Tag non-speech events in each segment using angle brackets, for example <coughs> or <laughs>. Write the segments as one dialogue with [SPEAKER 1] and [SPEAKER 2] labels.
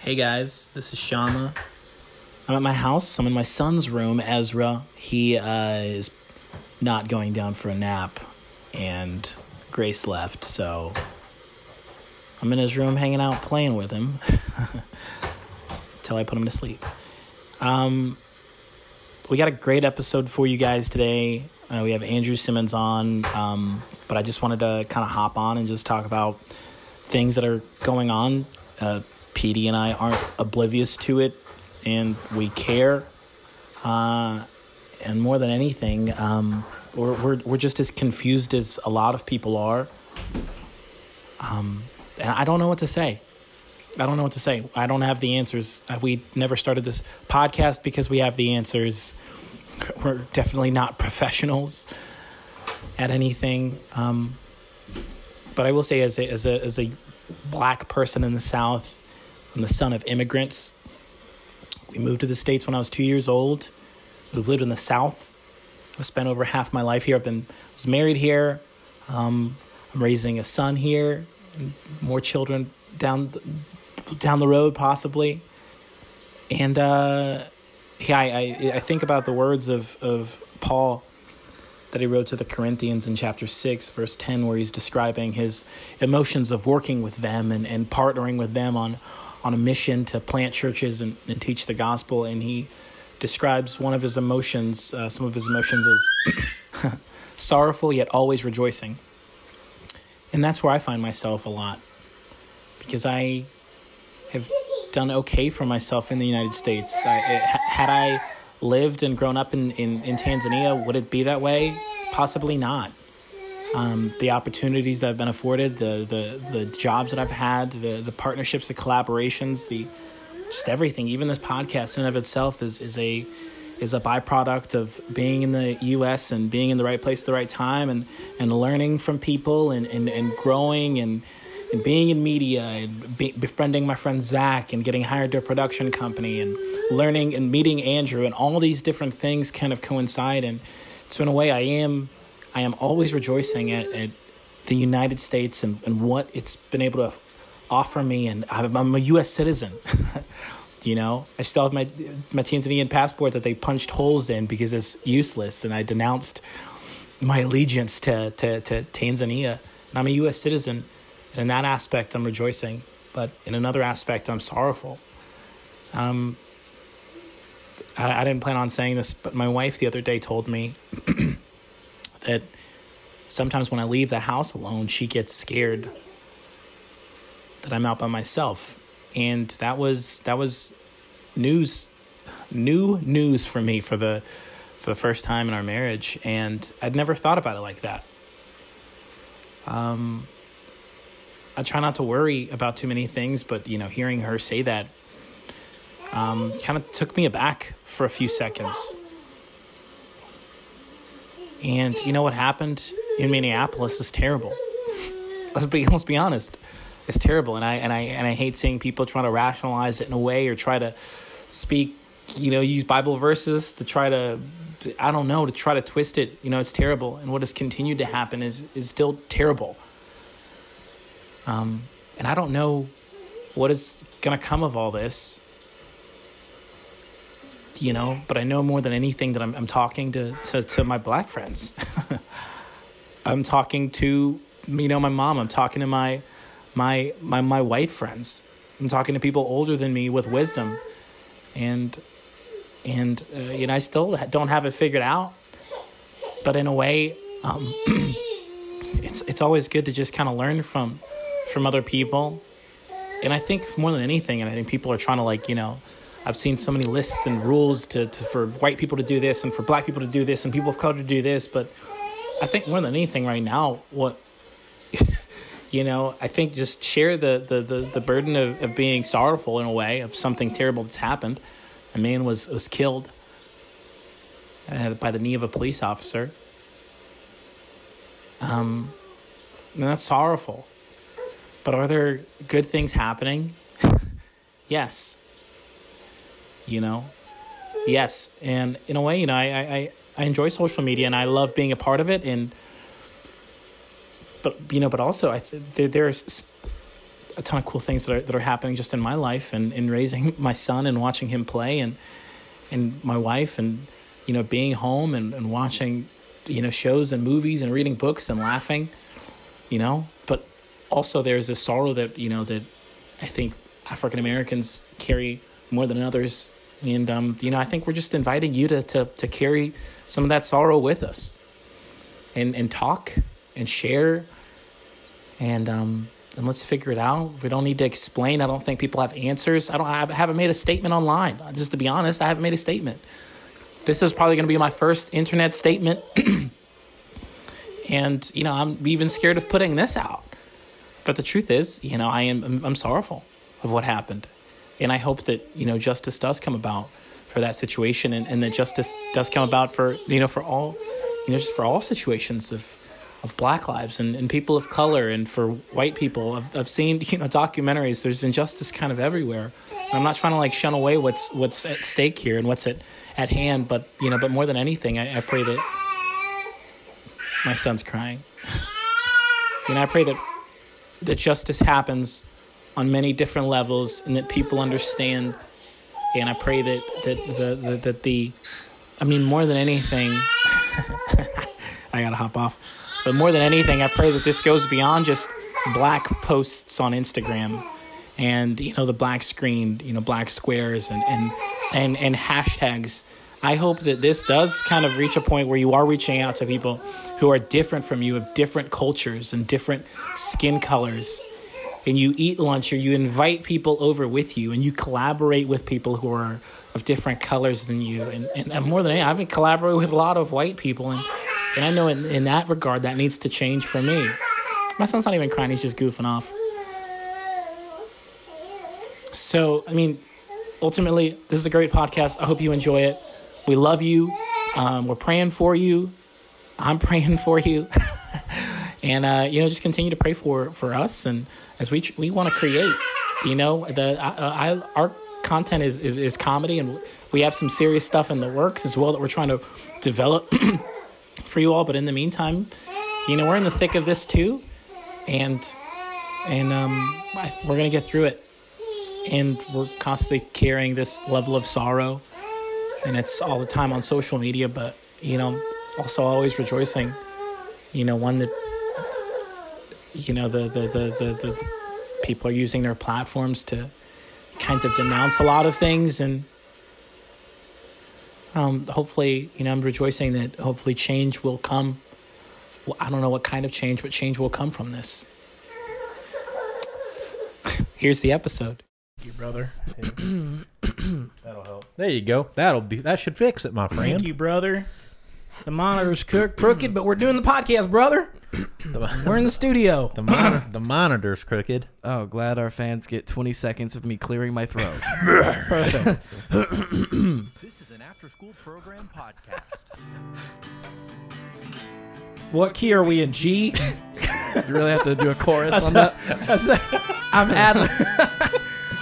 [SPEAKER 1] Hey guys, this is Shama. I'm at my house. I'm in my son's room, Ezra. He uh, is not going down for a nap, and Grace left, so I'm in his room hanging out, playing with him <laughs> until I put him to sleep. Um, we got a great episode for you guys today. Uh, we have Andrew Simmons on, um, but I just wanted to kind of hop on and just talk about things that are going on. Uh, PD and I aren't oblivious to it, and we care. Uh, and more than anything, um, we're, we're, we're just as confused as a lot of people are. Um, and I don't know what to say. I don't know what to say. I don't have the answers. Uh, We never started this podcast because we have the answers. We're definitely not <laughs> professionals at anything. Um, but I will say, as a, as a as a black person in the South, I'm the son of immigrants. We moved to the states when I was two years old. We've lived in the South. I've spent over half my life here. I've been was married here. Um, I'm raising a son here. and More children down th- down the road, possibly. And uh, yeah, I, I I think about the words of of Paul that he wrote to the Corinthians in chapter 6, verse 10, where he's describing his emotions of working with them and, and partnering with them on, on a mission to plant churches and, and teach the gospel. And he describes one of his emotions, uh, some of his emotions, as <coughs> sorrowful yet always rejoicing. And that's where I find myself a lot because I have done okay for myself in the United States. I, it, ha- had I lived and grown up in, in, in Tanzania, would it be that way? Possibly not. Um, the opportunities that I've been afforded, the, the, the jobs that I've had, the, the partnerships, the collaborations, the just everything, even this podcast in and of itself is, is a is a byproduct of being in the US and being in the right place at the right time and, and learning from people and, and, and growing and and being in media and be- befriending my friend Zach and getting hired to a production company and learning and meeting Andrew and all these different things kind of coincide and so in a way I am I am always rejoicing at, at the United States and, and what it's been able to offer me and I'm, I'm a U.S. citizen. <laughs> You know, I still have my my Tanzanian passport that they punched holes in because it's useless, and I denounced my allegiance to, to, to Tanzania. And I'm a U.S. citizen. And in that aspect, I'm rejoicing. But in another aspect, I'm sorrowful. Um, I, I didn't plan on saying this, but my wife the other day told me <clears throat> that sometimes when I leave the house alone, she gets scared that I'm out by myself. And that was that was news new news for me for the for the first time in our marriage and I'd never thought about it like that. Um I try not to worry about too many things, but you know, hearing her say that um kind of took me aback for a few seconds. And you know what happened in Minneapolis is terrible. <laughs> Let's be let's be honest. It's terrible and I and I and I hate seeing people trying to rationalize it in a way or try to speak, you know, use Bible verses to try to, to- I don't know, to try to twist it. You know, it's terrible. And what has continued to happen is is still terrible. Um, and I don't know what is going to come of all this. You know, but I know more than anything that I'm, I'm talking to, to, to my black friends. <laughs> I'm talking to, you know, my mom. I'm talking to my, my, my, my white friends. I'm talking to people older than me with wisdom and and uh, you know I still ha- don't have it figured out, but in a way, um, <clears throat> it's it's always good to just kind of learn from from other people, and I think more than anything, and I think people are trying to like you know. I've seen so many lists and rules to, to for white people to do this and for black people to do this and people of color to do this, but I think more than anything right now, what <laughs> you know i think just share the the the, the burden of, of being sorrowful in a way of something terrible that's happened a man was was killed uh, by the knee of a police officer um and that's sorrowful but are there good things happening <laughs> yes you know yes and in a way you know I, I i i enjoy social media and i love being a part of it and but you know, but also I th- there, there's a ton of cool things that are that are happening just in my life and in raising <laughs> my son and watching him play and and my wife and you know being home and, and watching you know shows and movies and reading books and laughing you know but also there's this sorrow that you know that i think african americans carry more than others and um, you know i think we're just inviting you to, to to carry some of that sorrow with us and and talk and share and um and let's figure it out. We don't need to explain. I don't think people have answers. I don't. I haven't made a statement online. Just to be honest, I haven't made a statement. This is probably going to be my first internet statement, and you know I'm even scared of putting this out. But the truth is, you know, I am I'm, I'm sorrowful of what happened, and I hope that you know justice does come about for that situation, and, and that justice does come about for you know for all, you know, just for all situations of of black lives and, and people of color and for white people. I've, I've seen you know documentaries. There's injustice kind of everywhere. And I'm not trying to like shun away what's what's at stake here and what's at, at hand, but you know, but more than anything, I, I pray that my son's crying. and I pray that that justice happens on many different levels and that people understand. And I pray that that the, the that the I mean more than anything. I gotta hop off. But more than anything, I pray that this goes beyond just black posts on Instagram and you know the black screen, you know black squares and and and and hashtags. I hope that this does kind of reach a point where you are reaching out to people who are different from you, of different cultures and different skin colors. And you eat lunch or you invite people over with you and you collaborate with people who are of different colors than you. And, and, and more than anything, I've been collaborating with a lot of white people. And, and I know in, in that regard, that needs to change for me. My son's not even crying, he's just goofing off. So, I mean, ultimately, this is a great podcast. I hope you enjoy it. We love you. Um, we're praying for you. I'm <laughs> praying for you. and, uh, you know, just continue to pray for, for us. And as we, tr- we want to create, you know, the, I, I, our content is, is, is comedy and we have some serious stuff in the works as well that we're trying to develop <clears throat> for you all. But in the meantime, you know, we're in the thick of this too. And, and, um, I, we're going to get through it and we're constantly carrying this level of sorrow and it's all the time on social media but you know also always rejoicing you know one that you know the the the the, the people are using their platforms to kind of denounce a lot of things and um, hopefully you know i'm rejoicing that hopefully change will come well, i don't know what kind of change but change will come from this <laughs> here's the episode
[SPEAKER 2] Your
[SPEAKER 3] <clears throat>
[SPEAKER 2] brother. That'll help.
[SPEAKER 4] There you go. That'll be that should fix it, my friend.
[SPEAKER 2] Thank you, brother. The monitor's
[SPEAKER 3] <clears throat>
[SPEAKER 2] cook crooked, but we're doing the podcast, brother. We're in the studio.
[SPEAKER 4] The, monitor, the monitor's crooked.
[SPEAKER 3] Oh, glad our fans get 20 seconds of me clearing my throat.
[SPEAKER 2] <laughs>
[SPEAKER 4] Perfect.
[SPEAKER 5] This is an after school program podcast.
[SPEAKER 2] What key are we in?
[SPEAKER 3] <laughs>
[SPEAKER 2] G.
[SPEAKER 3] you really have to do a chorus on that.
[SPEAKER 2] I'm ad.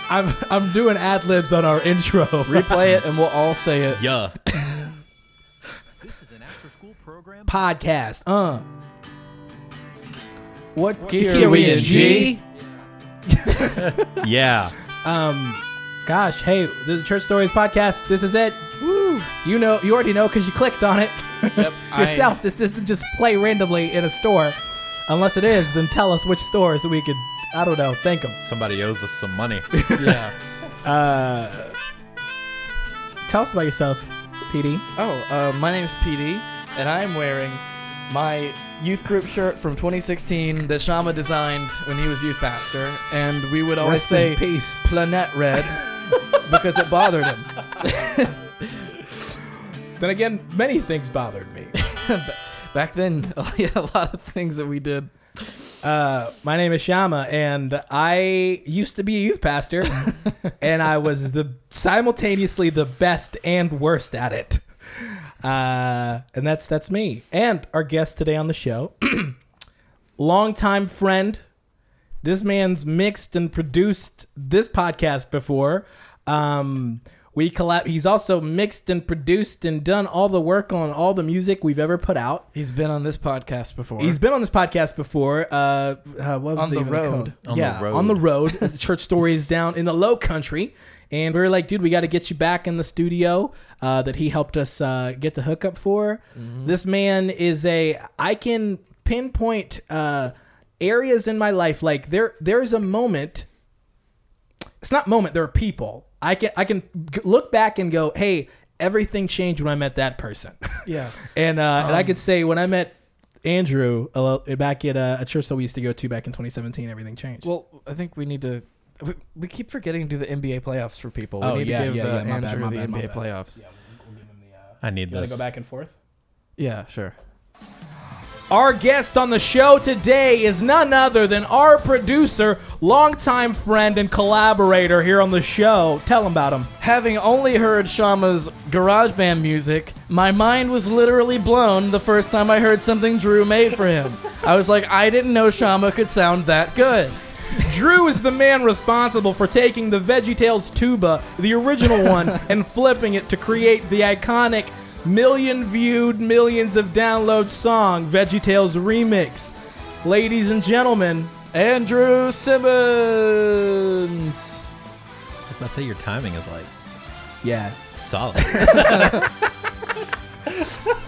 [SPEAKER 2] I'm I'm doing ad libs on our intro. <laughs>
[SPEAKER 3] Replay it, and we'll all say it.
[SPEAKER 4] yeah.
[SPEAKER 5] This is an after school program
[SPEAKER 2] Podcast. Uh. What
[SPEAKER 3] key are we in? G?
[SPEAKER 4] Yeah.
[SPEAKER 2] Gosh, hey, this is Church Stories podcast. This is it. Woo! You know, you already know because you clicked on it <laughs>
[SPEAKER 3] I-
[SPEAKER 2] yourself. This doesn't just play randomly in a store, unless it is. Then tell us which store so we could, I don't know, thank them.
[SPEAKER 4] Somebody owes us some <laughs> money.
[SPEAKER 3] Yeah.
[SPEAKER 2] Tell us about yourself, PD.
[SPEAKER 3] Oh, uh, my name's PD, and I'm wearing my youth group shirt from 2016 that Shama designed when he was youth pastor, and we would always
[SPEAKER 2] Rest
[SPEAKER 3] say
[SPEAKER 2] in peace.
[SPEAKER 3] "Planet
[SPEAKER 2] <laughs>
[SPEAKER 3] Red" because it bothered him.
[SPEAKER 2] Then again, many things bothered me.
[SPEAKER 3] <laughs> Back then, <laughs> yeah, a lot of things that we did.
[SPEAKER 2] Uh, my name is Shama, and I used to be a youth <laughs> pastor, and I was the simultaneously the best and worst at it. Uh, and that's that's me. And our guest today on the show, <clears throat> longtime friend. This man's mixed and produced this podcast before. Um, We collab. He's also mixed and produced and done all the work on all the music we've ever put out.
[SPEAKER 3] He's been on this podcast before.
[SPEAKER 2] He's been on this podcast before. Uh, uh, what was
[SPEAKER 3] On
[SPEAKER 2] it
[SPEAKER 3] the
[SPEAKER 2] even
[SPEAKER 3] road.
[SPEAKER 2] called?
[SPEAKER 4] On the
[SPEAKER 2] yeah,
[SPEAKER 4] road.
[SPEAKER 2] on the road. the church stories down in the Low Country, and we were like, dude, we got to get you back in the studio uh, that he helped us uh, get the hookup for. This man is a. I can pinpoint uh, areas in my life like there. There is a moment it's not moment there are people i can i can g- look back and go hey everything changed when i met that person <laughs>
[SPEAKER 3] Yeah.
[SPEAKER 2] and uh and i could say when i met andrew a lo- back at uh, a, a church that we used to go to back in 2017 everything changed
[SPEAKER 3] well, I think we need to. We, we keep forgetting to do the NBA playoffs for people. We
[SPEAKER 2] Oh,
[SPEAKER 3] need
[SPEAKER 2] yeah,
[SPEAKER 3] to give
[SPEAKER 2] yeah,
[SPEAKER 3] uh,
[SPEAKER 2] yeah, my bad,
[SPEAKER 3] Andrew
[SPEAKER 2] my
[SPEAKER 3] the
[SPEAKER 2] bad, my
[SPEAKER 3] NBA
[SPEAKER 2] bad.
[SPEAKER 3] playoffs.
[SPEAKER 4] I need this.
[SPEAKER 2] back and forth
[SPEAKER 3] yeah, sure.
[SPEAKER 2] Our guest on the show today is none other than our producer, longtime friend, and collaborator here on the show. Tell him about him.
[SPEAKER 3] Having only heard Shama's garage band music, my mind was literally blown the first time I heard something Drew made for him. I was like, I didn't know Shama could sound that good.
[SPEAKER 2] Drew is the man responsible for taking the VeggieTales tuba, the original
[SPEAKER 3] <laughs>
[SPEAKER 2] one, and flipping it to create the iconic million viewed, millions of download song VeggieTales Remix. Ladies and gentlemen,
[SPEAKER 3] Andrew Simmons.
[SPEAKER 4] I was about to say your timing is like
[SPEAKER 2] yeah,
[SPEAKER 4] <laughs> solid.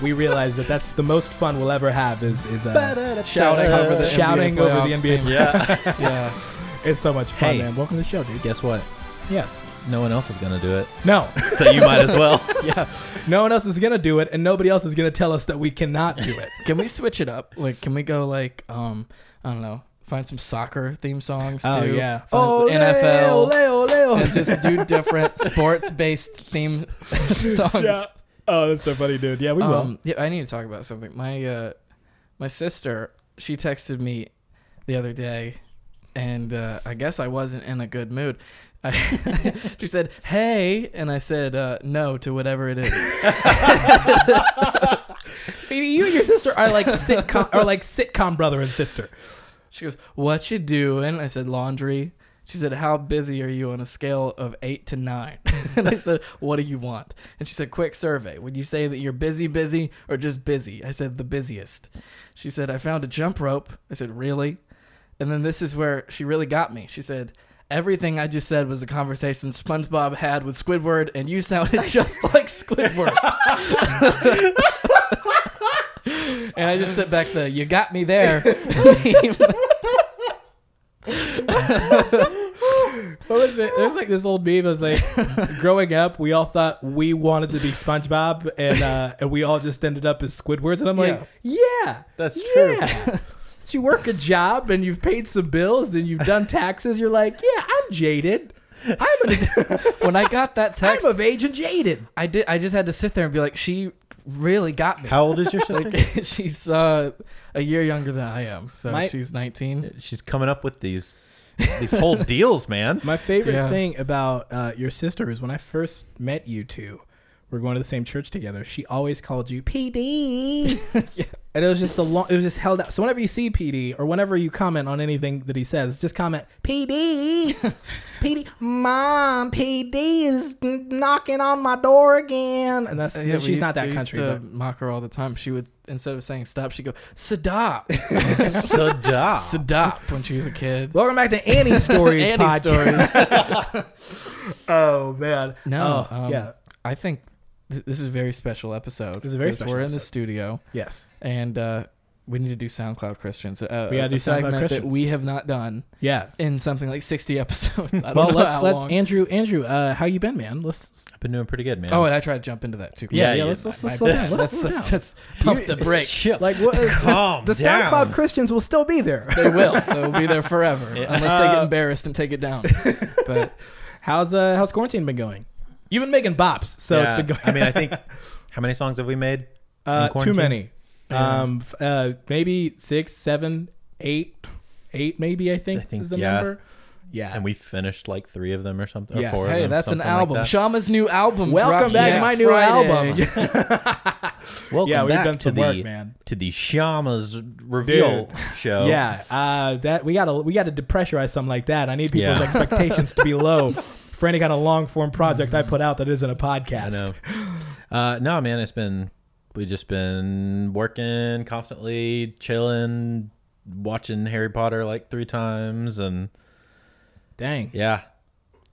[SPEAKER 2] we realize that that's the most fun we'll ever have is is uh,
[SPEAKER 3] Shouting over
[SPEAKER 4] <laughs>
[SPEAKER 3] the
[SPEAKER 2] shouting
[SPEAKER 3] NBA
[SPEAKER 2] over the
[SPEAKER 3] playoffs
[SPEAKER 2] NBA.
[SPEAKER 3] theme.
[SPEAKER 4] yeah.
[SPEAKER 3] Yeah.
[SPEAKER 2] It's so much fun,
[SPEAKER 4] Hey.
[SPEAKER 2] man. Welcome to the show, dude.
[SPEAKER 4] <laughs> Guess what?
[SPEAKER 2] Yes.
[SPEAKER 4] No one else is gonna do it,
[SPEAKER 2] No,
[SPEAKER 4] so you might as well.
[SPEAKER 3] Yeah.
[SPEAKER 2] no one else is gonna do it, and nobody else is gonna tell us that we cannot do it.
[SPEAKER 3] Can we switch it up? Like, can we go like, um, I don't know, find some soccer theme songs
[SPEAKER 2] <laughs> Oh
[SPEAKER 3] too?
[SPEAKER 2] yeah.
[SPEAKER 3] Find NFL.
[SPEAKER 2] ole, ole.
[SPEAKER 3] and just do different sports-based theme
[SPEAKER 2] <laughs>
[SPEAKER 3] songs.
[SPEAKER 2] Yeah. Oh, that's so funny, dude. Yeah, we
[SPEAKER 3] Um, yeah, I need to talk about something. My uh, my sister, she texted me the other day, and uh, I guess I wasn't in a good mood. <laughs> I, she said, "Hey," and I said, uh, "No" to whatever it is.
[SPEAKER 2] will. You and your sister are like sitcom, are like sitcom brother and sister.
[SPEAKER 3] She goes, "What you doing?" I said, "Laundry." She said, "How busy are you on a scale of eight to nine? <laughs> and I said, "What do you want?" And she said, "Quick survey. Would you say that you're busy, busy, or just busy?" I said, "The busiest." She said, "I found a jump rope." I said, "Really?" And then this is where she really got me. She said, Everything I just said was a conversation SpongeBob had with Squidward, and you sounded <laughs> just like Squidward. <laughs> and I just sent back the "You got me there." <laughs> meme.
[SPEAKER 2] What was it? There's like this old meme. It was <laughs> like, growing up, we all thought we wanted to be SpongeBob, and uh, and we all just ended up as Squidwards. And I'm like, yeah,
[SPEAKER 4] That's
[SPEAKER 2] <laughs> true. So you work a job and you've paid some bills and you've done taxes. You're like, yeah, I'm jaded. I'm an,
[SPEAKER 3] when I got
[SPEAKER 2] <laughs>
[SPEAKER 3] that
[SPEAKER 2] I'm
[SPEAKER 3] text,
[SPEAKER 2] of age and jaded.
[SPEAKER 3] I did. I just had to sit there and be like, "She really got me."
[SPEAKER 4] <laughs>
[SPEAKER 3] <laughs>
[SPEAKER 4] How old is your sister?
[SPEAKER 3] Like, she's uh, a year younger than I am, so
[SPEAKER 2] My-
[SPEAKER 3] she's 19.
[SPEAKER 4] She's coming up with these these whole deals, <laughs> man.
[SPEAKER 2] My favorite
[SPEAKER 3] Yeah.
[SPEAKER 2] thing about uh, your sister is when I first met you two, we were going to the same church together. She always called you
[SPEAKER 3] <laughs>
[SPEAKER 2] PD, and it was just the long. It was just held out. So whenever you see PD or whenever you comment on anything that he says, just comment
[SPEAKER 3] <laughs>
[SPEAKER 2] PD, PD, Mom, PD is n- knocking on my door again. And that's
[SPEAKER 3] Uh, Yeah, we
[SPEAKER 2] she's
[SPEAKER 3] used-
[SPEAKER 2] not
[SPEAKER 3] we
[SPEAKER 2] that
[SPEAKER 3] used
[SPEAKER 2] country.
[SPEAKER 3] To
[SPEAKER 2] But
[SPEAKER 3] mock her all the time. She would instead of saying stop, she'd go stop,
[SPEAKER 2] <laughs>
[SPEAKER 3] <laughs>
[SPEAKER 4] Sada.
[SPEAKER 3] stop when she was a kid.
[SPEAKER 2] welcome back to
[SPEAKER 3] <laughs>
[SPEAKER 2] Annie's Stories
[SPEAKER 3] Annie
[SPEAKER 2] podcast.
[SPEAKER 3] stories.
[SPEAKER 2] Oh man,
[SPEAKER 3] <laughs> No,
[SPEAKER 2] Oh,
[SPEAKER 3] um,
[SPEAKER 2] yeah,
[SPEAKER 3] I think th- this is a very special episode.
[SPEAKER 2] This is a very
[SPEAKER 3] 'cause
[SPEAKER 2] special
[SPEAKER 3] We're in the
[SPEAKER 2] episode.
[SPEAKER 3] studio
[SPEAKER 2] yes,
[SPEAKER 3] and uh, we need to do SoundCloud Christians. Uh,
[SPEAKER 2] We gotta
[SPEAKER 3] a
[SPEAKER 2] do SoundCloud
[SPEAKER 3] segment that
[SPEAKER 2] Christians.
[SPEAKER 3] we have not done
[SPEAKER 2] yeah.
[SPEAKER 3] in something like 60 episodes. <laughs> I don't
[SPEAKER 2] Well,
[SPEAKER 3] know
[SPEAKER 2] let's
[SPEAKER 3] how
[SPEAKER 2] let
[SPEAKER 3] long.
[SPEAKER 2] Andrew. Andrew, uh, how you been, man? Let's.
[SPEAKER 4] I've been doing pretty good, man.
[SPEAKER 3] Oh, and I tried to jump into that too. quick.
[SPEAKER 4] Yeah,
[SPEAKER 2] yeah,
[SPEAKER 4] yeah,
[SPEAKER 2] let's let's,
[SPEAKER 3] my-
[SPEAKER 2] let's
[SPEAKER 3] my
[SPEAKER 2] slow
[SPEAKER 3] bad.
[SPEAKER 2] down. Let's
[SPEAKER 3] Let's
[SPEAKER 2] slow
[SPEAKER 3] let's,
[SPEAKER 2] down.
[SPEAKER 3] let's
[SPEAKER 2] <laughs>
[SPEAKER 3] pump the
[SPEAKER 4] It's <laughs>
[SPEAKER 3] brakes.
[SPEAKER 4] chill.
[SPEAKER 2] Like what? uh,
[SPEAKER 4] Calm
[SPEAKER 2] the
[SPEAKER 4] down.
[SPEAKER 2] SoundCloud Christians will still be there. <laughs>
[SPEAKER 3] They will. They'll be there forever
[SPEAKER 4] Yeah.
[SPEAKER 3] unless they
[SPEAKER 2] Uh,
[SPEAKER 3] get embarrassed and take
[SPEAKER 2] <laughs>
[SPEAKER 3] it down. But
[SPEAKER 2] How's uh how's quarantine been going? You've been making bops, so it's
[SPEAKER 4] Yeah,
[SPEAKER 2] been going.
[SPEAKER 4] I mean, I think how many songs have we made? in
[SPEAKER 2] <laughs> uh, too
[SPEAKER 4] quarantine?
[SPEAKER 2] many. Um, f- uh, maybe six, seven, eight, eight, maybe I think,
[SPEAKER 4] I think,
[SPEAKER 2] is the
[SPEAKER 4] yeah.
[SPEAKER 2] number. Yeah.
[SPEAKER 4] And we finished like three of them or something.
[SPEAKER 2] Yes.
[SPEAKER 4] Or four of
[SPEAKER 3] hey,
[SPEAKER 4] them,
[SPEAKER 3] that's an
[SPEAKER 4] something
[SPEAKER 3] album.
[SPEAKER 4] Like that.
[SPEAKER 3] Shama's new album.
[SPEAKER 2] Welcome
[SPEAKER 3] drops
[SPEAKER 2] back,
[SPEAKER 3] next
[SPEAKER 2] my new
[SPEAKER 3] Friday.
[SPEAKER 2] album.
[SPEAKER 3] <laughs>
[SPEAKER 2] <laughs>
[SPEAKER 4] Welcome
[SPEAKER 2] yeah, we've
[SPEAKER 4] back
[SPEAKER 2] done
[SPEAKER 4] to
[SPEAKER 2] some
[SPEAKER 4] the,
[SPEAKER 2] work, man.
[SPEAKER 4] To the Shamas reveal <laughs> show.
[SPEAKER 2] Yeah, uh, that we gotta we gotta depressurize something like that. I need people's
[SPEAKER 4] Yeah. <laughs>
[SPEAKER 2] expectations to be low for any kind of long form project I put out that isn't a
[SPEAKER 4] Mm-hmm. I
[SPEAKER 2] podcast.
[SPEAKER 4] know. Uh, no, man, it's been we've just been working constantly, chilling, watching Harry Potter like three times, and
[SPEAKER 2] Dang.
[SPEAKER 4] yeah,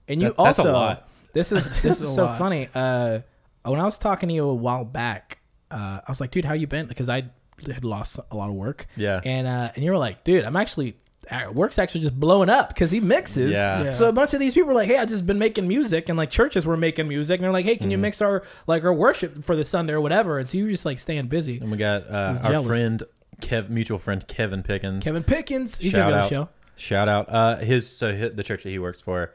[SPEAKER 2] And you
[SPEAKER 4] That- that's
[SPEAKER 2] also
[SPEAKER 4] a lot.
[SPEAKER 2] this
[SPEAKER 4] <laughs>
[SPEAKER 2] is this is
[SPEAKER 3] a
[SPEAKER 2] so
[SPEAKER 3] lot.
[SPEAKER 2] funny. Uh, when I was talking to you a while back, uh, I was like, "Dude, how you been?" Because I had lost a lot of work.
[SPEAKER 4] Yeah.
[SPEAKER 2] And uh, and you were like, "Dude, I'm actually." uh, Work's actually just blowing up because he mixes.
[SPEAKER 4] Yeah. Yeah.
[SPEAKER 2] So a bunch of these people were like, "Hey, I just been making music," and like churches were making music, and they're like, "Hey, can you
[SPEAKER 4] Mm-hmm.
[SPEAKER 2] mix our like our worship for the Sunday or whatever?" And so you were just like staying busy.
[SPEAKER 4] and we got uh,
[SPEAKER 2] is
[SPEAKER 4] our
[SPEAKER 2] jealous.
[SPEAKER 4] friend Kev, mutual friend Kevin Pickens.
[SPEAKER 2] Kevin Pickens, he's gonna be on the
[SPEAKER 4] out,
[SPEAKER 2] show.
[SPEAKER 4] Shout out. Uh, his so hi the church that he works for,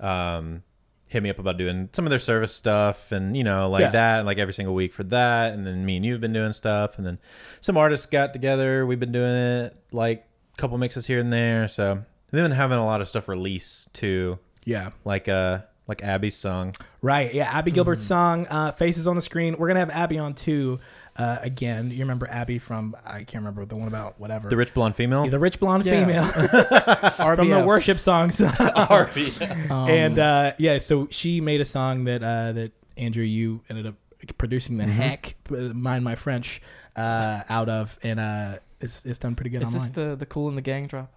[SPEAKER 4] um, hit me up about doing some of their service stuff, and you know, like
[SPEAKER 2] Yeah.
[SPEAKER 4] that, and like every single week for that, and then me and you've been doing stuff, and then some artists got together. We've been doing it like a couple mixes here and there. So they've been having a lot of stuff release too,
[SPEAKER 2] Yeah.
[SPEAKER 4] like uh, like Abby's song.
[SPEAKER 2] Right. Yeah. Abby Gilbert's song,
[SPEAKER 4] Mm-hmm.
[SPEAKER 2] uh, Faces on the Screen. We're going to have Abby on too uh, again. You remember Abby from, I can't remember the one about whatever.
[SPEAKER 4] The rich blonde
[SPEAKER 2] <laughs>
[SPEAKER 4] female.
[SPEAKER 2] the rich blonde
[SPEAKER 3] Yeah.
[SPEAKER 2] female
[SPEAKER 3] RBF.
[SPEAKER 2] from the worship songs. <laughs>
[SPEAKER 4] Harvey.
[SPEAKER 3] Um,
[SPEAKER 2] and uh, yeah, so she made a song that, uh, that Andrew, you ended up producing
[SPEAKER 4] Mm-hmm.
[SPEAKER 2] the heck, mind my French, uh, out of. And uh, it's, it's done pretty good
[SPEAKER 3] is this
[SPEAKER 2] online.
[SPEAKER 3] the the cool in the gang drop?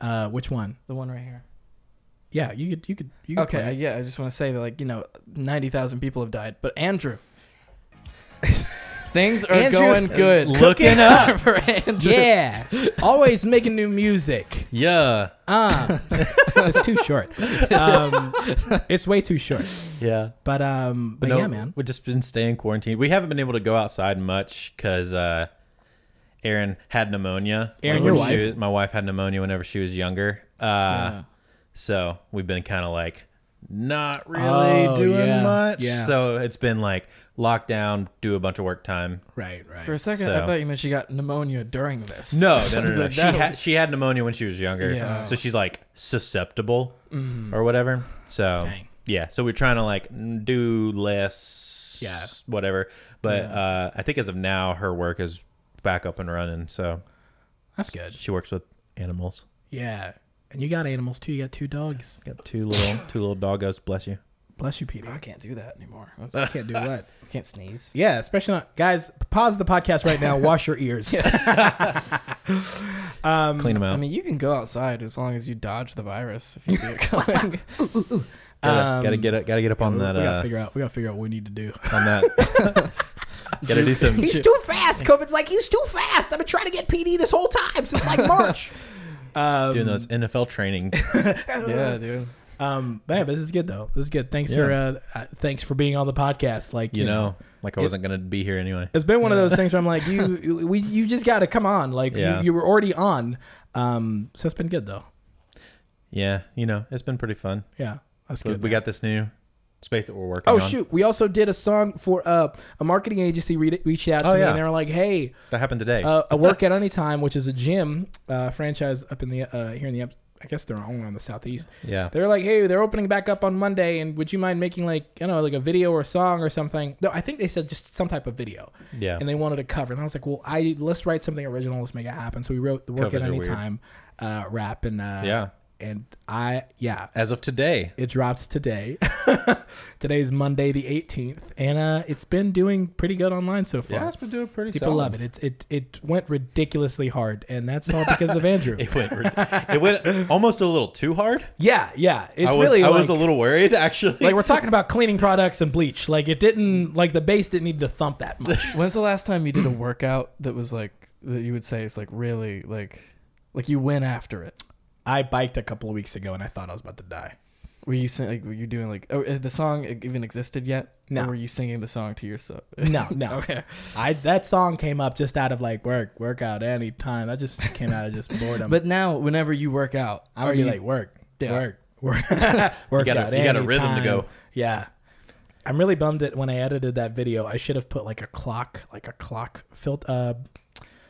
[SPEAKER 2] uh, which one?
[SPEAKER 3] The one right here.
[SPEAKER 2] Yeah, you could, you could, you could.
[SPEAKER 3] <laughs> Okay, yeah, I just want to say that like you know, ninety thousand people have died, but Andrew,
[SPEAKER 2] <laughs>
[SPEAKER 3] things are
[SPEAKER 2] Andrew- uh,
[SPEAKER 3] going good.
[SPEAKER 4] <laughs> Looking up.
[SPEAKER 3] <laughs> for Andrew.
[SPEAKER 2] Yeah. Always making new music.
[SPEAKER 4] Yeah.
[SPEAKER 2] Uh, it's too
[SPEAKER 3] <laughs>
[SPEAKER 2] short. Um, it's way too short.
[SPEAKER 4] Yeah.
[SPEAKER 2] But um, but,
[SPEAKER 4] no,
[SPEAKER 2] yeah, man.
[SPEAKER 4] We've just been staying quarantined. We haven't been able to go outside much because uh, Erin had pneumonia.
[SPEAKER 2] Erin,
[SPEAKER 4] when
[SPEAKER 2] your
[SPEAKER 4] she
[SPEAKER 2] wife?
[SPEAKER 4] was- my wife had pneumonia whenever she was younger. Uh, So we've been kind of like not really
[SPEAKER 2] Oh,
[SPEAKER 4] doing
[SPEAKER 2] yeah,
[SPEAKER 4] much.
[SPEAKER 2] yeah.
[SPEAKER 4] So it's been like lockdown, do a bunch of work time.
[SPEAKER 2] Right, right.
[SPEAKER 3] For a second, I
[SPEAKER 4] So-
[SPEAKER 3] thought you meant she got pneumonia during
[SPEAKER 2] <laughs>
[SPEAKER 3] this. <laughs>
[SPEAKER 4] No, no, no, no.
[SPEAKER 3] That-
[SPEAKER 4] she had she had pneumonia when she was younger,
[SPEAKER 2] Yeah. Mm-hmm.
[SPEAKER 4] so she's like susceptible or whatever. So
[SPEAKER 2] Dang.
[SPEAKER 4] yeah, so we're trying to like n- do less,
[SPEAKER 2] Yeah.
[SPEAKER 4] whatever. But uh, I think as of now, her work is back up and running. So
[SPEAKER 2] That's good.
[SPEAKER 4] she works with animals.
[SPEAKER 2] Yeah. And you got animals too. You got two dogs.
[SPEAKER 4] Got two
[SPEAKER 2] <laughs>
[SPEAKER 4] little two little doggos. Bless you.
[SPEAKER 2] Bless you, Peter.
[SPEAKER 3] I can't do that anymore. That's,
[SPEAKER 2] You
[SPEAKER 3] I <laughs>
[SPEAKER 2] can't do what?
[SPEAKER 3] can't sneeze.
[SPEAKER 2] Yeah, especially not guys. Pause the podcast right <laughs> now. Wash your ears. Um,
[SPEAKER 4] Clean them out.
[SPEAKER 3] I mean, you can go outside as long as you dodge the virus if you see <laughs> it coming.
[SPEAKER 4] gotta,
[SPEAKER 2] um,
[SPEAKER 4] gotta get up. Gotta get up on
[SPEAKER 2] we,
[SPEAKER 4] that.
[SPEAKER 2] we gotta
[SPEAKER 4] Uh,
[SPEAKER 2] figure out. We gotta figure out what we need to
[SPEAKER 3] <laughs>
[SPEAKER 2] do.
[SPEAKER 4] on that. gotta
[SPEAKER 2] <laughs>
[SPEAKER 4] do some.
[SPEAKER 2] He's too fast. COVID's like he's too fast. I've been trying to get PD this whole time since like March. <laughs> um, <laughs>
[SPEAKER 4] Doing those NFL training.
[SPEAKER 3] yeah, dude.
[SPEAKER 2] Um, but yeah, but this is good though. This is good. Thanks for
[SPEAKER 4] Yeah.
[SPEAKER 2] uh, uh, thanks for being on the podcast. Like
[SPEAKER 4] You know, like I wasn't gonna be here anyway.
[SPEAKER 2] it's been one of those things where I'm like,
[SPEAKER 4] <laughs>
[SPEAKER 2] you, you- we, you just got to come on. Like
[SPEAKER 4] Yeah.
[SPEAKER 2] you, you were already on. Um, so it's been good though.
[SPEAKER 4] Yeah, you know, it's been pretty fun.
[SPEAKER 2] Yeah, that's
[SPEAKER 4] So
[SPEAKER 2] good.
[SPEAKER 4] we
[SPEAKER 2] man.
[SPEAKER 4] got this new space that we're working
[SPEAKER 2] Oh
[SPEAKER 4] on.
[SPEAKER 2] shoot! We also did a song for uh, a marketing agency re- reached out to
[SPEAKER 4] Oh,
[SPEAKER 2] me
[SPEAKER 4] yeah.
[SPEAKER 2] and they were like, "Hey,
[SPEAKER 4] That happened today.
[SPEAKER 2] uh, I work at Anytime, which is a gym uh, franchise up in the uh, here in the up. I guess they're only on the southeast.
[SPEAKER 4] yeah.
[SPEAKER 2] They're like, hey, they're opening back up on Monday, and would you mind making like, you know, like a video or a song or something? No, I think they said just some type of video.
[SPEAKER 4] Yeah.
[SPEAKER 2] And they wanted a cover, and I was like, well, I let's write something original, let's make it happen. So we wrote the work
[SPEAKER 4] Covers
[SPEAKER 2] at
[SPEAKER 4] are
[SPEAKER 2] any
[SPEAKER 4] weird.
[SPEAKER 2] time, uh, rap and uh,
[SPEAKER 4] Yeah.
[SPEAKER 2] and I yeah,
[SPEAKER 4] As of today.
[SPEAKER 2] it drops today. <laughs> Today's Monday the 18th, and uh, it's been doing pretty good online so far.
[SPEAKER 4] been doing pretty
[SPEAKER 2] People love it. It's it it went ridiculously hard, and that's all because
[SPEAKER 4] <laughs>
[SPEAKER 2] of Andrew.
[SPEAKER 4] It went, it went almost a little too hard.
[SPEAKER 2] yeah, yeah. It's
[SPEAKER 4] I was,
[SPEAKER 2] really
[SPEAKER 4] I was a
[SPEAKER 2] like-
[SPEAKER 4] little worried, actually.
[SPEAKER 2] like we're talking about cleaning products and bleach. Like it didn't like the base didn't need to thump that
[SPEAKER 4] <laughs>
[SPEAKER 2] much.
[SPEAKER 3] When's the last time you did a workout that was like that you would say is like really like like you went after it?
[SPEAKER 2] I biked a couple of weeks ago and I thought I was about to die.
[SPEAKER 3] Were you sing, like were you doing like oh, uh, the song even existed yet?
[SPEAKER 2] No.
[SPEAKER 3] Or were you singing the song to yourself?
[SPEAKER 4] <laughs>
[SPEAKER 3] <laughs>
[SPEAKER 2] No, no.
[SPEAKER 3] okay.
[SPEAKER 2] I that song came up just out of like work, workout any time. That just came out of just boredom.
[SPEAKER 3] <laughs> But now, whenever you work out,
[SPEAKER 2] I
[SPEAKER 3] are
[SPEAKER 2] would be
[SPEAKER 3] you
[SPEAKER 2] like work,
[SPEAKER 3] Yeah.
[SPEAKER 2] work, <laughs> work, work
[SPEAKER 4] <laughs> You got a-
[SPEAKER 2] out
[SPEAKER 4] you got a
[SPEAKER 2] any
[SPEAKER 4] rhythm to
[SPEAKER 2] time.
[SPEAKER 4] go.
[SPEAKER 2] Yeah. I'm really bummed that when I edited that video, I should have put like a clock, like a clock fil- uh,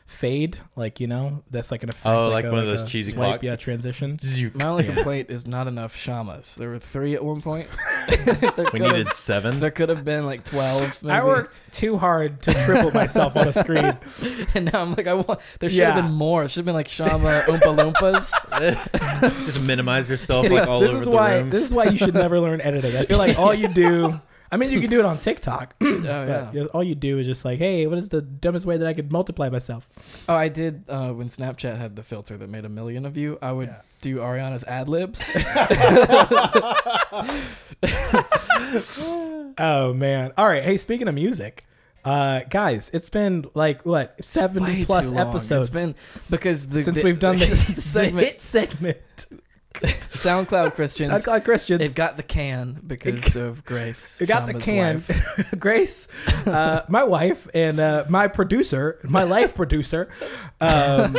[SPEAKER 2] fade, like you know, that's like an effect.
[SPEAKER 4] Oh, like
[SPEAKER 2] a-
[SPEAKER 4] one of those
[SPEAKER 2] a
[SPEAKER 4] cheesy
[SPEAKER 2] swipe,
[SPEAKER 4] clock-
[SPEAKER 2] yeah, transition.
[SPEAKER 3] My only complaint is not enough shamas. There were three at one
[SPEAKER 2] <laughs>
[SPEAKER 3] point. There
[SPEAKER 4] We
[SPEAKER 3] could've-
[SPEAKER 4] needed seven.
[SPEAKER 3] There could have been like twelve. Maybe.
[SPEAKER 2] I worked too hard to triple myself on a
[SPEAKER 4] <laughs>
[SPEAKER 2] screen.
[SPEAKER 3] <laughs> and now I'm like, I want. There should have
[SPEAKER 2] Yeah.
[SPEAKER 3] been more. Should have been like Shama Oompa
[SPEAKER 2] <laughs>
[SPEAKER 3] Loompas.
[SPEAKER 4] <laughs> Just minimize yourself like all
[SPEAKER 2] this
[SPEAKER 4] over
[SPEAKER 2] is
[SPEAKER 4] the
[SPEAKER 2] why
[SPEAKER 4] room.
[SPEAKER 2] this is why you should never learn editing. I feel like all you do. I mean, you can do it on
[SPEAKER 4] <laughs>
[SPEAKER 2] TikTok.
[SPEAKER 3] <clears throat> oh yeah.
[SPEAKER 2] But all you do is just like, hey, what is the dumbest way that I could multiply myself?
[SPEAKER 3] Oh, I did uh, when Snapchat had the filter that made a million of you. I would do Ariana's ad libs.
[SPEAKER 2] Oh man! All right. Hey, speaking of music, uh, guys, it's been like what seventy
[SPEAKER 3] Way
[SPEAKER 2] plus
[SPEAKER 3] too long.
[SPEAKER 2] episodes
[SPEAKER 3] It's been because the,
[SPEAKER 2] since
[SPEAKER 3] the-
[SPEAKER 2] we've
[SPEAKER 3] <laughs>
[SPEAKER 2] done the,
[SPEAKER 3] the
[SPEAKER 2] <laughs> the
[SPEAKER 3] segment
[SPEAKER 2] hit segment.
[SPEAKER 3] SoundCloud Christians.
[SPEAKER 2] I'd call it Christians.
[SPEAKER 3] It got the can because of Grace.
[SPEAKER 2] It got the
[SPEAKER 3] Shama's
[SPEAKER 2] can.
[SPEAKER 3] wife.
[SPEAKER 2] <laughs> Grace,
[SPEAKER 3] <laughs>
[SPEAKER 2] uh, my wife, and uh, my producer, my life producer,
[SPEAKER 3] <laughs>
[SPEAKER 2] um,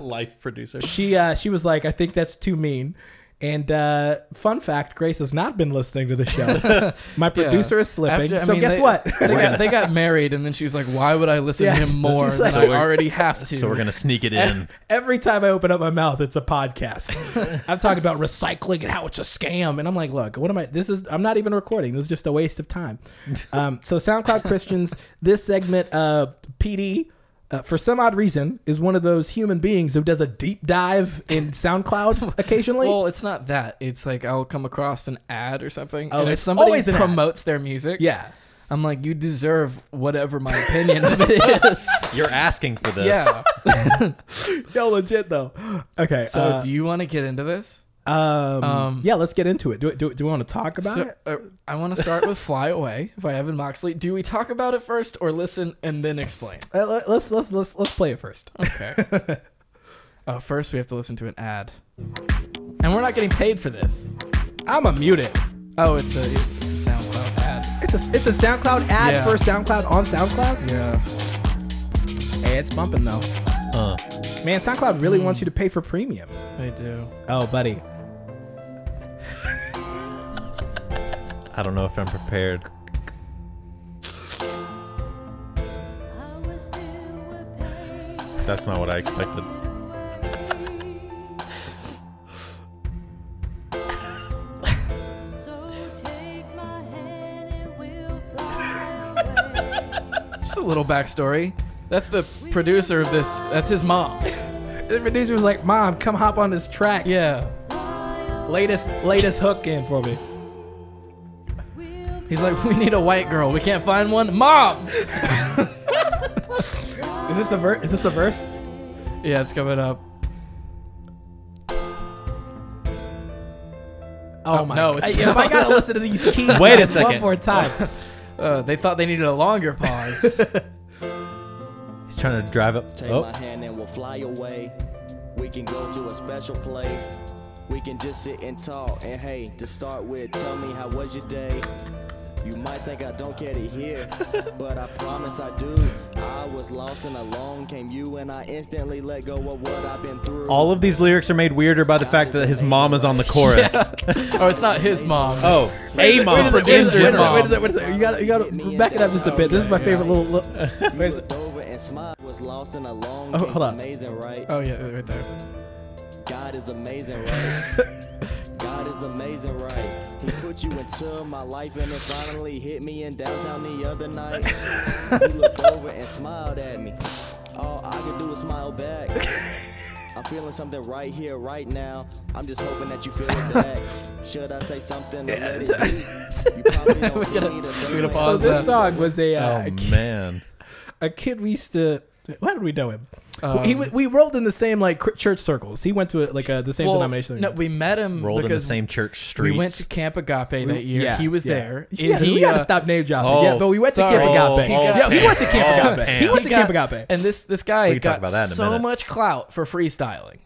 [SPEAKER 4] Life producer.
[SPEAKER 2] she uh, she was like, I think that's too mean. And uh, fun fact, Grace has not been listening to the show.
[SPEAKER 3] <laughs>
[SPEAKER 2] My
[SPEAKER 3] Yeah.
[SPEAKER 2] producer is slipping.
[SPEAKER 3] After- I
[SPEAKER 2] so
[SPEAKER 3] mean,
[SPEAKER 2] guess
[SPEAKER 3] they-
[SPEAKER 2] what?
[SPEAKER 3] They got, <laughs> they got married, and then she was like, "Why would I listen
[SPEAKER 2] Yeah. <laughs>
[SPEAKER 3] to him more
[SPEAKER 2] She's like-
[SPEAKER 3] than
[SPEAKER 2] So
[SPEAKER 3] I
[SPEAKER 4] we're-
[SPEAKER 3] already have to?"
[SPEAKER 4] So we're gonna sneak
[SPEAKER 2] <laughs>
[SPEAKER 4] it in.
[SPEAKER 2] Every time I open up my mouth, it's a podcast. <laughs> I'm talking about recycling and how it's a scam, and I'm like, look, what am I? This is I'm not even recording. This is just a waste of
[SPEAKER 3] <laughs>
[SPEAKER 2] time. Um, so SoundCloud Christians, this segment, uh, PD. Uh, for some odd reason, is one of those human beings who does a deep dive
[SPEAKER 3] <laughs>
[SPEAKER 2] in SoundCloud occasionally.
[SPEAKER 3] Well, it's not that. It's like I'll come across an ad or something,
[SPEAKER 2] Oh,
[SPEAKER 3] and if
[SPEAKER 2] it's
[SPEAKER 3] somebody
[SPEAKER 2] always an ad.
[SPEAKER 3] promotes their music,
[SPEAKER 2] yeah,
[SPEAKER 3] I'm like, you deserve whatever my opinion of it <laughs> is.
[SPEAKER 4] You're asking for this.
[SPEAKER 3] yeah.
[SPEAKER 2] yo, legit though. Okay,
[SPEAKER 3] So,
[SPEAKER 2] uh,
[SPEAKER 3] do you want to get into this?
[SPEAKER 2] um,
[SPEAKER 3] um,
[SPEAKER 2] yeah, let's get into it. Do, do, do we want to talk about
[SPEAKER 3] So,
[SPEAKER 2] it?
[SPEAKER 3] uh, I want to start with "Fly Away" by Evan Moxley. Do we talk about it first, or listen and then explain?
[SPEAKER 2] Uh, let- let's let's let's let's play it first. <laughs>
[SPEAKER 3] Okay. uh, first, we have to listen to an ad, and we're not getting paid for this.
[SPEAKER 2] I'm a mute it.
[SPEAKER 3] Oh, it's a it's, it's a sound well ad.
[SPEAKER 2] It's a it's a SoundCloud ad
[SPEAKER 3] Yeah.
[SPEAKER 2] for SoundCloud on SoundCloud.
[SPEAKER 3] Yeah.
[SPEAKER 2] Hey, it's bumping though.
[SPEAKER 4] Uh,
[SPEAKER 2] Man, SoundCloud really wants you to pay for premium.
[SPEAKER 3] They do.
[SPEAKER 2] Oh, buddy.
[SPEAKER 4] I don't know if I'm prepared. That's not what I expected.
[SPEAKER 3] Just a little backstory. That's the producer of this. That's his mom.
[SPEAKER 2] The producer was like, "Mom, come hop on this track.
[SPEAKER 3] Yeah.
[SPEAKER 2] Latest latest hook in for me."
[SPEAKER 3] He's like, we need a white girl. We can't find one. Mom.
[SPEAKER 2] Is this the verse? Is this the verse?
[SPEAKER 3] Yeah, it's coming up.
[SPEAKER 2] Oh
[SPEAKER 3] Oh,
[SPEAKER 2] my!
[SPEAKER 3] no,
[SPEAKER 2] God.
[SPEAKER 3] it's
[SPEAKER 2] if I gotta listen to these <laughs> keys,
[SPEAKER 4] Wait a
[SPEAKER 2] like,
[SPEAKER 4] second.
[SPEAKER 2] one more <laughs> time.
[SPEAKER 3] Uh, they thought they needed a longer <laughs> pause.
[SPEAKER 4] He's trying to drive up.
[SPEAKER 6] Take
[SPEAKER 4] Oh,
[SPEAKER 6] my hand and we'll fly away. We can go to a special place. We can just sit and talk. And hey, to start with, tell me how was your day? You might think I don't care to
[SPEAKER 2] <laughs>
[SPEAKER 6] hear, but I promise I do. I was lost and alone. Came you and I instantly let go of what I've been through.
[SPEAKER 4] all of these lyrics are made weirder by the fact that his mom is on the chorus.
[SPEAKER 3] oh, it's not his mom.
[SPEAKER 4] Oh, a mom.
[SPEAKER 3] wait a
[SPEAKER 2] Wait a
[SPEAKER 3] Producer's
[SPEAKER 2] second, wait a
[SPEAKER 3] mom.
[SPEAKER 2] second, wait a second, wait a second. You gotta you gotta back it up just a bit. This is my favorite little. look.
[SPEAKER 6] you
[SPEAKER 2] wait a
[SPEAKER 6] looked over and smiled. Was lost and alone.
[SPEAKER 2] Oh,
[SPEAKER 6] Came
[SPEAKER 2] hold on.
[SPEAKER 6] Amazing, right?
[SPEAKER 3] Oh yeah, right there.
[SPEAKER 6] God
[SPEAKER 3] <laughs>
[SPEAKER 6] is amazing, right? God is amazing, right? He put you into my life and it finally hit me in downtown the other night. He looked over and smiled at me. All I could do was smile back. I'm feeling something right here, right now. I'm just hoping that you feel
[SPEAKER 3] <laughs>
[SPEAKER 6] it back. Should I say something? or let it be? You probably don't
[SPEAKER 3] <laughs> We
[SPEAKER 6] see
[SPEAKER 3] gotta-
[SPEAKER 6] me the
[SPEAKER 3] we
[SPEAKER 6] same
[SPEAKER 3] gotta
[SPEAKER 6] way.
[SPEAKER 2] So
[SPEAKER 3] pause
[SPEAKER 2] this song was a uh,
[SPEAKER 4] Oh
[SPEAKER 2] a
[SPEAKER 4] man.
[SPEAKER 2] a kid we used to. Why did we know him?
[SPEAKER 3] Um,
[SPEAKER 2] he w- we rolled in the same like cr- church circles. He went to like uh, the same
[SPEAKER 3] Well,
[SPEAKER 2] denomination. that
[SPEAKER 3] no,
[SPEAKER 2] went
[SPEAKER 3] we met him
[SPEAKER 4] Rolled in the
[SPEAKER 3] because
[SPEAKER 4] same church street.
[SPEAKER 3] we went to Camp Agape that year. he was there.
[SPEAKER 2] You gotta,
[SPEAKER 3] he,
[SPEAKER 2] we gotta
[SPEAKER 3] uh,
[SPEAKER 2] stop name dropping.
[SPEAKER 4] Oh,
[SPEAKER 2] yeah, but we went to
[SPEAKER 3] sorry.
[SPEAKER 2] Camp Agape.
[SPEAKER 3] Oh,
[SPEAKER 2] yeah, he
[SPEAKER 3] okay.
[SPEAKER 2] went to Camp
[SPEAKER 4] Oh,
[SPEAKER 2] Agape.
[SPEAKER 4] man.
[SPEAKER 2] He went
[SPEAKER 3] he
[SPEAKER 2] to Camp
[SPEAKER 3] got-
[SPEAKER 2] Agape.
[SPEAKER 3] And this this guy
[SPEAKER 4] We can talk
[SPEAKER 3] got
[SPEAKER 4] about that in a
[SPEAKER 3] so
[SPEAKER 4] minute.
[SPEAKER 3] much clout for freestyling.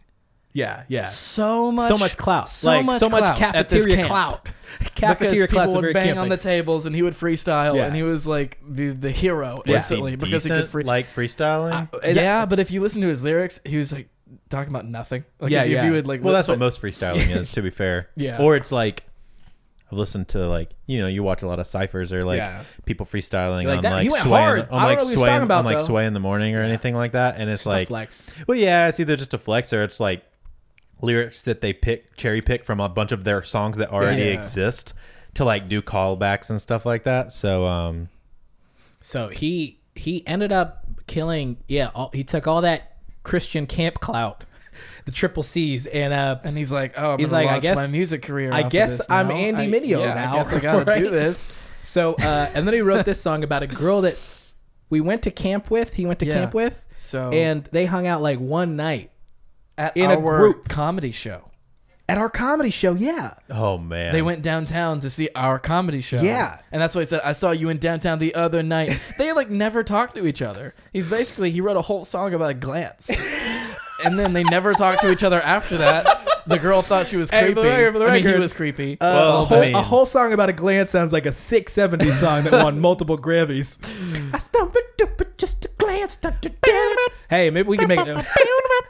[SPEAKER 2] yeah, yeah.
[SPEAKER 3] So much.
[SPEAKER 2] So much clout.
[SPEAKER 3] So
[SPEAKER 2] like
[SPEAKER 3] much
[SPEAKER 2] so much
[SPEAKER 3] clout at this
[SPEAKER 2] cafeteria <laughs>
[SPEAKER 3] camp.
[SPEAKER 2] clout.
[SPEAKER 3] because
[SPEAKER 2] cafeteria clout
[SPEAKER 3] people would
[SPEAKER 2] very
[SPEAKER 3] bang
[SPEAKER 2] camping.
[SPEAKER 3] on the tables and he would freestyle
[SPEAKER 2] Yeah.
[SPEAKER 3] and he was like the the hero
[SPEAKER 2] he
[SPEAKER 3] instantly because he could
[SPEAKER 4] Decent,
[SPEAKER 3] free
[SPEAKER 4] like freestyling.
[SPEAKER 2] And-
[SPEAKER 3] yeah but if you listen to his lyrics he was like talking about nothing like
[SPEAKER 2] Yeah,
[SPEAKER 3] if, you- if
[SPEAKER 2] yeah.
[SPEAKER 3] you would like
[SPEAKER 4] well, that's
[SPEAKER 2] <laughs>
[SPEAKER 4] what
[SPEAKER 3] but-
[SPEAKER 4] most freestyling is, to be fair.
[SPEAKER 3] Yeah.
[SPEAKER 4] Or it's like I've listened to like you know you watch a lot of ciphers or like
[SPEAKER 2] Yeah.
[SPEAKER 4] people freestyling
[SPEAKER 2] You're like,
[SPEAKER 4] on
[SPEAKER 2] "That- he
[SPEAKER 4] like
[SPEAKER 2] went
[SPEAKER 4] sway
[SPEAKER 2] hard. I
[SPEAKER 4] on
[SPEAKER 2] don't
[SPEAKER 4] like
[SPEAKER 2] know what he was
[SPEAKER 4] sway
[SPEAKER 2] talking about,
[SPEAKER 4] on like
[SPEAKER 2] though."
[SPEAKER 4] sway in the morning or anything like that, and it's
[SPEAKER 2] Just a
[SPEAKER 4] like
[SPEAKER 2] flex.
[SPEAKER 4] well yeah, it's either just a flex or it's like lyrics that they pick cherry pick from a bunch of their songs that already
[SPEAKER 2] Yeah.
[SPEAKER 4] exist to like do callbacks and stuff like that. So um
[SPEAKER 2] So he he ended up killing. Yeah, all, he took all that Christian camp clout, <laughs> the triple C's, and uh,
[SPEAKER 3] And he's like, "Oh, I'm
[SPEAKER 2] He's
[SPEAKER 3] gonna
[SPEAKER 2] like, I
[SPEAKER 3] launch
[SPEAKER 2] guess-
[SPEAKER 3] my music career.
[SPEAKER 2] I
[SPEAKER 3] off of
[SPEAKER 2] guess
[SPEAKER 3] this
[SPEAKER 2] I'm
[SPEAKER 3] now.
[SPEAKER 2] Andy
[SPEAKER 3] I-
[SPEAKER 2] Mineo
[SPEAKER 3] yeah,
[SPEAKER 2] now,
[SPEAKER 3] I guess
[SPEAKER 2] <laughs>
[SPEAKER 3] I gotta
[SPEAKER 2] right?
[SPEAKER 3] do this.
[SPEAKER 2] so uh, and then he wrote this song about a girl that we went to camp with. He went to
[SPEAKER 3] Yeah.
[SPEAKER 2] camp with,
[SPEAKER 3] So
[SPEAKER 2] and they hung out like one night
[SPEAKER 3] at
[SPEAKER 2] in a
[SPEAKER 3] our
[SPEAKER 2] group.
[SPEAKER 3] comedy show,
[SPEAKER 2] at our comedy show. Yeah,
[SPEAKER 4] oh man,
[SPEAKER 3] they went downtown to see our comedy show.
[SPEAKER 2] Yeah.
[SPEAKER 3] and that's why he said, "I saw you in downtown the other
[SPEAKER 2] <laughs>
[SPEAKER 3] night." they like never talked to each other. He's basically he wrote a whole song about a glance, and then they never talked to each other after that. The girl thought she was
[SPEAKER 2] Hey,
[SPEAKER 3] creepy.
[SPEAKER 2] for the record, for the
[SPEAKER 3] I mean, he
[SPEAKER 2] record,
[SPEAKER 3] was creepy.
[SPEAKER 2] Uh,
[SPEAKER 4] Well,
[SPEAKER 2] a, whole,
[SPEAKER 4] I mean-
[SPEAKER 2] a whole song about a glance sounds like a 670 song that won multiple Grammys. <laughs> I stumbled up at just a glance. da, da, da. Hey, maybe we can make it.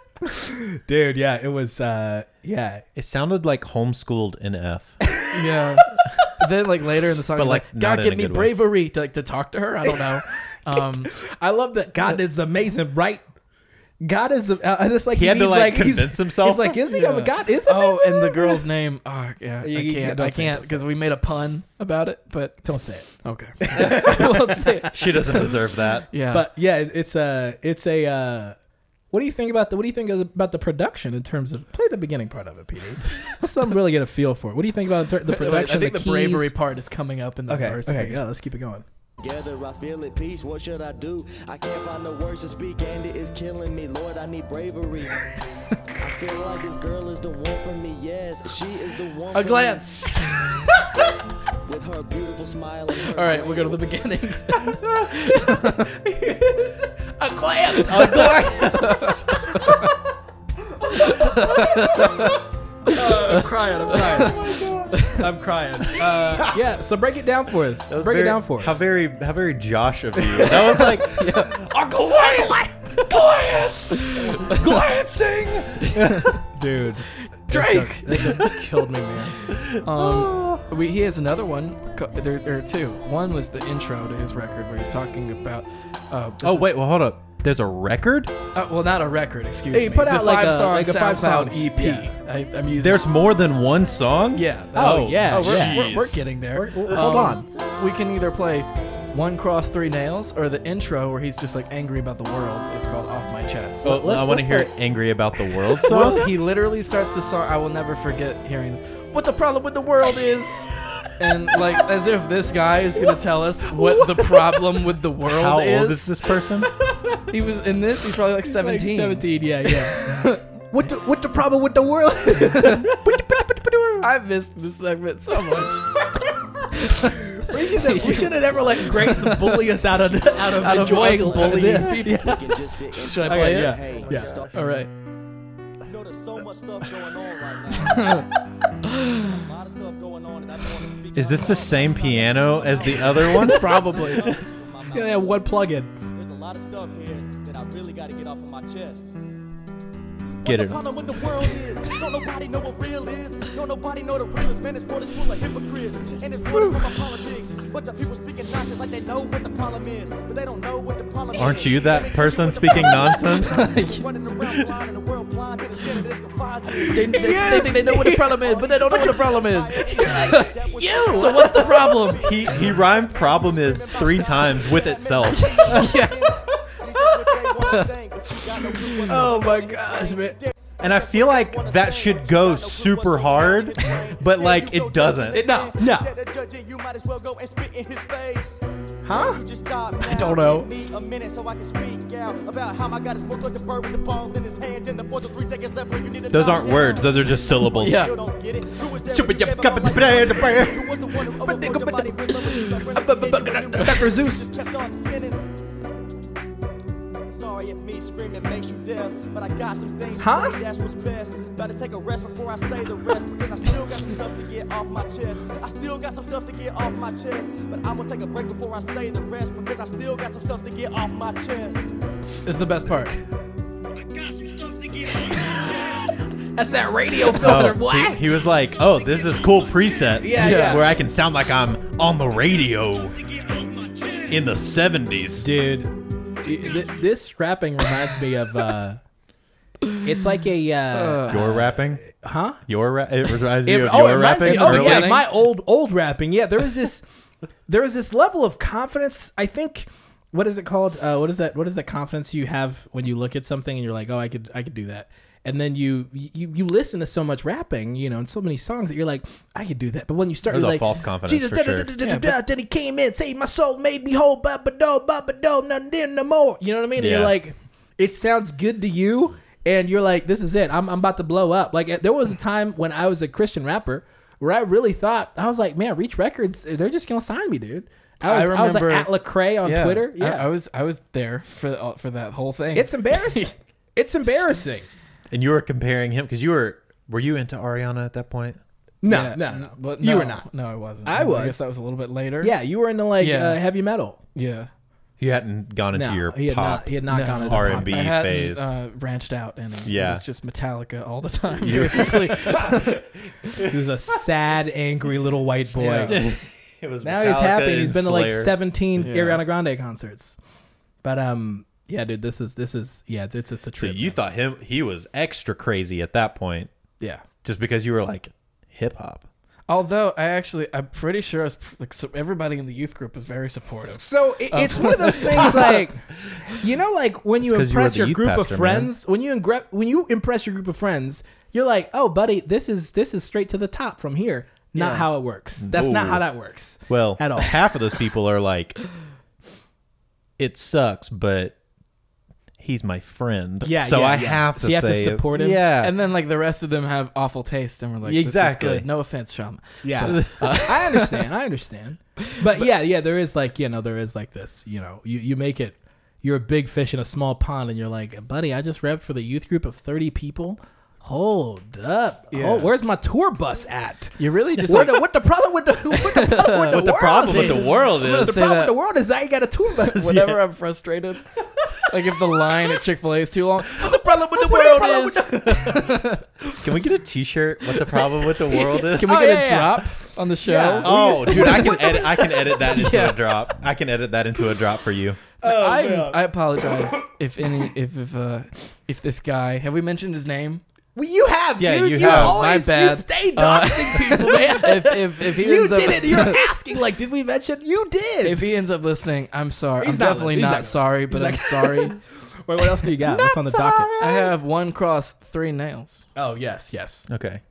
[SPEAKER 2] <laughs> Dude, yeah, it was, uh, yeah.
[SPEAKER 4] It sounded like homeschooled in F.
[SPEAKER 2] <laughs>
[SPEAKER 3] Yeah. then like later in the song,
[SPEAKER 4] But,
[SPEAKER 3] he's like,
[SPEAKER 4] like, not in
[SPEAKER 3] God
[SPEAKER 4] a
[SPEAKER 3] give me
[SPEAKER 4] good way."
[SPEAKER 3] bravery to like to talk to her. I don't
[SPEAKER 2] <laughs>
[SPEAKER 3] know. Um,
[SPEAKER 2] I love that God is amazing, right? God is, uh, uh, just like, he,
[SPEAKER 4] had to,
[SPEAKER 2] needs,
[SPEAKER 4] like,
[SPEAKER 2] he's-
[SPEAKER 4] convince himself?
[SPEAKER 2] He's like, is he? Oh,
[SPEAKER 3] Yeah.
[SPEAKER 2] God is amazing.
[SPEAKER 3] oh, and the girl's name. Oh yeah,
[SPEAKER 2] You-
[SPEAKER 3] I
[SPEAKER 2] you-
[SPEAKER 3] can't.
[SPEAKER 2] don't
[SPEAKER 3] I
[SPEAKER 2] say it,
[SPEAKER 3] can't
[SPEAKER 2] don't
[SPEAKER 3] because
[SPEAKER 2] say
[SPEAKER 3] we made a pun about it. But
[SPEAKER 2] Don't say it. <laughs>
[SPEAKER 3] okay, <laughs> let's say it.
[SPEAKER 4] She doesn't deserve that.
[SPEAKER 3] Yeah,
[SPEAKER 2] But yeah, it- it's a, it's a, uh, what do you think about the what do you think about the production in terms of play the beginning part of it, Peter? Let's I'm really get a feel for it. What do you think about the
[SPEAKER 3] Wait,
[SPEAKER 2] production?
[SPEAKER 3] I think the,
[SPEAKER 2] the, keys?
[SPEAKER 3] bravery part is coming up in the
[SPEAKER 2] Okay,
[SPEAKER 3] verse.
[SPEAKER 2] okay, yeah, let's keep it going.
[SPEAKER 6] Together, I feel at peace. What should I do? I can't find the words to speak, and it is killing me. Lord, I need bravery. I feel like this girl is the one for me. Yes, she is the one. for
[SPEAKER 3] A
[SPEAKER 6] me.
[SPEAKER 3] glance.
[SPEAKER 6] with her beautiful smile. and her
[SPEAKER 3] All right, we'll
[SPEAKER 6] great
[SPEAKER 3] go to the beginning.
[SPEAKER 2] <laughs> A glance.
[SPEAKER 3] Uh,
[SPEAKER 2] I'm crying. I'm crying. <laughs> I'm crying. Uh, <laughs> yeah. So break it down for us. Break it down for us.
[SPEAKER 4] How very, how very Josh of you. That
[SPEAKER 2] <laughs>
[SPEAKER 4] was like Uncle Wayne, glance, glancing.
[SPEAKER 2] dude.
[SPEAKER 3] Drake.
[SPEAKER 2] That just, <laughs> killed me, man.
[SPEAKER 3] Um, we, he has another one. co- There, there are two. One was the intro to his record where he's talking about. Uh, this
[SPEAKER 4] Oh
[SPEAKER 3] is-
[SPEAKER 4] wait, well hold up. There's a record.
[SPEAKER 3] uh, well, not a record. Excuse
[SPEAKER 2] He
[SPEAKER 3] me.
[SPEAKER 2] put
[SPEAKER 3] The
[SPEAKER 2] out like a-
[SPEAKER 3] five-song
[SPEAKER 2] like a five
[SPEAKER 3] SoundCloud
[SPEAKER 2] songs.
[SPEAKER 3] EP.
[SPEAKER 2] Yeah.
[SPEAKER 3] I, I'm using.
[SPEAKER 4] There's more than one song.
[SPEAKER 3] Yeah.
[SPEAKER 2] Oh,
[SPEAKER 3] that's-
[SPEAKER 2] yeah,
[SPEAKER 3] Oh, we're,
[SPEAKER 2] yeah.
[SPEAKER 3] We're, we're getting there.
[SPEAKER 2] We're- we're- hold
[SPEAKER 3] on. We can either play One Cross Three Nails or the intro where he's just like angry about the world. It's called Off My Chest.
[SPEAKER 4] Well,
[SPEAKER 2] let's-
[SPEAKER 4] I want to
[SPEAKER 2] let's
[SPEAKER 4] hear
[SPEAKER 2] play-
[SPEAKER 4] "Angry About the
[SPEAKER 2] <laughs>
[SPEAKER 4] World" song.
[SPEAKER 3] Well, he literally starts the song. I will never forget hearing this. What the problem with the world is. And like, as if this guy is gonna tell us what the problem with the world
[SPEAKER 4] How
[SPEAKER 3] is.
[SPEAKER 4] old is
[SPEAKER 2] <laughs>
[SPEAKER 4] this person?
[SPEAKER 3] He was in this. He's probably like
[SPEAKER 2] Like
[SPEAKER 3] seventeen.
[SPEAKER 2] Seventeen. Yeah, yeah. <laughs> what the, what the problem with the world? <laughs>
[SPEAKER 3] I missed this segment so much.
[SPEAKER 2] we should have- we should have never let Grace bully us out of out of
[SPEAKER 3] Out of
[SPEAKER 2] enjoying
[SPEAKER 3] us bullying
[SPEAKER 2] this.
[SPEAKER 3] people.
[SPEAKER 2] Yeah.
[SPEAKER 6] We can just sit and
[SPEAKER 3] Should I
[SPEAKER 6] talk.
[SPEAKER 3] play
[SPEAKER 2] Okay,
[SPEAKER 3] it?
[SPEAKER 2] yeah.
[SPEAKER 6] Hey,
[SPEAKER 2] Yeah.
[SPEAKER 6] just stop.
[SPEAKER 3] All right.
[SPEAKER 6] You know, there's so much stuff going on right now. A lot of stuff going on, and I don't wanna speak
[SPEAKER 4] Is this
[SPEAKER 6] out
[SPEAKER 4] the
[SPEAKER 6] loud.
[SPEAKER 4] same piano as the other
[SPEAKER 2] <laughs>
[SPEAKER 4] one?
[SPEAKER 3] Probably.
[SPEAKER 6] With my
[SPEAKER 2] <laughs>
[SPEAKER 6] mouth.
[SPEAKER 2] Yeah, one plug-in.
[SPEAKER 6] There's a lot of stuff here that I really got to get off of my chest.
[SPEAKER 4] Get
[SPEAKER 6] the
[SPEAKER 4] it.
[SPEAKER 6] problem with the world is, don't nobody know what real is. Don't nobody know the realest man. This world is full of hypocrites, and it's running from our politics. Bunch of people speaking nonsense like they know what the problem is, but they don't know what the problem is.
[SPEAKER 4] Aren't you that person speaking nonsense?
[SPEAKER 6] <laughs> Running around blind in the world blind, and the sin is
[SPEAKER 3] <laughs>
[SPEAKER 6] confined.
[SPEAKER 3] They, they, they think they know what the problem is, but they don't know what the problem is.
[SPEAKER 6] <laughs> you.
[SPEAKER 3] So what's the problem?
[SPEAKER 4] He he rhymed "problem is" three times with
[SPEAKER 6] <laughs>
[SPEAKER 4] itself.
[SPEAKER 3] <laughs>
[SPEAKER 2] Oh my gosh, man.
[SPEAKER 4] And I feel like that should go super hard, <laughs> but like it doesn't.
[SPEAKER 2] It- no, no.
[SPEAKER 6] Huh? I
[SPEAKER 3] don't know.
[SPEAKER 6] Me a minute so I can speak out about how my God is woke up the bird with the ball in his hand and the four to three seconds left when you need to
[SPEAKER 4] Those
[SPEAKER 6] knock
[SPEAKER 4] aren't
[SPEAKER 6] down.
[SPEAKER 4] words. Those are just syllables.
[SPEAKER 3] Yeah.
[SPEAKER 6] Still don't get it. Who was there
[SPEAKER 4] Super
[SPEAKER 6] when you
[SPEAKER 4] yep,
[SPEAKER 6] gave up
[SPEAKER 4] cup
[SPEAKER 6] on
[SPEAKER 4] of the
[SPEAKER 6] life?
[SPEAKER 4] bread, the bread.
[SPEAKER 6] You was the one who
[SPEAKER 2] But they go,
[SPEAKER 6] overflowed your
[SPEAKER 2] but
[SPEAKER 6] body
[SPEAKER 2] they-
[SPEAKER 6] with love and you
[SPEAKER 2] Uh,
[SPEAKER 6] got
[SPEAKER 2] bu- bu-
[SPEAKER 6] rid of sin and you
[SPEAKER 2] bu- Dr. Zeus.
[SPEAKER 6] kept on sinning. Sorry if me screaming makes you deaf, but I got some things to
[SPEAKER 2] Huh?
[SPEAKER 6] say, that's what's best. Better take a rest before I say the rest, because I still got some stuff to get off my chest. I still got some stuff to get off my chest, but I'm gonna take a break before I say the rest, because I still got some stuff to get off my chest.
[SPEAKER 3] It's the best part.
[SPEAKER 2] That's that radio filter.
[SPEAKER 4] Oh,
[SPEAKER 2] what?
[SPEAKER 4] he, he was like, "Oh, this is cool preset.
[SPEAKER 2] Yeah, yeah.
[SPEAKER 4] where I can sound like I'm on the radio in the '70s."
[SPEAKER 2] dude i- th- this rapping reminds me of uh it's like a uh,
[SPEAKER 4] Your rapping,
[SPEAKER 2] huh
[SPEAKER 4] your ra- it reminds
[SPEAKER 2] it,
[SPEAKER 4] you of
[SPEAKER 2] oh, it
[SPEAKER 4] your
[SPEAKER 2] reminds
[SPEAKER 4] rapping.
[SPEAKER 2] me, oh
[SPEAKER 4] early?
[SPEAKER 2] yeah my old old rapping yeah there was this there was this level of confidence i think what is it called uh what is that what is that confidence you have when you look at something and you're like oh i could i could do that and then you you you listen to so much rapping, you know, and so many songs that you're like, I could do that. But when you start,
[SPEAKER 4] That was
[SPEAKER 2] you're
[SPEAKER 4] a
[SPEAKER 2] like,
[SPEAKER 4] false confidence,
[SPEAKER 2] Jesus,
[SPEAKER 4] for
[SPEAKER 2] da-
[SPEAKER 4] sure.
[SPEAKER 2] da- da- da- da- da- then he came in, saved my soul, made me whole, ba ba do, ba ba do, none then no more. You know what I mean? And you're
[SPEAKER 4] Yeah.
[SPEAKER 2] like, it sounds good to you, and you're like, this is it. I'm I'm about to blow up. Like there was a time when I was a Christian rapper where I really thought I was like, man, Reach Records, they're just gonna sign me, dude. I
[SPEAKER 3] I
[SPEAKER 2] was I, was like at
[SPEAKER 3] remember-
[SPEAKER 2] Lecrae on
[SPEAKER 4] Yeah.
[SPEAKER 2] Twitter.
[SPEAKER 3] Yeah, I,
[SPEAKER 2] Yeah,
[SPEAKER 3] was I was there for the, for that whole thing.
[SPEAKER 2] it's
[SPEAKER 3] <laughs>
[SPEAKER 2] embarrassing. it's embarrassing.
[SPEAKER 4] and you were comparing him because you were were you into Ariana at that point?
[SPEAKER 2] No,
[SPEAKER 3] Yeah,
[SPEAKER 2] no, no.
[SPEAKER 3] but
[SPEAKER 2] you
[SPEAKER 3] no,
[SPEAKER 2] were not.
[SPEAKER 3] No, I wasn't.
[SPEAKER 2] I was.
[SPEAKER 3] I guess that was a little bit later.
[SPEAKER 2] Yeah, you were into like
[SPEAKER 3] Yeah.
[SPEAKER 2] uh, heavy metal.
[SPEAKER 3] yeah.
[SPEAKER 4] You hadn't gone into
[SPEAKER 2] No,
[SPEAKER 4] your
[SPEAKER 2] he had
[SPEAKER 4] pop.
[SPEAKER 2] not. He had not gone into
[SPEAKER 4] R&B.
[SPEAKER 2] pop.
[SPEAKER 4] B
[SPEAKER 3] I hadn't
[SPEAKER 4] phase.
[SPEAKER 3] Uh, branched out any.
[SPEAKER 4] Yeah.
[SPEAKER 3] it was just Metallica all the <laughs> time. Basically,
[SPEAKER 2] He was a sad, angry little white boy.
[SPEAKER 3] Yeah.
[SPEAKER 4] <laughs> it was
[SPEAKER 2] Now he's happy.
[SPEAKER 4] Metallica
[SPEAKER 2] He's
[SPEAKER 4] and
[SPEAKER 2] been to like
[SPEAKER 4] Slayer.
[SPEAKER 2] 17
[SPEAKER 3] Yeah.
[SPEAKER 2] Ariana Grande concerts. But um, yeah, dude, this is this is yeah, it's it's just a
[SPEAKER 4] So
[SPEAKER 2] trip.
[SPEAKER 4] you thought him he was extra crazy at that point,
[SPEAKER 3] yeah.
[SPEAKER 4] just because you were like hip hop.
[SPEAKER 3] Although I actually, I'm pretty sure I was pr- like so everybody in the youth group was very supportive.
[SPEAKER 2] so it, it's one of
[SPEAKER 3] <laughs>
[SPEAKER 2] those things like, you know, like when you
[SPEAKER 4] It's 'cause you were
[SPEAKER 2] impress
[SPEAKER 4] the
[SPEAKER 2] your
[SPEAKER 4] youth
[SPEAKER 2] group
[SPEAKER 4] pastor,
[SPEAKER 2] of
[SPEAKER 4] man.
[SPEAKER 2] friends, when you ingre- when you impress your group of friends, you're like, oh, buddy, this is this is straight to the top from here. Not how it works. That's not
[SPEAKER 4] Ooh.
[SPEAKER 2] how that works.
[SPEAKER 4] Well,
[SPEAKER 2] At all.
[SPEAKER 4] half of those people are like, it sucks, but he's my friend.
[SPEAKER 2] Yeah,
[SPEAKER 4] so
[SPEAKER 2] yeah,
[SPEAKER 4] I
[SPEAKER 2] yeah.
[SPEAKER 4] have to
[SPEAKER 2] So you have to
[SPEAKER 4] say it's-
[SPEAKER 2] support him?
[SPEAKER 4] Yeah,
[SPEAKER 3] And then like the rest of them have awful taste, and we're like,
[SPEAKER 4] Exactly.
[SPEAKER 3] This is good. No offense, Shama.
[SPEAKER 2] Yeah, <laughs> Uh, I understand. I understand. But, yeah, yeah, there is like you know there is like this. You know, you you make it. You're a big fish in a small pond, and you're like, buddy, I just repped for the youth group of thirty people. Hold up.
[SPEAKER 3] Yeah.
[SPEAKER 2] Oh, where's my tour bus at?
[SPEAKER 3] You really just
[SPEAKER 2] What
[SPEAKER 3] like,
[SPEAKER 2] the, what the problem with the <laughs> what the problem with the,
[SPEAKER 4] what the
[SPEAKER 2] world
[SPEAKER 4] problem with
[SPEAKER 2] is- <laughs>
[SPEAKER 4] the world
[SPEAKER 3] I'm gonna
[SPEAKER 4] is
[SPEAKER 2] the
[SPEAKER 3] say
[SPEAKER 2] problem with
[SPEAKER 3] that
[SPEAKER 2] the world is I ain't got a tour <laughs> bus.
[SPEAKER 3] whenever I'm frustrated, like if the line at Chick Fil A is
[SPEAKER 2] <laughs>
[SPEAKER 3] too long,
[SPEAKER 2] What's the problem with the
[SPEAKER 3] the
[SPEAKER 2] world
[SPEAKER 3] problem with
[SPEAKER 2] is?
[SPEAKER 4] can we get a T-shirt? What the problem with
[SPEAKER 2] <laughs>
[SPEAKER 4] the world is?
[SPEAKER 3] can we
[SPEAKER 2] Oh,
[SPEAKER 3] get
[SPEAKER 2] yeah,
[SPEAKER 3] a
[SPEAKER 2] yeah.
[SPEAKER 3] drop on the show?
[SPEAKER 2] <laughs>
[SPEAKER 4] <laughs> Oh, dude, I can edit. I can edit that into
[SPEAKER 3] Yeah.
[SPEAKER 4] a drop. I can edit that into a drop for you.
[SPEAKER 2] Oh,
[SPEAKER 3] I I apologize if any if if uh if this guy have we mentioned his name?
[SPEAKER 2] Well, you have,
[SPEAKER 4] Yeah,
[SPEAKER 2] dude.
[SPEAKER 4] you
[SPEAKER 2] You,
[SPEAKER 4] have. My
[SPEAKER 2] always
[SPEAKER 3] bad.
[SPEAKER 2] you stay
[SPEAKER 3] Uh,
[SPEAKER 2] doxing <laughs> people, man.
[SPEAKER 3] If if if he
[SPEAKER 2] you
[SPEAKER 3] ends up,
[SPEAKER 2] did it. You're <laughs> asking like, did we mention? You did.
[SPEAKER 3] if he ends up listening, I'm sorry.
[SPEAKER 2] He's
[SPEAKER 3] I'm
[SPEAKER 2] not
[SPEAKER 3] definitely
[SPEAKER 2] listening. He's
[SPEAKER 3] not,
[SPEAKER 2] not gonna
[SPEAKER 3] sorry, but I'm sorry.
[SPEAKER 2] Wait, what else do you got? What's on the docket?
[SPEAKER 3] I have one cross, three nails.
[SPEAKER 2] Oh yes, yes.
[SPEAKER 4] Okay.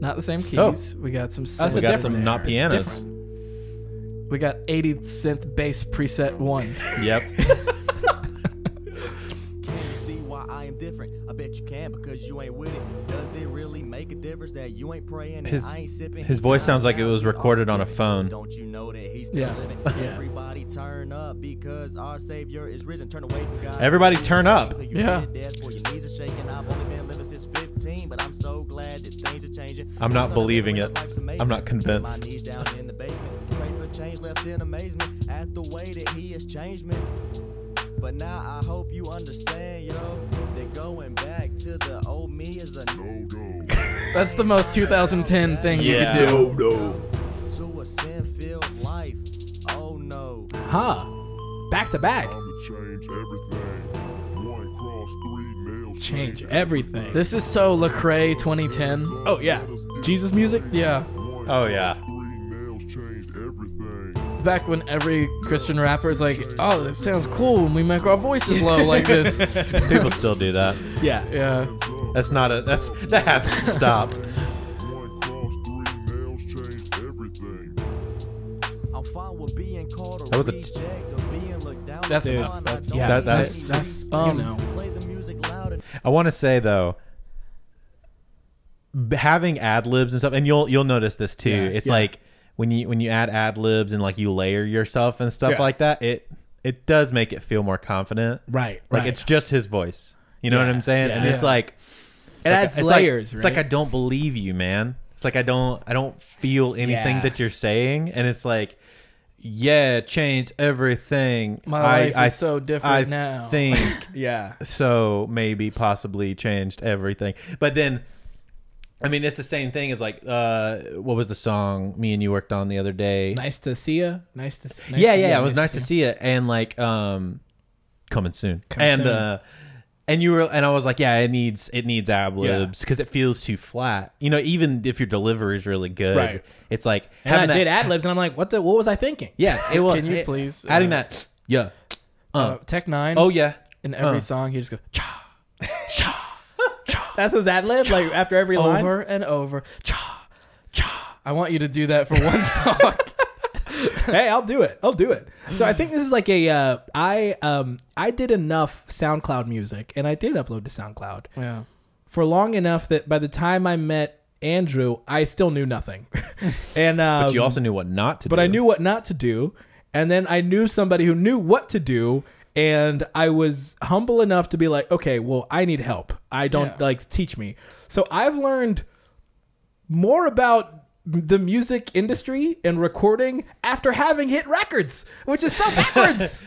[SPEAKER 3] Not the same keys. We got some.
[SPEAKER 2] That's
[SPEAKER 4] Oh. we
[SPEAKER 2] a
[SPEAKER 4] got
[SPEAKER 2] different
[SPEAKER 4] some
[SPEAKER 2] era.
[SPEAKER 4] not
[SPEAKER 2] It's
[SPEAKER 4] pianos.
[SPEAKER 3] We got 80 synth bass preset one.
[SPEAKER 4] Yep.
[SPEAKER 6] Can you see why I am different? I bet you can because you ain't with it. Does it really make a difference that you ain't praying and
[SPEAKER 4] His-
[SPEAKER 6] I ain't sipping?
[SPEAKER 4] his voice sounds like it was
[SPEAKER 6] Now we
[SPEAKER 4] recorded
[SPEAKER 6] all
[SPEAKER 4] on a
[SPEAKER 6] living.
[SPEAKER 4] phone.
[SPEAKER 6] Don't you know that he's
[SPEAKER 3] <laughs>
[SPEAKER 6] still
[SPEAKER 3] Yeah.
[SPEAKER 6] living? Everybody turn up because our Savior is risen. Turn away from God.
[SPEAKER 4] Everybody turn up.
[SPEAKER 3] Yeah.
[SPEAKER 6] I'm
[SPEAKER 4] I'm not believing it. I'm not convinced.
[SPEAKER 6] knees down in the basement. Pray for change, left in amazement at the way that he has changed me. But now I hope you understand, yo, that going back to the old me is a no go.
[SPEAKER 3] That's the most 2010 thing you
[SPEAKER 4] Yeah.
[SPEAKER 3] could do.
[SPEAKER 6] To a sin filled life. Oh no.
[SPEAKER 2] Huh? Back to back.
[SPEAKER 7] I'ma change everything. One cross, three nails.
[SPEAKER 2] Change everything.
[SPEAKER 3] This is so Lecrae 2010.
[SPEAKER 2] oh yeah. Jesus music.
[SPEAKER 3] Yeah,
[SPEAKER 7] One
[SPEAKER 4] Oh, yeah.
[SPEAKER 7] cross, Three nails changed everything.
[SPEAKER 3] back when every Christian rapper is like, "Oh, this sounds cool when we make our voices
[SPEAKER 4] <laughs>
[SPEAKER 3] low like this."
[SPEAKER 4] People still do that.
[SPEAKER 2] Yeah.
[SPEAKER 3] Yeah,
[SPEAKER 4] That's not a. That's that hasn't stopped.
[SPEAKER 7] One cross, three nails changed everything.
[SPEAKER 6] I'm fine with being called a
[SPEAKER 4] That was a-
[SPEAKER 6] reject or being looked down
[SPEAKER 3] That's
[SPEAKER 6] upon.
[SPEAKER 3] enough.
[SPEAKER 6] I
[SPEAKER 2] That's-
[SPEAKER 6] don't
[SPEAKER 2] yeah.
[SPEAKER 4] That-
[SPEAKER 6] need
[SPEAKER 4] that's-
[SPEAKER 6] to
[SPEAKER 2] That's
[SPEAKER 3] Um,
[SPEAKER 2] you know.
[SPEAKER 6] Play the music loud and
[SPEAKER 4] I want to say though, b- having ad libs and stuff, and you'll you'll notice this too.
[SPEAKER 2] Yeah,
[SPEAKER 4] it's
[SPEAKER 2] yeah.
[SPEAKER 4] like when you when you add ad libs and like you layer yourself and stuff
[SPEAKER 2] Yeah.
[SPEAKER 4] like that, it it does make it feel more confident.
[SPEAKER 2] Right.
[SPEAKER 4] Like
[SPEAKER 2] right.
[SPEAKER 4] it's just his voice. You know what
[SPEAKER 2] Yeah,
[SPEAKER 4] I'm saying? And
[SPEAKER 2] yeah.
[SPEAKER 4] it's like
[SPEAKER 2] it adds
[SPEAKER 4] it's
[SPEAKER 2] layers.
[SPEAKER 4] Like, It's
[SPEAKER 2] right?
[SPEAKER 4] like I don't believe you, man. It's like I don't I don't feel anything
[SPEAKER 2] Yeah.
[SPEAKER 4] that you're saying, and it's like yeah, it changed everything.
[SPEAKER 3] My
[SPEAKER 4] I-
[SPEAKER 3] life is
[SPEAKER 4] I-
[SPEAKER 3] so different
[SPEAKER 4] I
[SPEAKER 3] now.
[SPEAKER 4] think
[SPEAKER 2] <laughs> Yeah.
[SPEAKER 4] so maybe possibly changed everything. But then I mean it's the same thing as like uh what was the song me and you worked on the other day?
[SPEAKER 2] Nice to see you. Nice to. Nice
[SPEAKER 4] yeah,
[SPEAKER 2] to-
[SPEAKER 4] yeah, it was nice to see it and like um coming soon.
[SPEAKER 2] Coming
[SPEAKER 4] and
[SPEAKER 2] soon.
[SPEAKER 4] uh and you were and I was like, yeah, it needs it needs ad
[SPEAKER 2] Yeah.
[SPEAKER 4] libs because it feels too flat. You know, even if your delivery is really good,
[SPEAKER 2] Right.
[SPEAKER 4] it's like
[SPEAKER 1] And I
[SPEAKER 4] having that-
[SPEAKER 1] did ad libs, and I'm like, what the? What was I thinking?
[SPEAKER 2] <laughs>
[SPEAKER 4] Yeah, it was.
[SPEAKER 3] Can you
[SPEAKER 4] it-
[SPEAKER 3] please,
[SPEAKER 4] adding
[SPEAKER 3] uh,
[SPEAKER 4] that? Yeah. Uh,
[SPEAKER 3] Uh, Tech Nine.
[SPEAKER 4] oh yeah.
[SPEAKER 3] in every
[SPEAKER 4] uh.
[SPEAKER 3] song he just goes cha, cha,
[SPEAKER 2] That's his ad lib.
[SPEAKER 4] <laughs>
[SPEAKER 2] Like after every line.
[SPEAKER 3] over and over cha, cha. I want you to do that for
[SPEAKER 2] <laughs>
[SPEAKER 3] one <laughs> song.
[SPEAKER 2] hey, I'll do it. I'll do it. So I think this is like a uh, I um I did enough SoundCloud music and I did upload to SoundCloud
[SPEAKER 3] yeah.
[SPEAKER 2] for long enough that by the time I met Andrew, I still knew nothing. <laughs> and um,
[SPEAKER 4] But you also knew what not to do.
[SPEAKER 2] but I knew what not to do, and then I knew somebody who knew what to do. And I was humble enough to be like, okay, well, I need help. I don't
[SPEAKER 3] Yeah.
[SPEAKER 2] like teach me. So I've learned more about the music industry and recording after having hit records, which is so
[SPEAKER 3] <laughs>
[SPEAKER 2] backwards.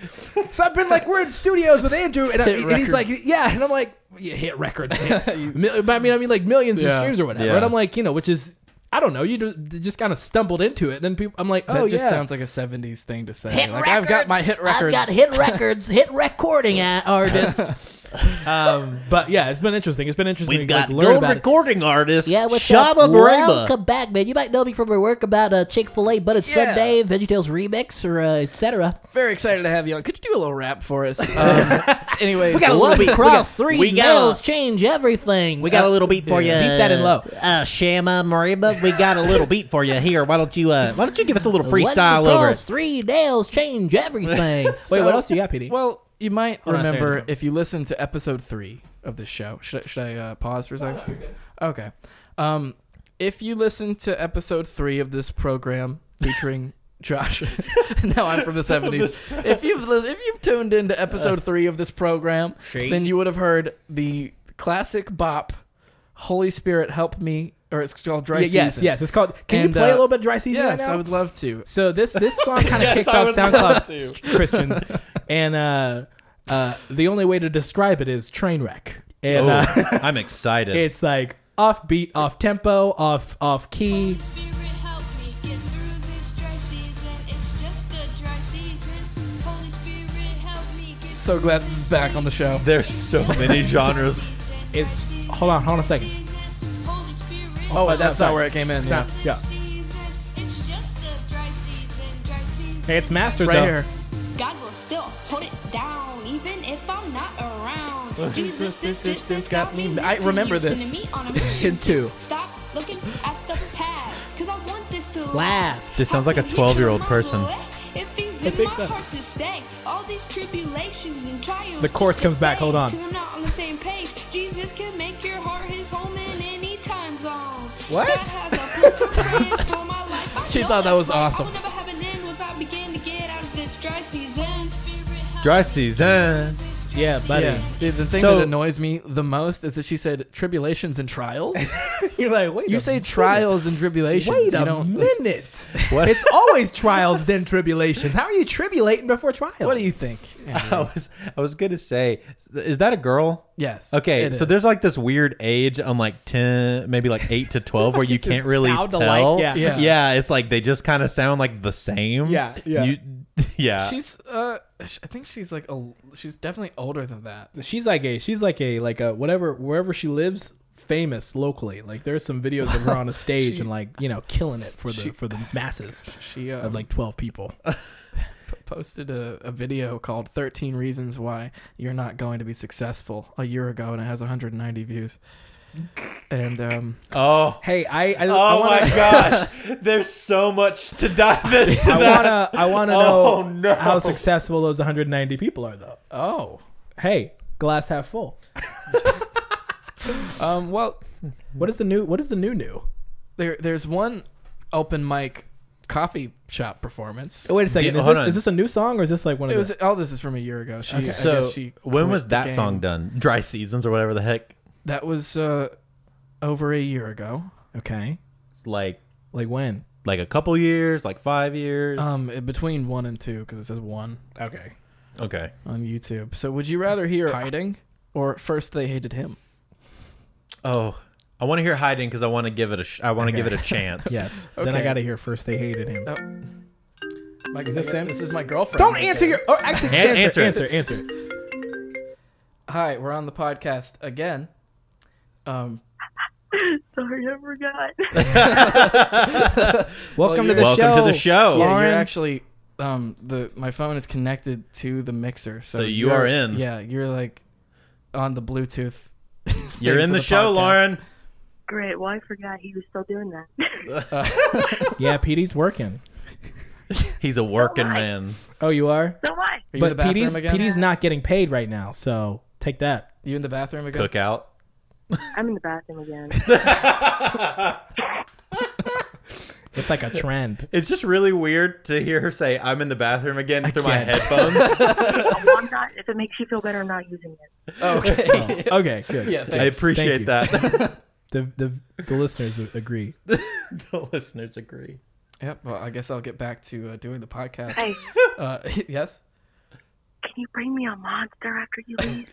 [SPEAKER 2] so I've been like, we're in studios with Andrew, and, I,
[SPEAKER 3] Hit
[SPEAKER 2] and he's like,
[SPEAKER 3] records.
[SPEAKER 2] yeah, and I'm like, yeah, hit records.
[SPEAKER 3] <laughs>
[SPEAKER 2] man. Mil- but I mean, I mean, like millions of
[SPEAKER 3] Yeah.
[SPEAKER 2] streams or whatever.
[SPEAKER 4] Yeah.
[SPEAKER 2] And I'm like, you know, which is. I don't know. You do- just kind of stumbled into it. Then people, I'm like,
[SPEAKER 3] That
[SPEAKER 2] oh
[SPEAKER 3] just
[SPEAKER 2] yeah,
[SPEAKER 3] sounds like a '70s thing to say. like I've got my hit records.
[SPEAKER 2] I've got hit
[SPEAKER 6] <laughs>
[SPEAKER 2] records. hit recording a- artist. um, but yeah, it's been interesting. It's been interesting.
[SPEAKER 4] We've
[SPEAKER 2] to, like,
[SPEAKER 4] got
[SPEAKER 2] learn
[SPEAKER 4] gold
[SPEAKER 2] about it.
[SPEAKER 4] recording artist.
[SPEAKER 8] Yeah, what's
[SPEAKER 4] Shaba
[SPEAKER 8] up?
[SPEAKER 4] Baraba.
[SPEAKER 8] Welcome back, man. You might know me from my work about uh, Chick Fil A, but it's Sunday, VeggieTales remix, or uh, etc.
[SPEAKER 3] Very excited to have you on. Could you do a little rap
[SPEAKER 2] <laughs>
[SPEAKER 3] for us? Um, anyways,
[SPEAKER 8] We got a little beat cross three we we got- nails, change everything. We got a little beat for you.
[SPEAKER 2] Deep that in low.
[SPEAKER 8] Uh, Shama Mariba, we got a little beat for you here. Why don't you uh,
[SPEAKER 4] Why don't you give us a little
[SPEAKER 8] One
[SPEAKER 4] freestyle
[SPEAKER 8] beat
[SPEAKER 4] over
[SPEAKER 8] cross,
[SPEAKER 4] it?
[SPEAKER 8] three nails, change everything.
[SPEAKER 2] <laughs> Wait, what else do you got, PD?
[SPEAKER 3] Well, you might
[SPEAKER 2] on, I was saying
[SPEAKER 3] remember
[SPEAKER 2] something.
[SPEAKER 3] if you listen to episode three of this show. Should, I- should I uh, pause for a second? okay. Um, if you listen to episode three of this program
[SPEAKER 2] <laughs>
[SPEAKER 3] featuring Josh, <laughs> now I'm from the '70s. if you've lis- if you've tuned into
[SPEAKER 2] Uh,
[SPEAKER 3] episode three of this program, then you would have heard the classic bop, "Holy Spirit, Help Me," or it's called "Dry
[SPEAKER 2] Yeah, yes,
[SPEAKER 3] Season."
[SPEAKER 2] yes. It's called. Can
[SPEAKER 3] And,
[SPEAKER 2] you play a
[SPEAKER 3] uh,
[SPEAKER 2] little bit of dry season
[SPEAKER 3] Yes,
[SPEAKER 2] right now?
[SPEAKER 3] I would love to.
[SPEAKER 2] So this this <laughs> song kind of kicked off SoundCloud Christians, and uh, uh, the only way to describe it is train wreck. And uh,
[SPEAKER 4] <laughs> Oh, I'm
[SPEAKER 2] <laughs>
[SPEAKER 4] excited.
[SPEAKER 2] it's like off beat, off tempo, off off key.
[SPEAKER 9] Spirit, help me get through this dry season. It's just a dry season. Holy Spirit, help me get
[SPEAKER 3] So glad this is back on the show.
[SPEAKER 4] There's so many genres.
[SPEAKER 2] It's hold on, hold on a second.
[SPEAKER 9] Holy Spirit,
[SPEAKER 3] Oh, but that's
[SPEAKER 2] sorry.
[SPEAKER 3] not where it came in.
[SPEAKER 2] Yeah,
[SPEAKER 3] Yeah.
[SPEAKER 2] yeah.
[SPEAKER 9] season. It's just a dry season. Dry season.
[SPEAKER 2] Hey, it's mastered
[SPEAKER 3] Right
[SPEAKER 2] though.
[SPEAKER 3] here.
[SPEAKER 9] God will still hold it down, even if I'm not around. Jesus, this distance got me.
[SPEAKER 3] I
[SPEAKER 9] missing
[SPEAKER 3] remember
[SPEAKER 9] you,
[SPEAKER 3] this.
[SPEAKER 9] sending me on a mission.
[SPEAKER 2] Chin two.
[SPEAKER 9] Stop looking at the past, 'cause I want this to
[SPEAKER 8] Last.
[SPEAKER 4] This sounds like a 12-year-old person.
[SPEAKER 9] It feels in
[SPEAKER 2] think
[SPEAKER 9] my
[SPEAKER 2] so.
[SPEAKER 9] heart to stay. All these tribulations and trials.
[SPEAKER 2] The chorus
[SPEAKER 9] just a
[SPEAKER 2] comes back. Hold on.
[SPEAKER 9] phase, 'cause I'm not on the same page. Jesus can make your heart his home in any time zone.
[SPEAKER 3] What?
[SPEAKER 9] God has a plan for my life. I
[SPEAKER 3] She
[SPEAKER 9] know
[SPEAKER 3] thought that was
[SPEAKER 9] that's right. I will
[SPEAKER 3] awesome.
[SPEAKER 9] never have an end once I begin to get out of this dry season.
[SPEAKER 4] Dry season.
[SPEAKER 2] Yeah, buddy.
[SPEAKER 3] Yeah. Dude, the thing
[SPEAKER 4] So-
[SPEAKER 3] that annoys me the most is that she said tribulations and trials.
[SPEAKER 2] You're like, wait.
[SPEAKER 3] you
[SPEAKER 2] a
[SPEAKER 3] say
[SPEAKER 2] minute.
[SPEAKER 3] trials and tribulations.
[SPEAKER 2] Wait
[SPEAKER 3] you
[SPEAKER 2] a
[SPEAKER 3] don't-
[SPEAKER 2] <laughs> minute.
[SPEAKER 4] What?
[SPEAKER 2] It's always trials then tribulations. How are you tribulating before trials?
[SPEAKER 3] What do you think?
[SPEAKER 4] <laughs> I was I was gonna say, is that a girl?
[SPEAKER 3] Yes.
[SPEAKER 4] Okay,
[SPEAKER 3] it
[SPEAKER 4] so
[SPEAKER 3] is.
[SPEAKER 4] there's like this weird age on like ten, maybe like eight to twelve, where you
[SPEAKER 2] It's just
[SPEAKER 4] can't really
[SPEAKER 2] sound
[SPEAKER 4] tell.
[SPEAKER 2] alike, yeah.
[SPEAKER 3] Yeah.
[SPEAKER 4] It's like they just kind of sound like the same.
[SPEAKER 2] Yeah, yeah.
[SPEAKER 4] You, <laughs> yeah.
[SPEAKER 3] She's uh, sh- I think she's like a, she's definitely older than that.
[SPEAKER 2] She's like a she's like a like a whatever wherever she lives famous locally. Like there's some videos of her <laughs> on a stage
[SPEAKER 3] She-
[SPEAKER 2] and like you know killing it for the for the <laughs> masses
[SPEAKER 3] She uh,
[SPEAKER 2] of like twelve <laughs> people.
[SPEAKER 3] posted a, a video called 13 Reasons Why You're Not Going to Be Successful a year ago, and it has 190 views. And um,
[SPEAKER 4] oh.
[SPEAKER 2] Hey, I I,
[SPEAKER 4] Oh
[SPEAKER 2] I <laughs>
[SPEAKER 4] my
[SPEAKER 2] wanna,
[SPEAKER 4] gosh. There's so much to dive into.
[SPEAKER 2] I
[SPEAKER 4] that.
[SPEAKER 2] wanna I wanna
[SPEAKER 4] Oh,
[SPEAKER 2] know
[SPEAKER 4] no.
[SPEAKER 2] how successful those 190 people are though.
[SPEAKER 3] oh,
[SPEAKER 2] Hey, glass half full.
[SPEAKER 3] um, well,
[SPEAKER 2] What is the new what is the new new?
[SPEAKER 3] there there's one open mic coffee shop performance.
[SPEAKER 2] Oh, wait a second.
[SPEAKER 4] Yeah,
[SPEAKER 2] is,
[SPEAKER 4] hold
[SPEAKER 2] this,
[SPEAKER 4] on.
[SPEAKER 2] is this a new song or is this like one of
[SPEAKER 3] It was
[SPEAKER 2] the,
[SPEAKER 3] all this is from a year ago. She, I
[SPEAKER 4] So
[SPEAKER 3] guess she
[SPEAKER 4] when
[SPEAKER 3] quit
[SPEAKER 4] was
[SPEAKER 3] the
[SPEAKER 4] that
[SPEAKER 3] game.
[SPEAKER 4] song done? Dry Seasons or whatever the heck.
[SPEAKER 3] That was uh, over a year ago.
[SPEAKER 2] Okay.
[SPEAKER 4] Like
[SPEAKER 2] Like when?
[SPEAKER 4] Like a couple years, like five years.
[SPEAKER 3] Um, it- between one and two, because it says one
[SPEAKER 2] Okay.
[SPEAKER 4] okay.
[SPEAKER 3] on YouTube. So would you rather hear hiding or first they hated him?
[SPEAKER 4] Oh, I want to hear hiding because I want to give it a. Sh- I want to give it
[SPEAKER 3] <laughs>
[SPEAKER 4] a chance.
[SPEAKER 2] Yes. Then I
[SPEAKER 3] Okay.
[SPEAKER 2] got to hear first they hated him.
[SPEAKER 3] My, is this Sam? This is my girlfriend.
[SPEAKER 2] Don't
[SPEAKER 3] right
[SPEAKER 2] answer
[SPEAKER 3] here.
[SPEAKER 2] your. Oh, actually,
[SPEAKER 4] An-
[SPEAKER 2] answer,
[SPEAKER 4] answer
[SPEAKER 2] answer,
[SPEAKER 4] it.
[SPEAKER 2] answer,
[SPEAKER 3] Hi, we're on the podcast again. Um,
[SPEAKER 10] Sorry, I forgot.
[SPEAKER 2] Welcome to the
[SPEAKER 4] Welcome
[SPEAKER 2] show.
[SPEAKER 4] to the show.
[SPEAKER 3] yeah,
[SPEAKER 2] Lauren?
[SPEAKER 3] you're actually um the my phone is connected to the mixer, so,
[SPEAKER 4] So you
[SPEAKER 3] you're-
[SPEAKER 4] are in.
[SPEAKER 3] Yeah, you're like on the Bluetooth. thing
[SPEAKER 4] You're in
[SPEAKER 3] for
[SPEAKER 4] the, show,
[SPEAKER 3] podcast.
[SPEAKER 4] Lauren.
[SPEAKER 10] Great. Well, I forgot he was still doing that. <laughs>
[SPEAKER 2] Yeah, PD's working.
[SPEAKER 4] He's a working man.
[SPEAKER 2] Oh, you are.
[SPEAKER 10] so am I.
[SPEAKER 3] Are you in
[SPEAKER 2] but
[SPEAKER 3] the bathroom
[SPEAKER 2] PD's
[SPEAKER 3] again?
[SPEAKER 2] PD's not getting paid right now, so take that.
[SPEAKER 3] You in the bathroom again?
[SPEAKER 4] Cookout.
[SPEAKER 10] I'm in the bathroom <laughs> again.
[SPEAKER 2] It's like a trend.
[SPEAKER 4] It's just really weird to hear her say, "I'm in the bathroom again" through my
[SPEAKER 2] Again.
[SPEAKER 3] <laughs>
[SPEAKER 4] headphones.
[SPEAKER 10] Well, I'm not. If it makes you feel better, I'm not using it.
[SPEAKER 2] Oh.
[SPEAKER 3] Okay.
[SPEAKER 2] Okay, good.
[SPEAKER 3] Yeah,
[SPEAKER 4] I
[SPEAKER 3] thanks.
[SPEAKER 2] Thank you.
[SPEAKER 4] appreciate that.
[SPEAKER 3] <laughs>
[SPEAKER 4] <laughs>
[SPEAKER 2] The the the listeners agree.
[SPEAKER 4] the listeners agree.
[SPEAKER 3] Yep. Well, I guess I'll get back to uh, doing the podcast.
[SPEAKER 10] Hey,
[SPEAKER 3] Uh, <laughs> yes.
[SPEAKER 10] can you bring me a monster after you <laughs> leave?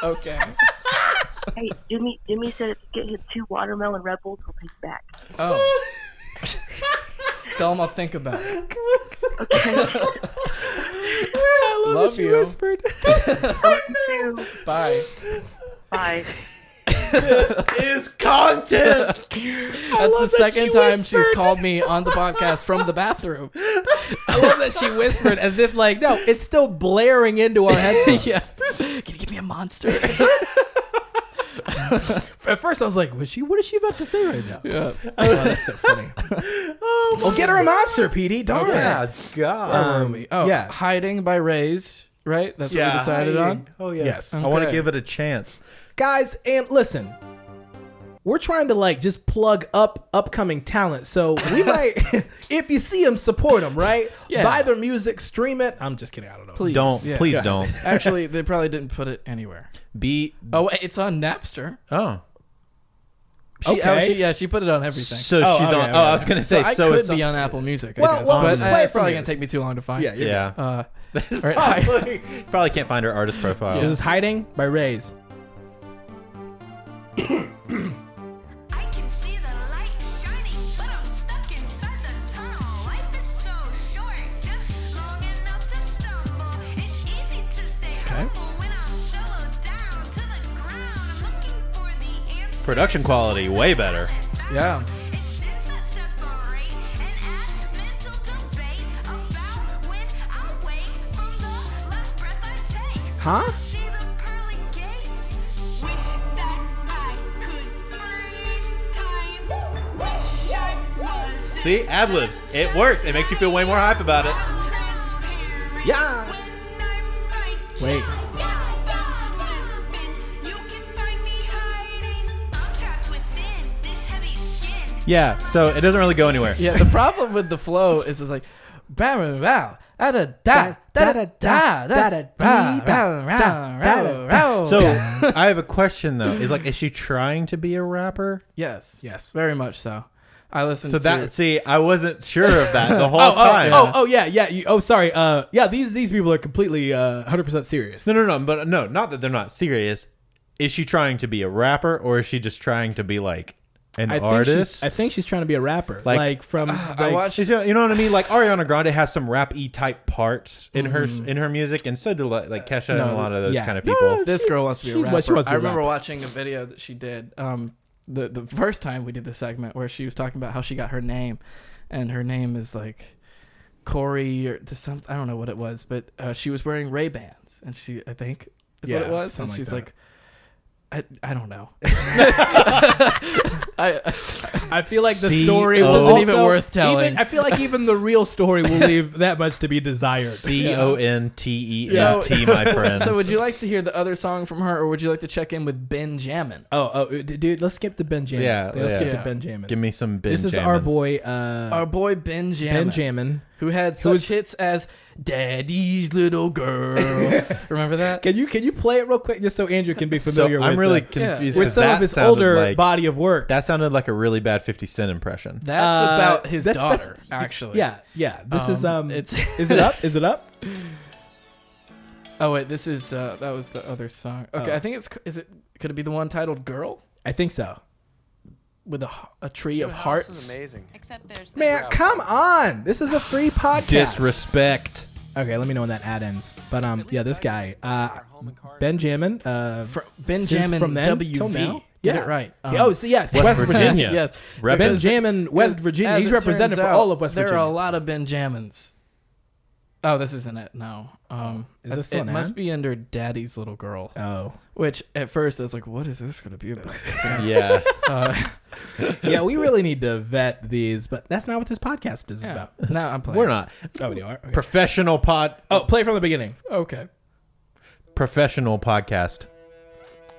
[SPEAKER 3] Okay.
[SPEAKER 10] hey, Jimmy. Jimmy said if you get him two watermelon Red Bulls, he'll take it back.
[SPEAKER 3] Oh. Tell him I'll think about <laughs> it.
[SPEAKER 2] I
[SPEAKER 3] Love you. <laughs>
[SPEAKER 10] Two.
[SPEAKER 3] Bye.
[SPEAKER 10] Bye.
[SPEAKER 4] Is content.
[SPEAKER 3] That's the second time she's called me on the podcast from the bathroom.
[SPEAKER 2] I love that she whispered as if like, no, it's still blaring into our headphones.
[SPEAKER 3] yes. <laughs> Can you give me a
[SPEAKER 10] <laughs>
[SPEAKER 3] monster?
[SPEAKER 2] At first, I was like, was she? What is she about to say right now?
[SPEAKER 3] yeah.
[SPEAKER 2] <laughs>
[SPEAKER 3] Oh,
[SPEAKER 2] Oh, that's so
[SPEAKER 3] <laughs>
[SPEAKER 2] funny. well, get her a monster, PD. Darn.
[SPEAKER 4] Yeah, God.
[SPEAKER 3] Where were
[SPEAKER 2] Um,
[SPEAKER 3] we? Oh,
[SPEAKER 2] yeah.
[SPEAKER 3] Hiding by Rays, right? That's what we decided on.
[SPEAKER 4] Oh yes.
[SPEAKER 2] Yes.
[SPEAKER 4] I want to
[SPEAKER 3] Okay.
[SPEAKER 4] give it a chance.
[SPEAKER 2] guys and listen we're trying to like just plug up upcoming talent so
[SPEAKER 3] <laughs>
[SPEAKER 2] we might <laughs> if you see them support them right
[SPEAKER 3] Yeah.
[SPEAKER 2] buy their music stream it i'm just kidding i don't know
[SPEAKER 3] Please.
[SPEAKER 4] don't
[SPEAKER 3] yeah.
[SPEAKER 4] please don't
[SPEAKER 3] <laughs> Actually, they probably didn't put it
[SPEAKER 2] <laughs>
[SPEAKER 3] anywhere.
[SPEAKER 4] be.
[SPEAKER 3] Oh, wait, it's on Napster.
[SPEAKER 4] Oh,
[SPEAKER 3] She, Oh,
[SPEAKER 2] Okay.
[SPEAKER 3] she, yeah, she put it on everything.
[SPEAKER 4] so
[SPEAKER 2] Oh,
[SPEAKER 4] she's
[SPEAKER 2] okay,
[SPEAKER 4] on.
[SPEAKER 2] okay,
[SPEAKER 4] oh, I was
[SPEAKER 2] okay.
[SPEAKER 4] gonna
[SPEAKER 3] So
[SPEAKER 4] say so.
[SPEAKER 3] I could
[SPEAKER 4] it's on-
[SPEAKER 3] be on Apple Music. I
[SPEAKER 2] Well,
[SPEAKER 3] guess,
[SPEAKER 2] well,
[SPEAKER 3] but
[SPEAKER 2] just
[SPEAKER 3] uh,
[SPEAKER 2] play it
[SPEAKER 3] it's
[SPEAKER 2] for
[SPEAKER 3] probably
[SPEAKER 2] me.
[SPEAKER 3] gonna take me too long to find.
[SPEAKER 2] yeah, you're
[SPEAKER 4] <laughs> yeah.
[SPEAKER 3] Uh, all right, hi.
[SPEAKER 4] Probably,
[SPEAKER 2] <laughs>
[SPEAKER 4] probably can't find her artist profile.
[SPEAKER 2] this is hiding by rays
[SPEAKER 9] I can see the light shining, but I'm stuck inside the tunnel. Life is so short, just long enough to stumble. It's easy to stay humble when I'm solo down to the ground. I'm looking for the answer.
[SPEAKER 4] Production quality way better.
[SPEAKER 3] Yeah.
[SPEAKER 9] It's sins that separate and adds mental debate about when I wake from the last breath I take.
[SPEAKER 2] Huh?
[SPEAKER 9] See the pearly gates. Wish that I could breathe time. Wish I was
[SPEAKER 4] See, ad libs. It works. It makes you feel way more hype about it.
[SPEAKER 9] transparent.
[SPEAKER 4] Yeah.
[SPEAKER 9] When I'm right.
[SPEAKER 2] Wait.
[SPEAKER 9] Yeah, yeah, yeah. And you can find me hiding. I'm trapped within this heavy skin.
[SPEAKER 4] Yeah. So it doesn't really go anywhere.
[SPEAKER 3] Yeah, the problem with the flow is it's like bam wow da da da da da da da da
[SPEAKER 2] <laughs>
[SPEAKER 3] da
[SPEAKER 4] So I have a question though. Is like, is she trying to be a rapper?
[SPEAKER 3] yes
[SPEAKER 2] Yes.
[SPEAKER 3] very much so I listen
[SPEAKER 4] So
[SPEAKER 3] to
[SPEAKER 4] that see, I wasn't sure of
[SPEAKER 2] <laughs>
[SPEAKER 4] that the whole
[SPEAKER 2] oh, oh,
[SPEAKER 4] time.
[SPEAKER 2] oh oh yeah yeah you, oh sorry uh yeah these these people are completely uh 100% serious
[SPEAKER 4] No, no, no. But no, not that they're not serious. Is she trying to be a rapper or is she just trying to be like an
[SPEAKER 2] I think,
[SPEAKER 4] artist?
[SPEAKER 2] she's, I think she's ting to be a rapper
[SPEAKER 4] Like-
[SPEAKER 2] like, from
[SPEAKER 3] <sighs> I
[SPEAKER 2] like-
[SPEAKER 3] watched
[SPEAKER 4] She's- you know what I mean? Like Ariana Grande has some rap y type parts in her in her music, and so do like, like Kesha and a lot of those
[SPEAKER 2] yeah.
[SPEAKER 4] kind of
[SPEAKER 2] Mm-hmm. No,
[SPEAKER 4] people.
[SPEAKER 3] this
[SPEAKER 2] She's-
[SPEAKER 3] girl wants to be a
[SPEAKER 2] she's
[SPEAKER 3] rapper
[SPEAKER 2] what she wants to be
[SPEAKER 3] I
[SPEAKER 2] a
[SPEAKER 3] remember
[SPEAKER 2] rapper.
[SPEAKER 3] watching a video that she did um the the first time we did this segment where she was talking about how she got her name and her name is like Corey or to some I don't know what it was but uh, she was wearing Ray Bans and she I think is what
[SPEAKER 2] Yeah,
[SPEAKER 3] it was and
[SPEAKER 2] something like
[SPEAKER 3] she's
[SPEAKER 2] that.
[SPEAKER 3] like. I, I
[SPEAKER 2] <laughs>
[SPEAKER 3] don't know. <laughs> I,
[SPEAKER 2] I feel like the
[SPEAKER 4] C-
[SPEAKER 2] story
[SPEAKER 4] This
[SPEAKER 2] was
[SPEAKER 4] isn't
[SPEAKER 3] even
[SPEAKER 2] also-
[SPEAKER 3] worth telling.
[SPEAKER 2] even- I feel like even the real story
[SPEAKER 4] <laughs>
[SPEAKER 2] will leave that much to be desired.
[SPEAKER 4] C O N T E
[SPEAKER 3] So-
[SPEAKER 4] N
[SPEAKER 2] <laughs>
[SPEAKER 4] T, my friends.
[SPEAKER 3] so would you like to hear the other song from her, or would you like to check in with Benjamin?
[SPEAKER 2] Oh, oh, d- dude, let's skip the Benjamin.
[SPEAKER 4] Yeah,
[SPEAKER 2] let's skip
[SPEAKER 4] yeah.
[SPEAKER 2] the Benjamin.
[SPEAKER 4] give me some?
[SPEAKER 2] this is
[SPEAKER 4] Benjamin.
[SPEAKER 3] Oh,
[SPEAKER 2] our boy uh,
[SPEAKER 3] Our boy Benjamin.
[SPEAKER 2] Benjamin,
[SPEAKER 3] who had such hits as "Daddy's Little Girl."
[SPEAKER 2] <laughs>
[SPEAKER 3] Remember that?
[SPEAKER 2] Can you can you play it real quick just so Andrew can be
[SPEAKER 4] So
[SPEAKER 2] familiar?
[SPEAKER 4] I'm
[SPEAKER 2] with
[SPEAKER 4] really
[SPEAKER 2] uh,
[SPEAKER 4] confused.
[SPEAKER 2] with
[SPEAKER 4] 'cause
[SPEAKER 2] some
[SPEAKER 4] that
[SPEAKER 2] of his
[SPEAKER 4] sounded
[SPEAKER 2] older
[SPEAKER 4] like-
[SPEAKER 2] body of work.
[SPEAKER 4] That sounded like a really bad 50 Cent impression.
[SPEAKER 3] That's
[SPEAKER 2] Uh,
[SPEAKER 3] about his
[SPEAKER 2] that's- that's-
[SPEAKER 3] daughter, actually.
[SPEAKER 2] Yeah, yeah. This is
[SPEAKER 3] Um,
[SPEAKER 2] um.
[SPEAKER 3] it's-
[SPEAKER 2] is it up? Is it up?
[SPEAKER 3] Oh wait, this is uh, that was the other song. Okay,
[SPEAKER 2] Oh.
[SPEAKER 3] I think it's is it could it be the one titled "Girl"
[SPEAKER 2] I think so.
[SPEAKER 3] with a, h- a tree of
[SPEAKER 11] Hearts
[SPEAKER 3] hearts?
[SPEAKER 11] is amazing.
[SPEAKER 9] Except there's
[SPEAKER 2] Man, come on! This is a
[SPEAKER 4] <sighs>
[SPEAKER 2] free podcast.
[SPEAKER 4] Disrespect.
[SPEAKER 2] Okay, let me know when that ad ends. But um, yeah, this guy, uh, Benjamin, uh,
[SPEAKER 3] Fr-
[SPEAKER 2] since
[SPEAKER 3] Benjamin
[SPEAKER 2] from then
[SPEAKER 3] WV.
[SPEAKER 2] till now,
[SPEAKER 3] Get it right.
[SPEAKER 2] Yeah,
[SPEAKER 3] Um,
[SPEAKER 2] oh, so yes,
[SPEAKER 4] West <laughs> Virginia.
[SPEAKER 3] yes,
[SPEAKER 4] Reppin'.
[SPEAKER 3] because-
[SPEAKER 2] Benjamin, West Virginia.
[SPEAKER 3] as
[SPEAKER 2] He's
[SPEAKER 3] it
[SPEAKER 2] represented
[SPEAKER 3] turns
[SPEAKER 2] for
[SPEAKER 3] out,
[SPEAKER 2] all of West
[SPEAKER 3] There are a
[SPEAKER 2] Virginia.
[SPEAKER 3] lot of Benjamins. Oh, this isn't it. No. Um,
[SPEAKER 2] Is this
[SPEAKER 3] it-
[SPEAKER 2] still
[SPEAKER 3] it
[SPEAKER 2] an
[SPEAKER 3] must
[SPEAKER 2] ad?
[SPEAKER 3] be under Daddy's Little Girl,
[SPEAKER 2] Oh,
[SPEAKER 3] which at first I was like, "What is this going to
[SPEAKER 2] <laughs>
[SPEAKER 3] be about?"
[SPEAKER 4] Yeah.
[SPEAKER 3] uh,
[SPEAKER 2] yeah, we really need to vet these, but that's not what this podcast is
[SPEAKER 3] yeah.
[SPEAKER 2] about.
[SPEAKER 3] No, I'm playing.
[SPEAKER 4] We're not.
[SPEAKER 2] Oh, we are. Okay.
[SPEAKER 4] Professional pod.
[SPEAKER 2] Oh, play from the beginning.
[SPEAKER 3] okay.
[SPEAKER 4] Professional podcast.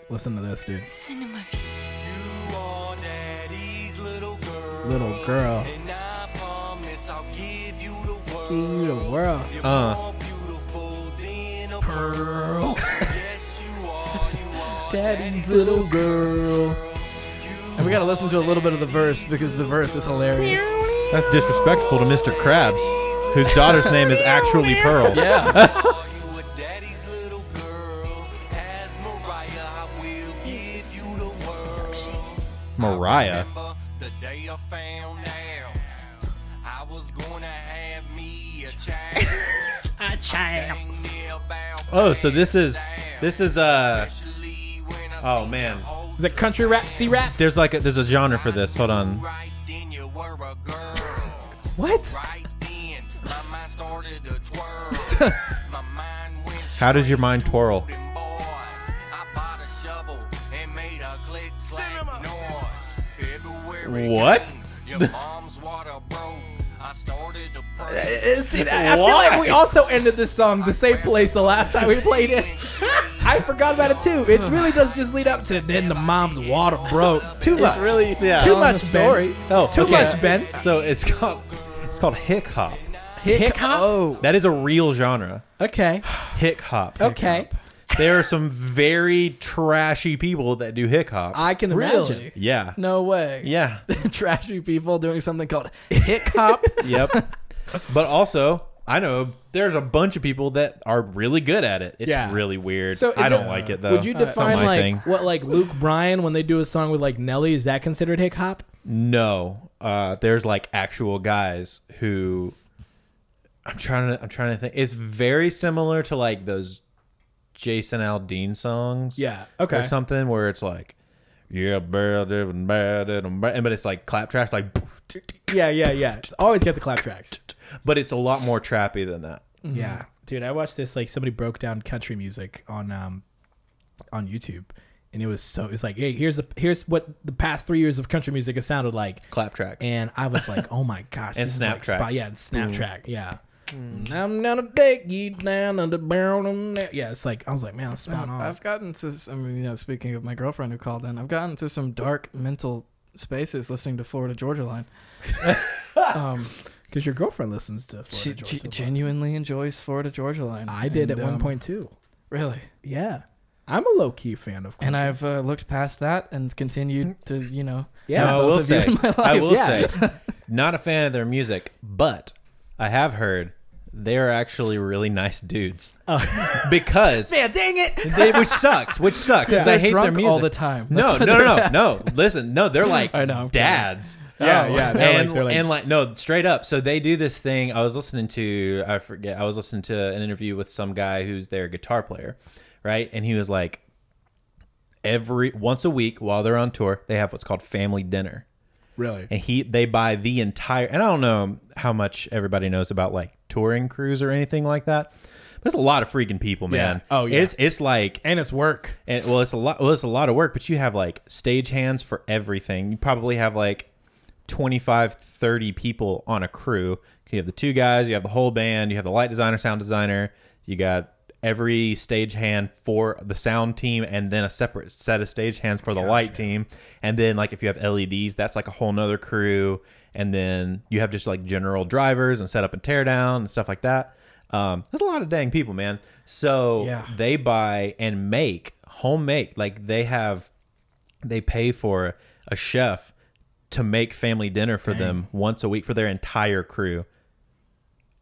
[SPEAKER 2] Listen to this, dude.
[SPEAKER 9] cinema.
[SPEAKER 5] You are daddy's little girl.
[SPEAKER 2] Little girl.
[SPEAKER 5] And I promise I'll give you the world.
[SPEAKER 2] world.
[SPEAKER 5] You're
[SPEAKER 4] Uh.
[SPEAKER 5] more beautiful than a pearl. yes, you are. You are
[SPEAKER 3] Daddy's little girl. And we gotta listen to a little bit of the verse because the verse is hilarious.
[SPEAKER 4] That's disrespectful to Mr. Krabs, whose daughter's name is actually
[SPEAKER 2] <laughs>
[SPEAKER 4] Pearl.
[SPEAKER 3] Yeah.
[SPEAKER 5] Are you a daddy's little girl? As Mariah, I will give you the world.
[SPEAKER 4] Mariah.
[SPEAKER 5] Remember the day I found out I was gonna have me a child. <laughs> a child.
[SPEAKER 4] Oh, so this is this is uh oh man.
[SPEAKER 2] Is it country rap, C rap?
[SPEAKER 4] There's like a, there's a genre for this. Hold on.
[SPEAKER 5] Right then you were a girl.
[SPEAKER 4] <laughs>
[SPEAKER 2] What?
[SPEAKER 5] Right then my mind started to
[SPEAKER 4] <laughs>
[SPEAKER 5] twirl. my mind went
[SPEAKER 4] How does your mind
[SPEAKER 5] straight to
[SPEAKER 4] twirl?
[SPEAKER 5] them boys. I bought a shovel and made a click clack noise. Everywhere it
[SPEAKER 4] What?
[SPEAKER 5] came, Your mom's water broke. I started to pray.
[SPEAKER 2] See, I, I feel like we also ended this song the same place the last time we played it. I forgot about it too. It really does just lead up to then the mom's water broke. Too much.
[SPEAKER 3] It's really
[SPEAKER 4] Yeah.
[SPEAKER 2] too
[SPEAKER 3] telling
[SPEAKER 2] much
[SPEAKER 3] the story.
[SPEAKER 2] Ben.
[SPEAKER 4] Oh,
[SPEAKER 2] Too
[SPEAKER 4] okay.
[SPEAKER 2] much, Ben.
[SPEAKER 4] So it's called it's called hick hop.
[SPEAKER 3] Hick,
[SPEAKER 2] Hick-hop?
[SPEAKER 3] Oh,
[SPEAKER 4] That is a real genre.
[SPEAKER 2] Okay.
[SPEAKER 4] Hick hop.
[SPEAKER 2] <sighs> Okay.
[SPEAKER 4] There are some very trashy people that do hick hop.
[SPEAKER 2] I can imagine.
[SPEAKER 3] really?
[SPEAKER 4] Yeah.
[SPEAKER 3] No way.
[SPEAKER 4] Yeah.
[SPEAKER 3] <laughs> Trashy people doing something called
[SPEAKER 2] <laughs>
[SPEAKER 3] hick hop.
[SPEAKER 4] Yep. but also, I know there's a bunch of people that are really good at it. It's
[SPEAKER 2] Yeah.
[SPEAKER 4] really weird.
[SPEAKER 2] So
[SPEAKER 4] I
[SPEAKER 2] is
[SPEAKER 4] don't
[SPEAKER 2] it-
[SPEAKER 4] like it though.
[SPEAKER 2] Would you
[SPEAKER 4] It's not
[SPEAKER 2] define
[SPEAKER 4] my
[SPEAKER 2] like
[SPEAKER 4] thing.
[SPEAKER 2] what like Luke Bryan when they do a song with like Nelly? Is that considered hip hop?
[SPEAKER 4] No, uh, there's like actual guys who I'm trying to I'm trying to think. It's very similar to like those Jason Aldean songs.
[SPEAKER 2] Yeah, okay.
[SPEAKER 4] Or something where it's like, yeah, bad and bad and bad, but it's like clap tracks, like,
[SPEAKER 2] Yeah, yeah, yeah. Just always get the clap tracks.
[SPEAKER 4] but it's a lot more trappy than that.
[SPEAKER 2] Yeah, Mm-hmm. dude, I watched this like somebody broke down country music on um on YouTube, and it was so it was like, hey, here's the here's what the past three years of country music has sounded like,
[SPEAKER 4] Clap tracks.
[SPEAKER 2] and I was like, oh my
[SPEAKER 3] <laughs>
[SPEAKER 2] gosh,
[SPEAKER 4] And
[SPEAKER 2] this is
[SPEAKER 4] snap
[SPEAKER 2] like spy-
[SPEAKER 4] tracks.
[SPEAKER 2] yeah, and
[SPEAKER 3] Mm.
[SPEAKER 2] snap track, yeah. I'm gonna take you down under the barrel. of na-" Yeah, it's like I was like, man, it's spot on.
[SPEAKER 3] Oh, I've gotten to. s- I mean, you know, speaking of my girlfriend who called in, I've gotten to some dark mental spaces listening to Florida Georgia Line. um,
[SPEAKER 2] Because your girlfriend listens to Florida
[SPEAKER 3] she,
[SPEAKER 2] Georgia
[SPEAKER 3] she
[SPEAKER 2] Line.
[SPEAKER 3] genuinely enjoys Florida Georgia Line.
[SPEAKER 2] I did
[SPEAKER 3] And,
[SPEAKER 2] at one
[SPEAKER 3] um,
[SPEAKER 2] point too.
[SPEAKER 3] Really.
[SPEAKER 2] Yeah, I'm a low key fan of.
[SPEAKER 3] and
[SPEAKER 2] country.
[SPEAKER 3] I've uh, looked past that and continued to, you know,
[SPEAKER 2] Yeah,
[SPEAKER 3] have
[SPEAKER 4] No, I
[SPEAKER 3] both
[SPEAKER 4] will
[SPEAKER 3] of you
[SPEAKER 4] say,
[SPEAKER 3] in my life.
[SPEAKER 4] I will
[SPEAKER 2] Yeah.
[SPEAKER 3] <laughs>
[SPEAKER 4] say, not a fan of their music, but I have heard they are actually really nice dudes.
[SPEAKER 2] Oh.
[SPEAKER 4] <laughs> because man, dang it, which sucks, which sucks. 'cause
[SPEAKER 3] They're
[SPEAKER 4] I hate their
[SPEAKER 3] drunk
[SPEAKER 4] music
[SPEAKER 3] all the time. That's
[SPEAKER 4] No,
[SPEAKER 3] what
[SPEAKER 4] no, no,
[SPEAKER 3] they're
[SPEAKER 4] no, no. Listen, no, they're like
[SPEAKER 3] I know, I'm kidding.
[SPEAKER 4] dads. Oh.
[SPEAKER 2] Yeah, yeah, they're like-
[SPEAKER 4] and
[SPEAKER 2] they're like-
[SPEAKER 4] and like no, straight up. So they do this thing. I was listening to I forget. I was listening to an interview with some guy who's their guitar player, right? And he was like, every once a week while they're on tour, they have what's called family dinner
[SPEAKER 2] really.
[SPEAKER 4] and he they buy the entire and I don't know how much everybody knows about like touring crews or anything like that. But it's a lot of freaking people, man.
[SPEAKER 2] Yeah. Oh, yeah.
[SPEAKER 4] It's it's like
[SPEAKER 2] And it's work.
[SPEAKER 4] and well, it's a lot. Well, it's a lot of work, but you have like stage hands for everything. You probably have like 25, 30 people on a crew. You have the two guys, you have the whole band, you have the light designer, sound designer, you got every stagehand for the sound team and then a separate set of stagehands for the light team. And then like if you have LEDs, that's like a whole nother crew. And then you have just like general drivers and setup and tear down and stuff like that. Um, that's a lot of dang people, man. So
[SPEAKER 2] Yeah.
[SPEAKER 4] they buy and make homemade. Like they have, they pay for a chef to make family dinner for them once a week for their entire crew.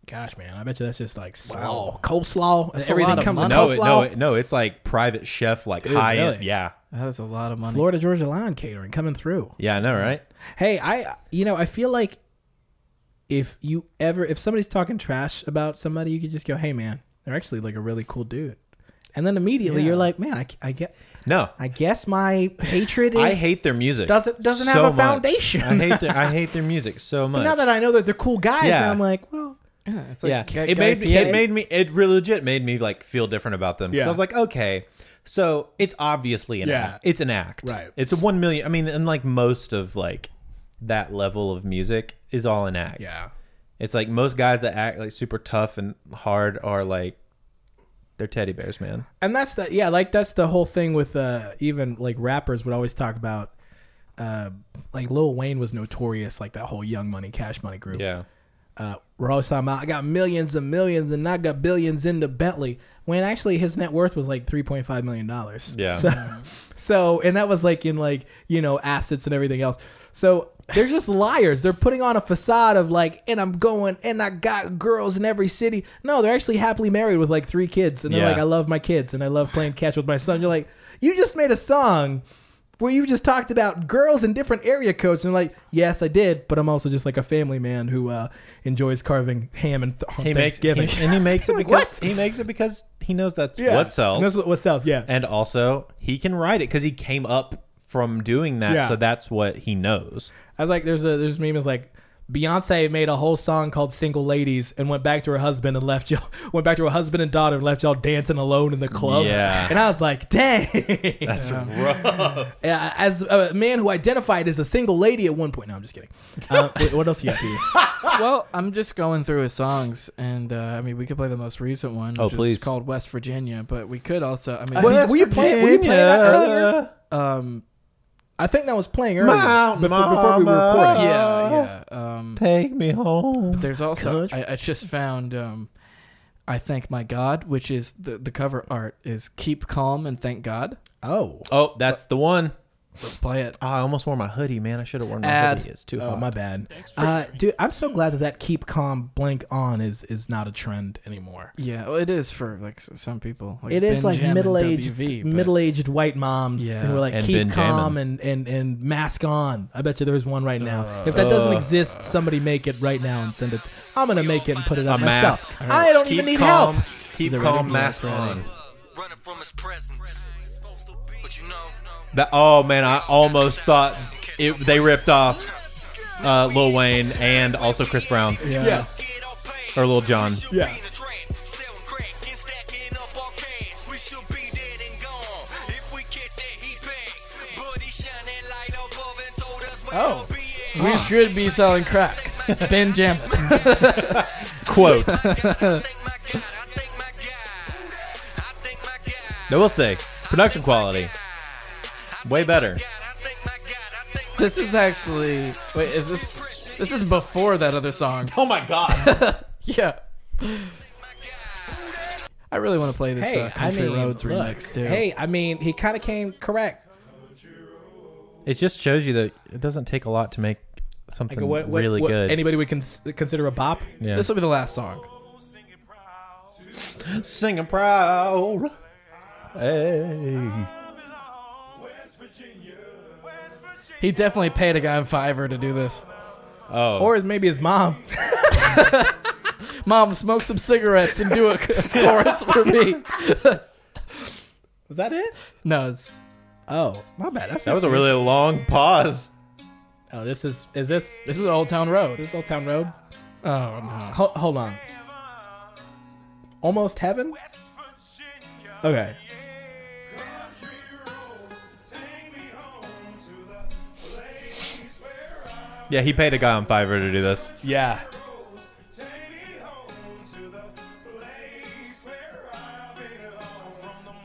[SPEAKER 2] Gosh, man, I bet you that's just like slaw, coleslaw.
[SPEAKER 3] That's a
[SPEAKER 2] everything
[SPEAKER 3] lot of
[SPEAKER 2] comes with
[SPEAKER 3] money.
[SPEAKER 2] coleslaw.
[SPEAKER 4] No, it, no, it, no. It's like private chef, like
[SPEAKER 2] Dude,
[SPEAKER 4] high end.
[SPEAKER 2] really?
[SPEAKER 4] Yeah,
[SPEAKER 3] That is a lot of money.
[SPEAKER 2] Florida Georgia Line catering coming through.
[SPEAKER 4] yeah. I know, right?
[SPEAKER 2] Hey, I you know I feel like if you ever if somebody's talking trash about somebody, you could just go, "Hey, man, they're actually like a really cool dude," and then immediately you're like, "Man, I, I get."
[SPEAKER 4] No,
[SPEAKER 2] I guess my hatred is
[SPEAKER 4] I hate their music.
[SPEAKER 2] doesn't- doesn't have
[SPEAKER 4] so
[SPEAKER 2] a
[SPEAKER 4] much.
[SPEAKER 2] foundation.
[SPEAKER 4] I hate their I hate their
[SPEAKER 2] <laughs>
[SPEAKER 4] music so much.
[SPEAKER 2] now that I know that they're cool guys.
[SPEAKER 4] Yeah.
[SPEAKER 2] Now I'm like, well,
[SPEAKER 3] Yeah, it's
[SPEAKER 4] yeah,
[SPEAKER 3] Guy-
[SPEAKER 4] it made
[SPEAKER 3] Guy
[SPEAKER 4] me, it
[SPEAKER 3] Fieri.
[SPEAKER 4] made me it really legit made me like feel different about them. 'Cause
[SPEAKER 2] Yeah.
[SPEAKER 4] I was like, okay, so it's obviously an
[SPEAKER 2] Yeah.
[SPEAKER 4] act. It's an act.
[SPEAKER 2] Right.
[SPEAKER 4] It's a one million. I mean, and like most of like that level of music is all an act. It's like most guys that act like super tough and hard are like they're teddy bears, man.
[SPEAKER 2] and that's the yeah like that's the whole thing with uh even like rappers would always talk about uh like lil wayne was notorious like that whole young money cash money group
[SPEAKER 4] Yeah.
[SPEAKER 2] uh we're always talking about i got millions and millions and i got billions into bentley when actually his net worth was like 3.5 million dollars
[SPEAKER 4] Yeah.
[SPEAKER 2] so, so and that was like in like you know assets and everything else so they're just liars they're putting on a facade of like and i'm going and i got girls in every city no they're actually happily married with like three kids and they're
[SPEAKER 4] Yeah.
[SPEAKER 2] like i love my kids and i love playing catch with my son you're like you just made a song where you just talked about girls in different area codes and like yes i did but i'm also just like a family man who uh, enjoys carving ham and th- on
[SPEAKER 4] He makes
[SPEAKER 2] thanksgiving
[SPEAKER 4] he- <laughs> and he makes
[SPEAKER 2] <laughs>
[SPEAKER 4] it
[SPEAKER 2] Like,
[SPEAKER 4] because
[SPEAKER 2] what?
[SPEAKER 4] he makes it because he knows that's
[SPEAKER 2] Yeah.
[SPEAKER 4] what sells.
[SPEAKER 2] And that's what, what sells yeah
[SPEAKER 4] and also he can write it because he came up from doing that
[SPEAKER 2] Yeah.
[SPEAKER 4] so that's what he knows
[SPEAKER 2] I was like, there's a there's meme is like Beyonce made a whole song called "Single Ladies" and went back to her husband and left y'all <laughs> went back to her husband and daughter and left y'all dancing alone in the club.
[SPEAKER 4] Yeah.
[SPEAKER 2] and I was like, dang.
[SPEAKER 4] that's rough
[SPEAKER 2] Uh, As a man who identified as a single lady at one point. No, I'm just kidding. Uh, wait, what else you got? Peter?
[SPEAKER 3] well, I'm just going through his songs, and uh, I mean, we could play the most recent one,
[SPEAKER 4] Oh,
[SPEAKER 3] which
[SPEAKER 4] please.
[SPEAKER 3] is called West Virginia, but we could also, I mean,
[SPEAKER 2] Well, that's- were you playing- were you playing that earlier?
[SPEAKER 3] um,
[SPEAKER 2] I think that was playing earlier
[SPEAKER 4] My
[SPEAKER 2] before, before we were
[SPEAKER 4] mama.
[SPEAKER 2] recording.
[SPEAKER 3] yeah, yeah. Um,
[SPEAKER 4] take me home
[SPEAKER 3] there's also I, I just found um, I thank my God, which is the the cover art is Keep Calm and Thank God.
[SPEAKER 2] Oh,
[SPEAKER 4] oh that's the one
[SPEAKER 3] Let's play it.
[SPEAKER 4] Oh, i almost wore my hoodie man i should have worn my
[SPEAKER 3] Ad.
[SPEAKER 4] hoodie it's too
[SPEAKER 2] oh,
[SPEAKER 4] hot
[SPEAKER 2] my bad, uh, dude. I'm so glad that that keep calm blank on is is not a trend anymore.
[SPEAKER 3] Yeah, well, it is for like s- some people. Like
[SPEAKER 2] it is
[SPEAKER 3] Ben
[SPEAKER 2] like
[SPEAKER 3] Jam and
[SPEAKER 2] middle aged
[SPEAKER 3] WV, but-
[SPEAKER 2] middle aged white moms
[SPEAKER 3] Yeah.
[SPEAKER 2] and we're like
[SPEAKER 4] And
[SPEAKER 2] keep
[SPEAKER 4] Ben
[SPEAKER 2] calm
[SPEAKER 4] Jamin.
[SPEAKER 2] and, and and mask on. I bet you there's one right now. if that doesn't exist, somebody make it right now and send it. I'm gonna make it and put it
[SPEAKER 4] a
[SPEAKER 2] on
[SPEAKER 4] mask
[SPEAKER 2] myself. I don't
[SPEAKER 4] Keep
[SPEAKER 2] even need
[SPEAKER 4] calm.
[SPEAKER 2] help.
[SPEAKER 4] keep
[SPEAKER 2] He's already
[SPEAKER 4] calm
[SPEAKER 2] doing
[SPEAKER 4] mask
[SPEAKER 2] this already.
[SPEAKER 4] on
[SPEAKER 5] Running from his presence. But you know,
[SPEAKER 4] that oh man i almost thought it they ripped off uh, Lil Wayne and also Chris Brown
[SPEAKER 2] Yeah.
[SPEAKER 4] or Lil Jon.
[SPEAKER 2] Yeah.
[SPEAKER 5] Oh.
[SPEAKER 3] We should be selling crack. ben Jamin.
[SPEAKER 4] Quote. They will say production quality way better.
[SPEAKER 3] This is actually wait, is this this is before that other song? <laughs>
[SPEAKER 4] Oh my god.
[SPEAKER 3] Yeah. I really want to play this
[SPEAKER 2] Hey,
[SPEAKER 3] uh,
[SPEAKER 2] I
[SPEAKER 3] Country
[SPEAKER 2] mean,
[SPEAKER 3] Roads
[SPEAKER 2] look,
[SPEAKER 3] remix too.
[SPEAKER 2] Hey, I mean, he kind of came correct.
[SPEAKER 4] <laughs> it just shows you that it doesn't take a lot to make something
[SPEAKER 2] Like, what, what,
[SPEAKER 4] really
[SPEAKER 2] what-
[SPEAKER 4] good.
[SPEAKER 2] Anybody would cons- consider a bop?
[SPEAKER 4] yeah.
[SPEAKER 3] this will be the last song.
[SPEAKER 4] singing proud. Hey.
[SPEAKER 3] He definitely paid a guy in Fiverr to do this.
[SPEAKER 4] Oh.
[SPEAKER 2] Or maybe his mom.
[SPEAKER 3] Mom, smoke some cigarettes and do a <laughs> chorus for me.
[SPEAKER 2] Was that it?
[SPEAKER 3] No, it's
[SPEAKER 2] Oh, my bad. That's
[SPEAKER 4] that was a really long pause.
[SPEAKER 2] oh, this is is this
[SPEAKER 3] this is Old Town Road.
[SPEAKER 2] this Old Town Road?
[SPEAKER 3] Oh no.
[SPEAKER 2] Ho- hold on. Almost heaven. Okay.
[SPEAKER 4] Yeah, he paid a guy on Fiverr to do this.
[SPEAKER 2] Yeah.
[SPEAKER 7] Take me home to the place where I belong.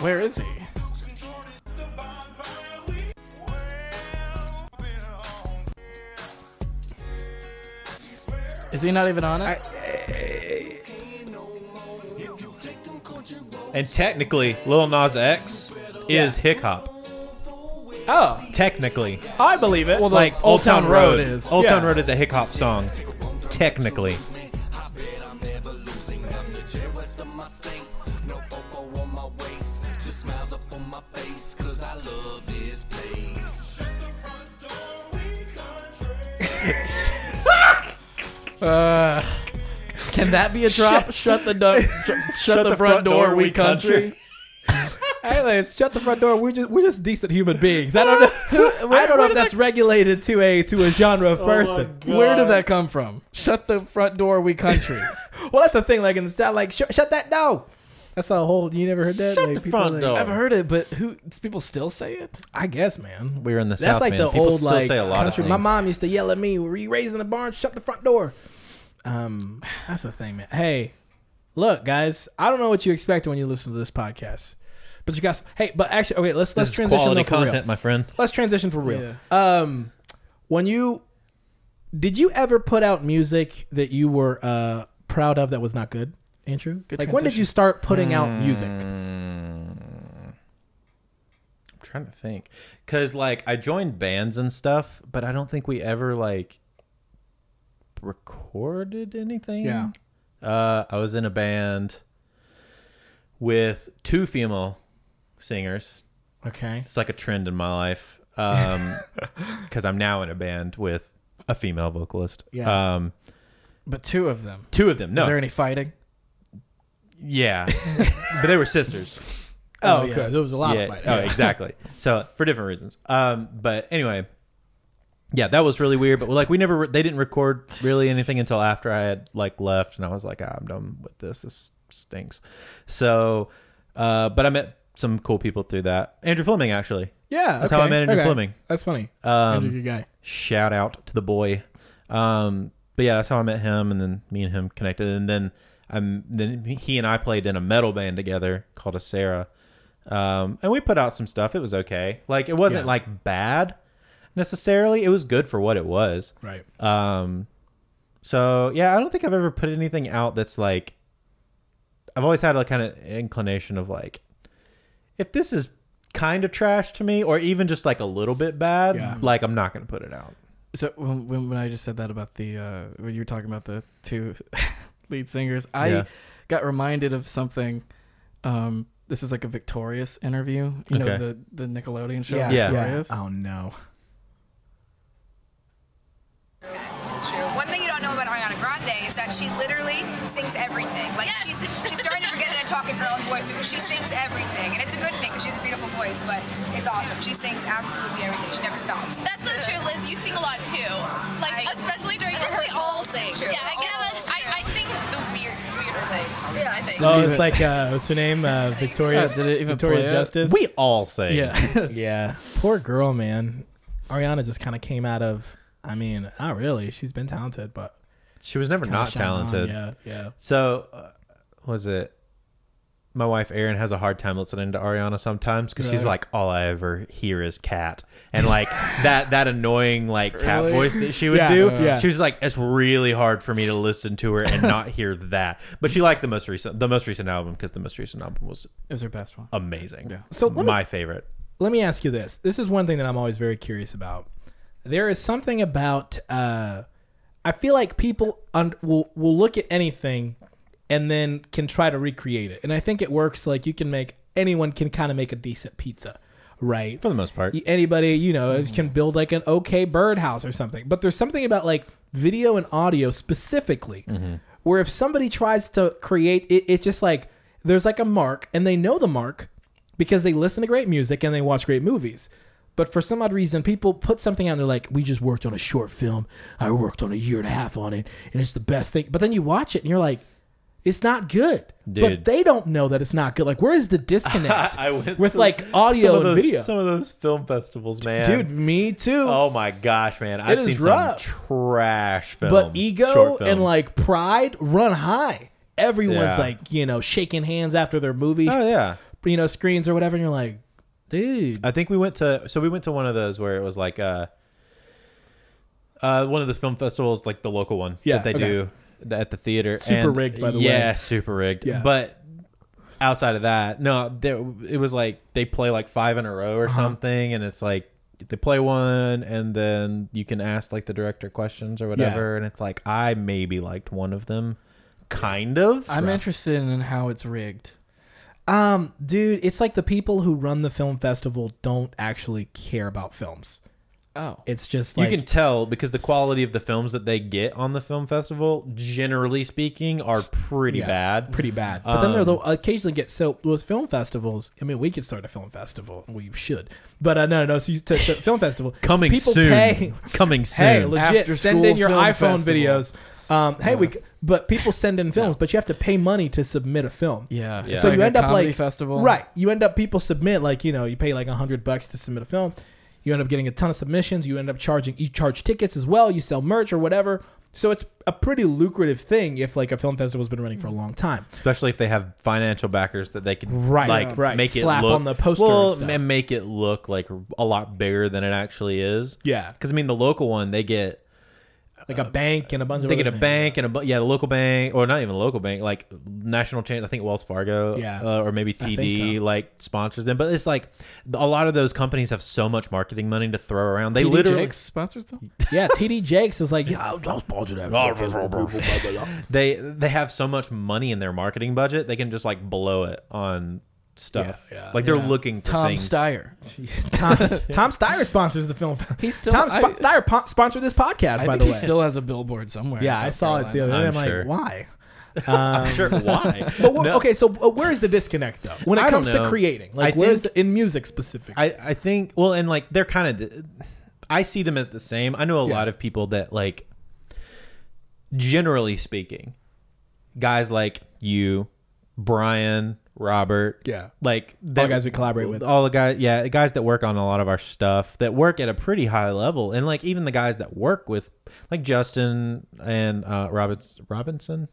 [SPEAKER 3] Where is he? Is he not even on it?
[SPEAKER 4] And technically, Lil Nas X is hip hop.
[SPEAKER 3] oh,
[SPEAKER 4] Technically,
[SPEAKER 3] I believe it. Well, like Old Town Road is.
[SPEAKER 4] Old Town
[SPEAKER 3] Yeah.
[SPEAKER 4] Road is a hip hop song. Technically,
[SPEAKER 3] Uh, can that be a <laughs> drop? shut the do- sh- shut, the, front, door, We country.
[SPEAKER 2] Hey, let's shut the front door. We're just we're just decent human beings. I don't know. I don't know
[SPEAKER 3] where
[SPEAKER 2] if
[SPEAKER 3] did
[SPEAKER 2] that's regulated to a to a genre of person.
[SPEAKER 3] Where did that come from? Shut the front door, we country.
[SPEAKER 2] well, that's the thing. Like in the style, like sh- shut that door. That's a whole. You never heard that? Shut like,
[SPEAKER 4] the
[SPEAKER 2] people,
[SPEAKER 4] front
[SPEAKER 2] like-
[SPEAKER 4] door.
[SPEAKER 3] <laughs> I've heard it, but who? People still say it.
[SPEAKER 2] I guess, man.
[SPEAKER 4] we're in the
[SPEAKER 2] That's
[SPEAKER 4] South.
[SPEAKER 2] like
[SPEAKER 4] man.
[SPEAKER 2] the
[SPEAKER 4] People
[SPEAKER 2] old
[SPEAKER 4] still
[SPEAKER 2] like
[SPEAKER 4] say a lot of
[SPEAKER 2] country. My
[SPEAKER 4] things.
[SPEAKER 2] mom used to yell at me, "Were you raised in the barn? Shut the front door." Um, that's the thing, man. Hey, look, guys. I don't know what you expect when you listen to this podcast, but you guys. Hey, but actually, okay. Let's
[SPEAKER 4] This
[SPEAKER 2] let's
[SPEAKER 4] is
[SPEAKER 2] transition
[SPEAKER 4] quality
[SPEAKER 2] though for real.
[SPEAKER 4] content, my friend.
[SPEAKER 2] Let's transition for real. Um, when you did you ever put out music that you were uh proud of that was not good, Andrew?
[SPEAKER 3] Good
[SPEAKER 2] like when did
[SPEAKER 3] transition.
[SPEAKER 2] you start putting
[SPEAKER 4] Hmm.
[SPEAKER 2] out music?
[SPEAKER 4] I'm trying to think, because like I joined bands and stuff, but I don't think we ever like recorded anything.
[SPEAKER 2] Yeah.
[SPEAKER 4] Uh, I was in a band with two female singers.
[SPEAKER 2] Okay.
[SPEAKER 4] It's like a trend in my life.
[SPEAKER 3] <laughs>
[SPEAKER 4] Um, because I'm now in a band with a female vocalist.
[SPEAKER 2] Yeah.
[SPEAKER 4] Um,
[SPEAKER 3] But two of them.
[SPEAKER 4] two of them. No.
[SPEAKER 3] Is there any fighting? <laughs>
[SPEAKER 4] yeah. but they were sisters.
[SPEAKER 2] Oh, okay. There was a lot
[SPEAKER 4] yeah.
[SPEAKER 2] of fighting.
[SPEAKER 4] Oh, exactly. So for different reasons. Um, but anyway, yeah, that was really weird. But like, we never they didn't record really anything until after I had like left, and I was like, ah, I'm done with this. This stinks. So, uh, but I met some cool people through that. Andrew Fleming actually.
[SPEAKER 2] Yeah,
[SPEAKER 4] That's how I met Andrew Fleming.
[SPEAKER 2] That's funny.
[SPEAKER 4] Um,
[SPEAKER 2] Andrew's your guy.
[SPEAKER 4] shout out to the boy. Um, but yeah, that's how I met him, and then me and him connected, and then I'm then he and I played in a metal band together called Acera, um, and we put out some stuff. It was okay, like it wasn't
[SPEAKER 2] Yeah.
[SPEAKER 4] like bad necessarily. It was good for what it was.
[SPEAKER 2] Right.
[SPEAKER 4] Um, so yeah, I don't think I've ever put anything out that's like. I've always had a kind of inclination of like, if this is kind of trash to me, or even just like a little bit bad,
[SPEAKER 2] Yeah.
[SPEAKER 4] like I'm not gonna put it out.
[SPEAKER 3] So when, when when I just said that about the uh, when you were talking about the two <laughs> lead singers, I
[SPEAKER 4] Yeah.
[SPEAKER 3] got reminded of something. Um, this was like a Victorious interview, you know
[SPEAKER 4] Okay.
[SPEAKER 3] the the Nickelodeon show
[SPEAKER 2] Yeah.
[SPEAKER 4] Yeah.
[SPEAKER 3] Victorious.
[SPEAKER 2] Oh no.
[SPEAKER 11] It's true. One thing you don't know about Ariana Grande is that she literally sings everything. Like she's she's starting to forget how to talk in her own voice because she sings everything, and it's a good thing because she's a beautiful voice. But it's awesome. She sings absolutely everything. She never stops.
[SPEAKER 9] That's so true, Liz. You sing a lot too. Like especially during
[SPEAKER 11] I think we
[SPEAKER 9] rehearsals.
[SPEAKER 11] all sing.
[SPEAKER 9] It's true. Yeah, I
[SPEAKER 11] All
[SPEAKER 9] guess
[SPEAKER 11] that's true.
[SPEAKER 9] I, I sing the weird, weirder things. Yeah, I think.
[SPEAKER 2] Oh, it's like uh, what's her name?
[SPEAKER 3] <laughs>
[SPEAKER 2] Uh, Victoria.
[SPEAKER 3] Yeah, did it even
[SPEAKER 2] Victoria
[SPEAKER 3] play it?
[SPEAKER 2] Justice.
[SPEAKER 4] We all say,
[SPEAKER 3] Yeah.
[SPEAKER 2] Yeah. Poor girl, man. Ariana just kind of came out of. I mean, not really. She's been talented, but
[SPEAKER 4] she was never
[SPEAKER 2] kinda
[SPEAKER 4] not
[SPEAKER 2] shine on.
[SPEAKER 4] talented.
[SPEAKER 2] Yeah, yeah.
[SPEAKER 4] So, uh, was it? My wife Erin has a hard time listening to Ariana sometimes because she's
[SPEAKER 2] Really?
[SPEAKER 4] like, all I ever hear is cat,
[SPEAKER 2] <laughs>
[SPEAKER 4] and like that that annoying like cat voice that she would
[SPEAKER 2] Yeah,
[SPEAKER 4] do.
[SPEAKER 2] yeah.
[SPEAKER 4] She was like, it's really hard for me to listen to her and not hear that. But she liked the most recent the most recent album because the most recent album was
[SPEAKER 3] It was her best one.
[SPEAKER 4] amazing. Yeah.
[SPEAKER 2] So let me-
[SPEAKER 4] my favorite.
[SPEAKER 2] Let me ask you this. This is one thing that I'm always very curious about. There is something about. Uh, I feel like people un- will will look at anything, and then can try to recreate it. And I think it works. Like you can make anyone can kind of make a decent pizza, right?
[SPEAKER 4] For the most part.
[SPEAKER 2] y- anybody you know can build like an okay birdhouse or something but there's something about like video and audio specifically
[SPEAKER 4] Mm-hmm.
[SPEAKER 2] where if somebody tries to create it it's just like there's like a mark and they know the mark because they listen to great music and they watch great movies but for some odd reason people put something out and they're like we just worked on a short film i worked on a year and a half on it and it's the best thing but then you watch it and you're like it's not good
[SPEAKER 4] Dude.
[SPEAKER 2] but they don't know that it's not good like where is the
[SPEAKER 4] <laughs>
[SPEAKER 2] disconnect with
[SPEAKER 4] to
[SPEAKER 2] like
[SPEAKER 4] some
[SPEAKER 2] audio
[SPEAKER 4] of
[SPEAKER 2] and
[SPEAKER 4] those-
[SPEAKER 2] video
[SPEAKER 4] Some of those film festivals, man.
[SPEAKER 2] dude me too
[SPEAKER 4] Oh my gosh, man! I've
[SPEAKER 2] is
[SPEAKER 4] seen
[SPEAKER 2] rough.
[SPEAKER 4] some trash films,
[SPEAKER 2] but ego
[SPEAKER 4] short films.
[SPEAKER 2] and like pride run high everyone's
[SPEAKER 4] Yeah.
[SPEAKER 2] like you know shaking hands after their movie
[SPEAKER 4] oh yeah,
[SPEAKER 2] you know screens or whatever, and you're like, dude.
[SPEAKER 4] I think we went to so we went to one of those where it was like uh uh one of the film festivals, like the local one
[SPEAKER 2] Yeah,
[SPEAKER 4] that they
[SPEAKER 2] okay.
[SPEAKER 4] do at the theater.
[SPEAKER 2] Super
[SPEAKER 4] And-
[SPEAKER 2] rigged, by the way.
[SPEAKER 4] Yeah, super rigged.
[SPEAKER 2] Yeah.
[SPEAKER 4] But outside of that, no, there, it was like they play like five in a row
[SPEAKER 2] Uh-huh.
[SPEAKER 4] or something, and it's like they play one, and then you can ask like the director questions or whatever, and it's like I maybe liked one of them, kind of.
[SPEAKER 3] I'm interested in how it's rigged.
[SPEAKER 2] Um, dude, it's like the people who run the film festival don't actually care about films.
[SPEAKER 3] Oh.
[SPEAKER 2] It's just
[SPEAKER 4] you
[SPEAKER 2] like
[SPEAKER 4] can tell because the quality of the films that they get on the film festival, generally speaking, are pretty
[SPEAKER 2] yeah,
[SPEAKER 4] bad.
[SPEAKER 2] Pretty bad. But then
[SPEAKER 4] Um,
[SPEAKER 2] they'll occasionally get so with film festivals. I mean, we could start a film festival. We should, but uh, no, no. So you to, to film festival
[SPEAKER 4] Coming
[SPEAKER 2] people
[SPEAKER 4] soon.
[SPEAKER 2] Pay,
[SPEAKER 4] <laughs> Coming
[SPEAKER 2] Hey,
[SPEAKER 4] soon.
[SPEAKER 2] legit.
[SPEAKER 3] After
[SPEAKER 2] send in
[SPEAKER 3] school
[SPEAKER 2] your
[SPEAKER 3] film
[SPEAKER 2] iPhone
[SPEAKER 3] festival.
[SPEAKER 2] videos. Um, hey, we. c- But people send in films, but you have to pay money to submit a film.
[SPEAKER 3] Yeah.
[SPEAKER 4] Yeah.
[SPEAKER 2] So you
[SPEAKER 3] a
[SPEAKER 2] end up
[SPEAKER 3] comedy
[SPEAKER 2] like
[SPEAKER 3] festival.
[SPEAKER 2] right? You end up people submit like you know you pay like a hundred bucks to submit a film. You end up getting a ton of submissions. You end up charging you charge tickets as well. You sell merch or whatever. So it's a pretty lucrative thing if like a film festival's been running for a long time.
[SPEAKER 4] especially if they have financial backers that they can
[SPEAKER 2] Right,
[SPEAKER 4] like
[SPEAKER 2] right.
[SPEAKER 4] make
[SPEAKER 2] Slap
[SPEAKER 4] it look,
[SPEAKER 2] on the poster and
[SPEAKER 4] well,
[SPEAKER 2] stuff.
[SPEAKER 4] and make it look like a lot bigger than it actually is.
[SPEAKER 2] Yeah.
[SPEAKER 4] because I mean the local one they get
[SPEAKER 2] Like a bank and a bunch of
[SPEAKER 4] they get a
[SPEAKER 2] other things.
[SPEAKER 4] bank and a bu- yeah the local bank or not even a local bank like national chain I think Wells Fargo
[SPEAKER 2] Yeah.
[SPEAKER 4] uh, or maybe
[SPEAKER 2] I think
[SPEAKER 4] TD like sponsors them but it's like a lot of those companies have so much marketing money to throw around they
[SPEAKER 3] TD
[SPEAKER 4] literally
[SPEAKER 3] Jakes sponsors them.
[SPEAKER 2] Yeah, TD Jakes is like, yeah, I'll, I'll sponsor that.
[SPEAKER 4] they they have so much money in their marketing budget they can just like blow it on stuff
[SPEAKER 2] Yeah, yeah.
[SPEAKER 4] like they're looking for
[SPEAKER 3] Tom
[SPEAKER 4] things <laughs>
[SPEAKER 3] Steyer. <laughs>
[SPEAKER 2] Tom, Tom Steyer sponsors the film.
[SPEAKER 3] He's still-
[SPEAKER 2] Tom Sp-
[SPEAKER 3] I-
[SPEAKER 2] Steyer po- sponsored this podcast, by
[SPEAKER 3] I think
[SPEAKER 2] the
[SPEAKER 3] he
[SPEAKER 2] way.
[SPEAKER 3] still has a billboard somewhere.
[SPEAKER 2] yeah,
[SPEAKER 3] in
[SPEAKER 2] I
[SPEAKER 3] South
[SPEAKER 2] saw it the other
[SPEAKER 3] Carolina.
[SPEAKER 2] day. I'm
[SPEAKER 4] I'm sure. <laughs>
[SPEAKER 2] like, why?
[SPEAKER 4] I'm sure why
[SPEAKER 2] <laughs> But what,
[SPEAKER 4] No.
[SPEAKER 2] okay, so uh, where is the disconnect though? When
[SPEAKER 4] I
[SPEAKER 2] it
[SPEAKER 4] don't
[SPEAKER 2] comes to
[SPEAKER 4] know.
[SPEAKER 2] creating, like
[SPEAKER 4] I
[SPEAKER 2] where's
[SPEAKER 4] think-
[SPEAKER 2] the in music specifically?
[SPEAKER 4] I, I think well and like they're kind of I see them as the same. I know a
[SPEAKER 2] Yeah.
[SPEAKER 4] lot of people that like generally speaking guys like you, Brian, Robert,
[SPEAKER 2] Yeah.
[SPEAKER 4] like
[SPEAKER 2] the guys we collaborate with.
[SPEAKER 4] all the guys, yeah, the guys that work on a lot of our stuff that work at a pretty high level, and like even the guys that work with, like Justin and uh, Roberts Robinson,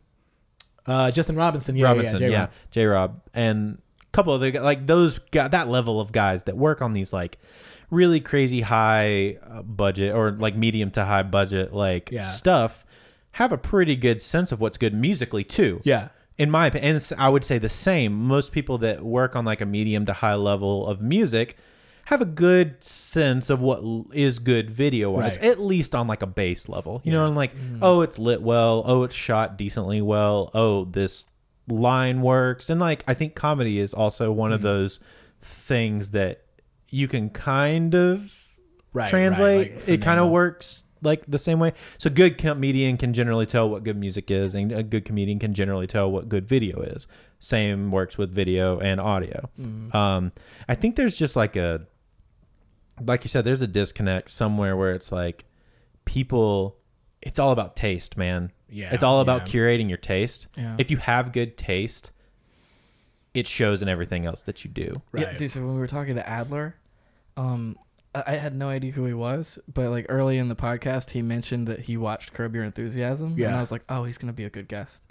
[SPEAKER 2] Uh, Justin Robinson, yeah,
[SPEAKER 4] Robinson,
[SPEAKER 2] yeah,
[SPEAKER 4] yeah,
[SPEAKER 2] yeah,
[SPEAKER 4] J.
[SPEAKER 2] J-Rob.
[SPEAKER 4] Rob, and a couple other guys, like those guy, that level of guys that work on these like really crazy high uh, budget or like medium to high budget like
[SPEAKER 2] Yeah.
[SPEAKER 4] stuff have a pretty good sense of what's good musically too.
[SPEAKER 2] Yeah.
[SPEAKER 4] In my opinion, and it's- I would say the same. Most people that work on like a medium to high level of music have a good sense of what l- is good video wise,
[SPEAKER 2] Right.
[SPEAKER 4] at least on like a base level. You know, I'm like, oh, it's lit well. Oh, it's shot decently well. Oh, this line works. And like, I think comedy is also one of those things that you can kind of
[SPEAKER 2] Right,
[SPEAKER 4] translate.
[SPEAKER 2] right, like
[SPEAKER 4] it kind
[SPEAKER 2] Fernando.
[SPEAKER 4] of works like the same way. So good comedian can generally tell what good music is, and a good comedian can generally tell what good video is. Same works with video and audio.
[SPEAKER 2] Mm-hmm.
[SPEAKER 4] Um, I think there's just like a, like you said, there's a disconnect somewhere where it's like people. It's all about taste, man.
[SPEAKER 2] Yeah,
[SPEAKER 4] it's all about
[SPEAKER 2] yeah.
[SPEAKER 4] curating your taste.
[SPEAKER 3] Yeah.
[SPEAKER 4] If you have good taste, it shows in everything else that you do.
[SPEAKER 3] Yeah,
[SPEAKER 2] Right.
[SPEAKER 3] dude, so when we were talking to Adler, um, I I had no idea who he was, but like early in the podcast, he mentioned that he watched Curb Your Enthusiasm, and
[SPEAKER 2] Yeah.
[SPEAKER 3] I was like, oh, he's gonna be a good guest.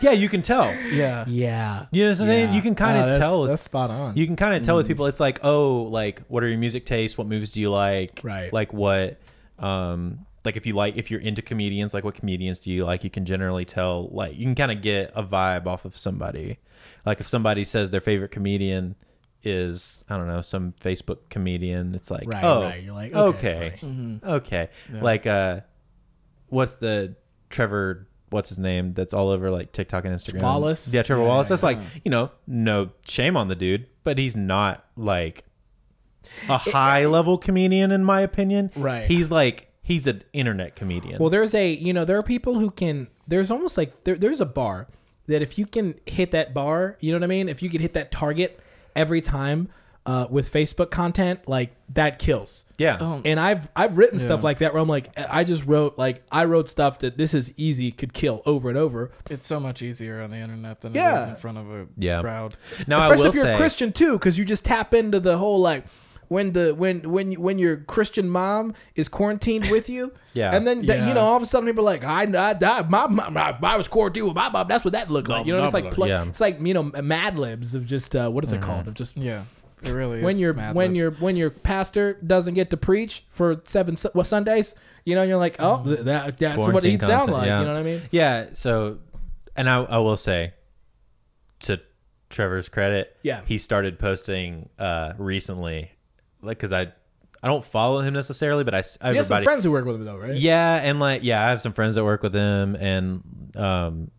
[SPEAKER 4] Yeah, you can tell.
[SPEAKER 3] Yeah,
[SPEAKER 2] <laughs> Yeah,
[SPEAKER 4] You know what I'm saying? You can kinda
[SPEAKER 2] Oh, that's-
[SPEAKER 4] tell it's-
[SPEAKER 2] That's spot on.
[SPEAKER 4] you can kind of tell
[SPEAKER 2] Mm-hmm.
[SPEAKER 4] with people it's like oh like what are your music tastes what movies do you like
[SPEAKER 2] Right.
[SPEAKER 4] like what um like if you like if you're into comedians like what comedians do you like you can generally tell like you can kind of get a vibe off of somebody like if somebody says their favorite comedian is i don't know some facebook comedian it's like
[SPEAKER 2] Right,
[SPEAKER 4] oh
[SPEAKER 2] right. You're like, okay,
[SPEAKER 4] okay Mm-hmm. okay, like uh what's the trevor what's his name that's all over like tiktok and instagram
[SPEAKER 2] Wallace?
[SPEAKER 4] yeah trevor
[SPEAKER 2] Yeah,
[SPEAKER 4] wallace
[SPEAKER 2] yeah,
[SPEAKER 4] that's like you know no shame on the dude but he's not like a high level comedian in my opinion
[SPEAKER 2] Right.
[SPEAKER 4] he's like he's an internet comedian
[SPEAKER 2] Well, there's a you know there are people who can. There's almost like there, there's a bar that if you can hit that bar, you know what I mean. If you can hit that target every time uh, with Facebook content, like that kills.
[SPEAKER 4] yeah
[SPEAKER 3] Oh.
[SPEAKER 2] And I've I've written stuff
[SPEAKER 3] Yeah.
[SPEAKER 2] like that where I'm like I just wrote like I wrote stuff that this is easy could kill over and over,
[SPEAKER 3] it's so much easier on the internet than it
[SPEAKER 2] Yeah.
[SPEAKER 3] is in front of a
[SPEAKER 4] Yeah.
[SPEAKER 3] crowd.
[SPEAKER 4] now i
[SPEAKER 2] especially
[SPEAKER 4] will
[SPEAKER 2] if you're
[SPEAKER 4] say
[SPEAKER 2] a Christian too, because you just tap into the whole like when the when when when your Christian mom is quarantined with you.
[SPEAKER 4] <laughs> Yeah.
[SPEAKER 2] and then that-
[SPEAKER 4] Yeah.
[SPEAKER 2] you know all of a sudden people are like, I I died. My, my, my I was quarantined with my mom. That's what that looked like. You know, it's like
[SPEAKER 4] blah,
[SPEAKER 2] pl-
[SPEAKER 4] yeah. Mm-hmm.
[SPEAKER 2] it's like you know Mad Libs of just uh, what is it called of just
[SPEAKER 3] yeah. It really is
[SPEAKER 2] when your
[SPEAKER 3] Mad
[SPEAKER 2] when
[SPEAKER 3] Libs.
[SPEAKER 2] your when your pastor doesn't get to preach for seven su- what Sundays, you know, you're like, oh, th- that, that's what
[SPEAKER 4] Mm-hmm. Quarantine
[SPEAKER 2] he'd sound
[SPEAKER 4] content,
[SPEAKER 2] like.
[SPEAKER 4] yeah.
[SPEAKER 2] You know what I mean?
[SPEAKER 4] Yeah. So, and I, I will say, to Trevor's credit,
[SPEAKER 2] Yeah.
[SPEAKER 4] he started posting uh recently, like because I, I don't follow him necessarily, but I s-
[SPEAKER 2] You have some
[SPEAKER 4] everybody
[SPEAKER 2] friends who work with him though, right?
[SPEAKER 4] Yeah, and like yeah, I have some friends that work with him, and um,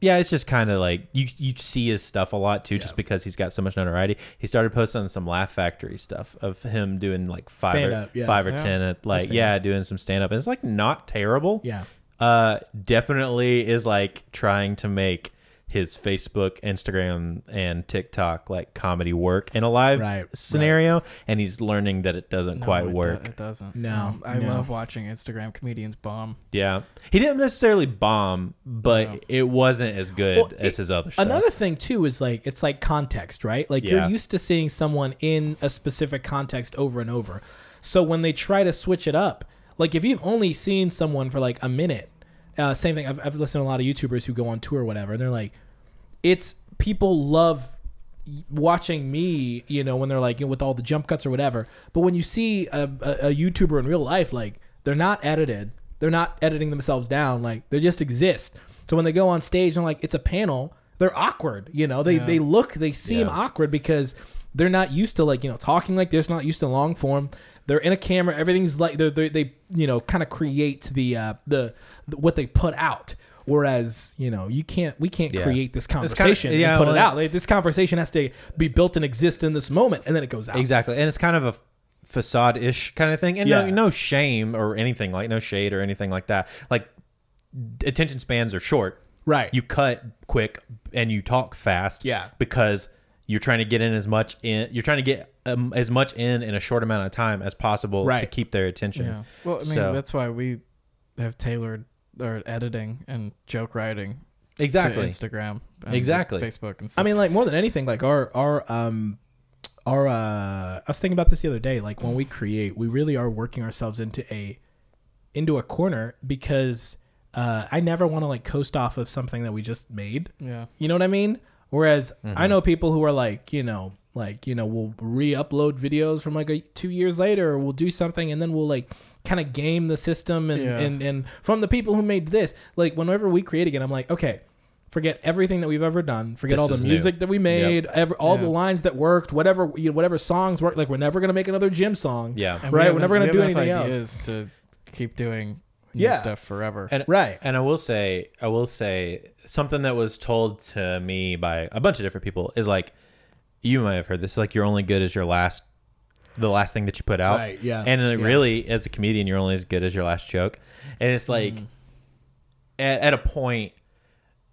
[SPEAKER 4] yeah, it's just kind of like you you see his stuff a lot too, just because he's got so much notoriety. He started posting some Laugh Factory stuff of him doing like five or
[SPEAKER 2] Stand-up, yeah.
[SPEAKER 4] five or
[SPEAKER 2] Yeah.
[SPEAKER 4] ten, at, like
[SPEAKER 2] Stand-up.
[SPEAKER 4] yeah, doing some stand up, and it's like not terrible.
[SPEAKER 2] Yeah.
[SPEAKER 4] uh, definitely is like trying to make his Facebook, Instagram, and TikTok like comedy work in a live
[SPEAKER 3] Right,
[SPEAKER 4] scenario, and he's learning that it doesn't
[SPEAKER 3] No,
[SPEAKER 4] quite
[SPEAKER 3] it do-
[SPEAKER 4] work.
[SPEAKER 3] it doesn't.
[SPEAKER 2] No,
[SPEAKER 3] Um, I
[SPEAKER 2] no.
[SPEAKER 3] love watching Instagram comedians bomb.
[SPEAKER 4] Yeah, he didn't necessarily bomb, but it wasn't as good
[SPEAKER 2] Well,
[SPEAKER 4] as
[SPEAKER 2] it-
[SPEAKER 4] his other stuff.
[SPEAKER 2] Another thing too is like it's like context, right? Like
[SPEAKER 4] Yeah.
[SPEAKER 2] you're used to seeing someone in a specific context over and over. So when they try to switch it up, like if you've only seen someone for like a minute, uh, same thing. I've, I've listened to a lot of YouTubers who go on tour or whatever, and they're like, it's people love watching me, you know, when they're like you know, with all the jump cuts or whatever. But when you see a, a, a YouTuber in real life, like they're not edited, they're not editing themselves down, like they just exist. So when they go on stage and like it's a panel, they're awkward, you know. They
[SPEAKER 3] Yeah.
[SPEAKER 2] they look, they seem
[SPEAKER 3] Yeah.
[SPEAKER 2] awkward because they're not used to like you know talking like this, not used to long form. They're in a camera, everything's like they're, they they you know kind of create the uh, the, the what they put out. Whereas you know you can't we can't
[SPEAKER 4] Yeah.
[SPEAKER 2] create this
[SPEAKER 4] It's kinda-
[SPEAKER 2] conversation
[SPEAKER 4] yeah,
[SPEAKER 2] and put
[SPEAKER 4] well,
[SPEAKER 2] it out. Like, this conversation has to be built and exist in this moment, and then it goes out.
[SPEAKER 4] exactly, and it's kind of a facade ish kind of thing, and no,
[SPEAKER 2] Yeah.
[SPEAKER 4] no shame or anything like no shade or anything like that. Like attention spans are short,
[SPEAKER 2] right?
[SPEAKER 4] You cut quick and you talk fast,
[SPEAKER 2] Yeah.
[SPEAKER 4] because you're trying to get in as much in you're trying to get um, as much in in a short amount of time as possible to
[SPEAKER 2] Right.
[SPEAKER 4] keep their attention.
[SPEAKER 3] Yeah. Well, I mean,
[SPEAKER 4] So-
[SPEAKER 3] that's why we have tailored our editing and joke writing
[SPEAKER 4] Exactly.
[SPEAKER 3] to Instagram, and
[SPEAKER 4] Exactly.
[SPEAKER 3] Facebook, and stuff.
[SPEAKER 2] I mean, like more than anything, like our our um our uh, I was thinking about this the other day. Like when we create, we really are working ourselves into a into a corner because uh, I never want to like coast off of something that we just made.
[SPEAKER 3] Yeah.
[SPEAKER 2] you know what I mean. Whereas
[SPEAKER 4] Mm-hmm.
[SPEAKER 2] I know people who are like, you know, like you know, we'll re-upload videos from like a two years later, or we'll do something, and then we'll like kind of game the system and
[SPEAKER 3] Yeah.
[SPEAKER 2] and and from the people who made this. Like whenever we create again, I'm like, okay. Forget everything that we've ever done. Forget
[SPEAKER 4] This
[SPEAKER 2] all the
[SPEAKER 4] is new.
[SPEAKER 2] music that we made, every, all
[SPEAKER 3] Yeah.
[SPEAKER 2] the lines that worked, whatever you know, whatever songs worked. Like we're never gonna make another gym song.
[SPEAKER 4] Yeah.
[SPEAKER 3] And
[SPEAKER 2] right.
[SPEAKER 3] have
[SPEAKER 2] We're never
[SPEAKER 3] en-
[SPEAKER 2] gonna
[SPEAKER 3] we
[SPEAKER 2] do
[SPEAKER 3] have enough
[SPEAKER 2] anything else.
[SPEAKER 3] ideas to keep doing new
[SPEAKER 2] Yeah.
[SPEAKER 3] stuff forever.
[SPEAKER 4] And,
[SPEAKER 2] Right.
[SPEAKER 4] And I will say, I will say something that was told to me by a bunch of different people is like, you might have heard this, like you're only good as your last, the last thing that you put out.
[SPEAKER 2] Right, yeah,
[SPEAKER 4] And it
[SPEAKER 2] yeah.
[SPEAKER 4] really, as a comedian, you're only as good as your last joke. And it's like,
[SPEAKER 2] Mm-hmm.
[SPEAKER 4] at, at a point,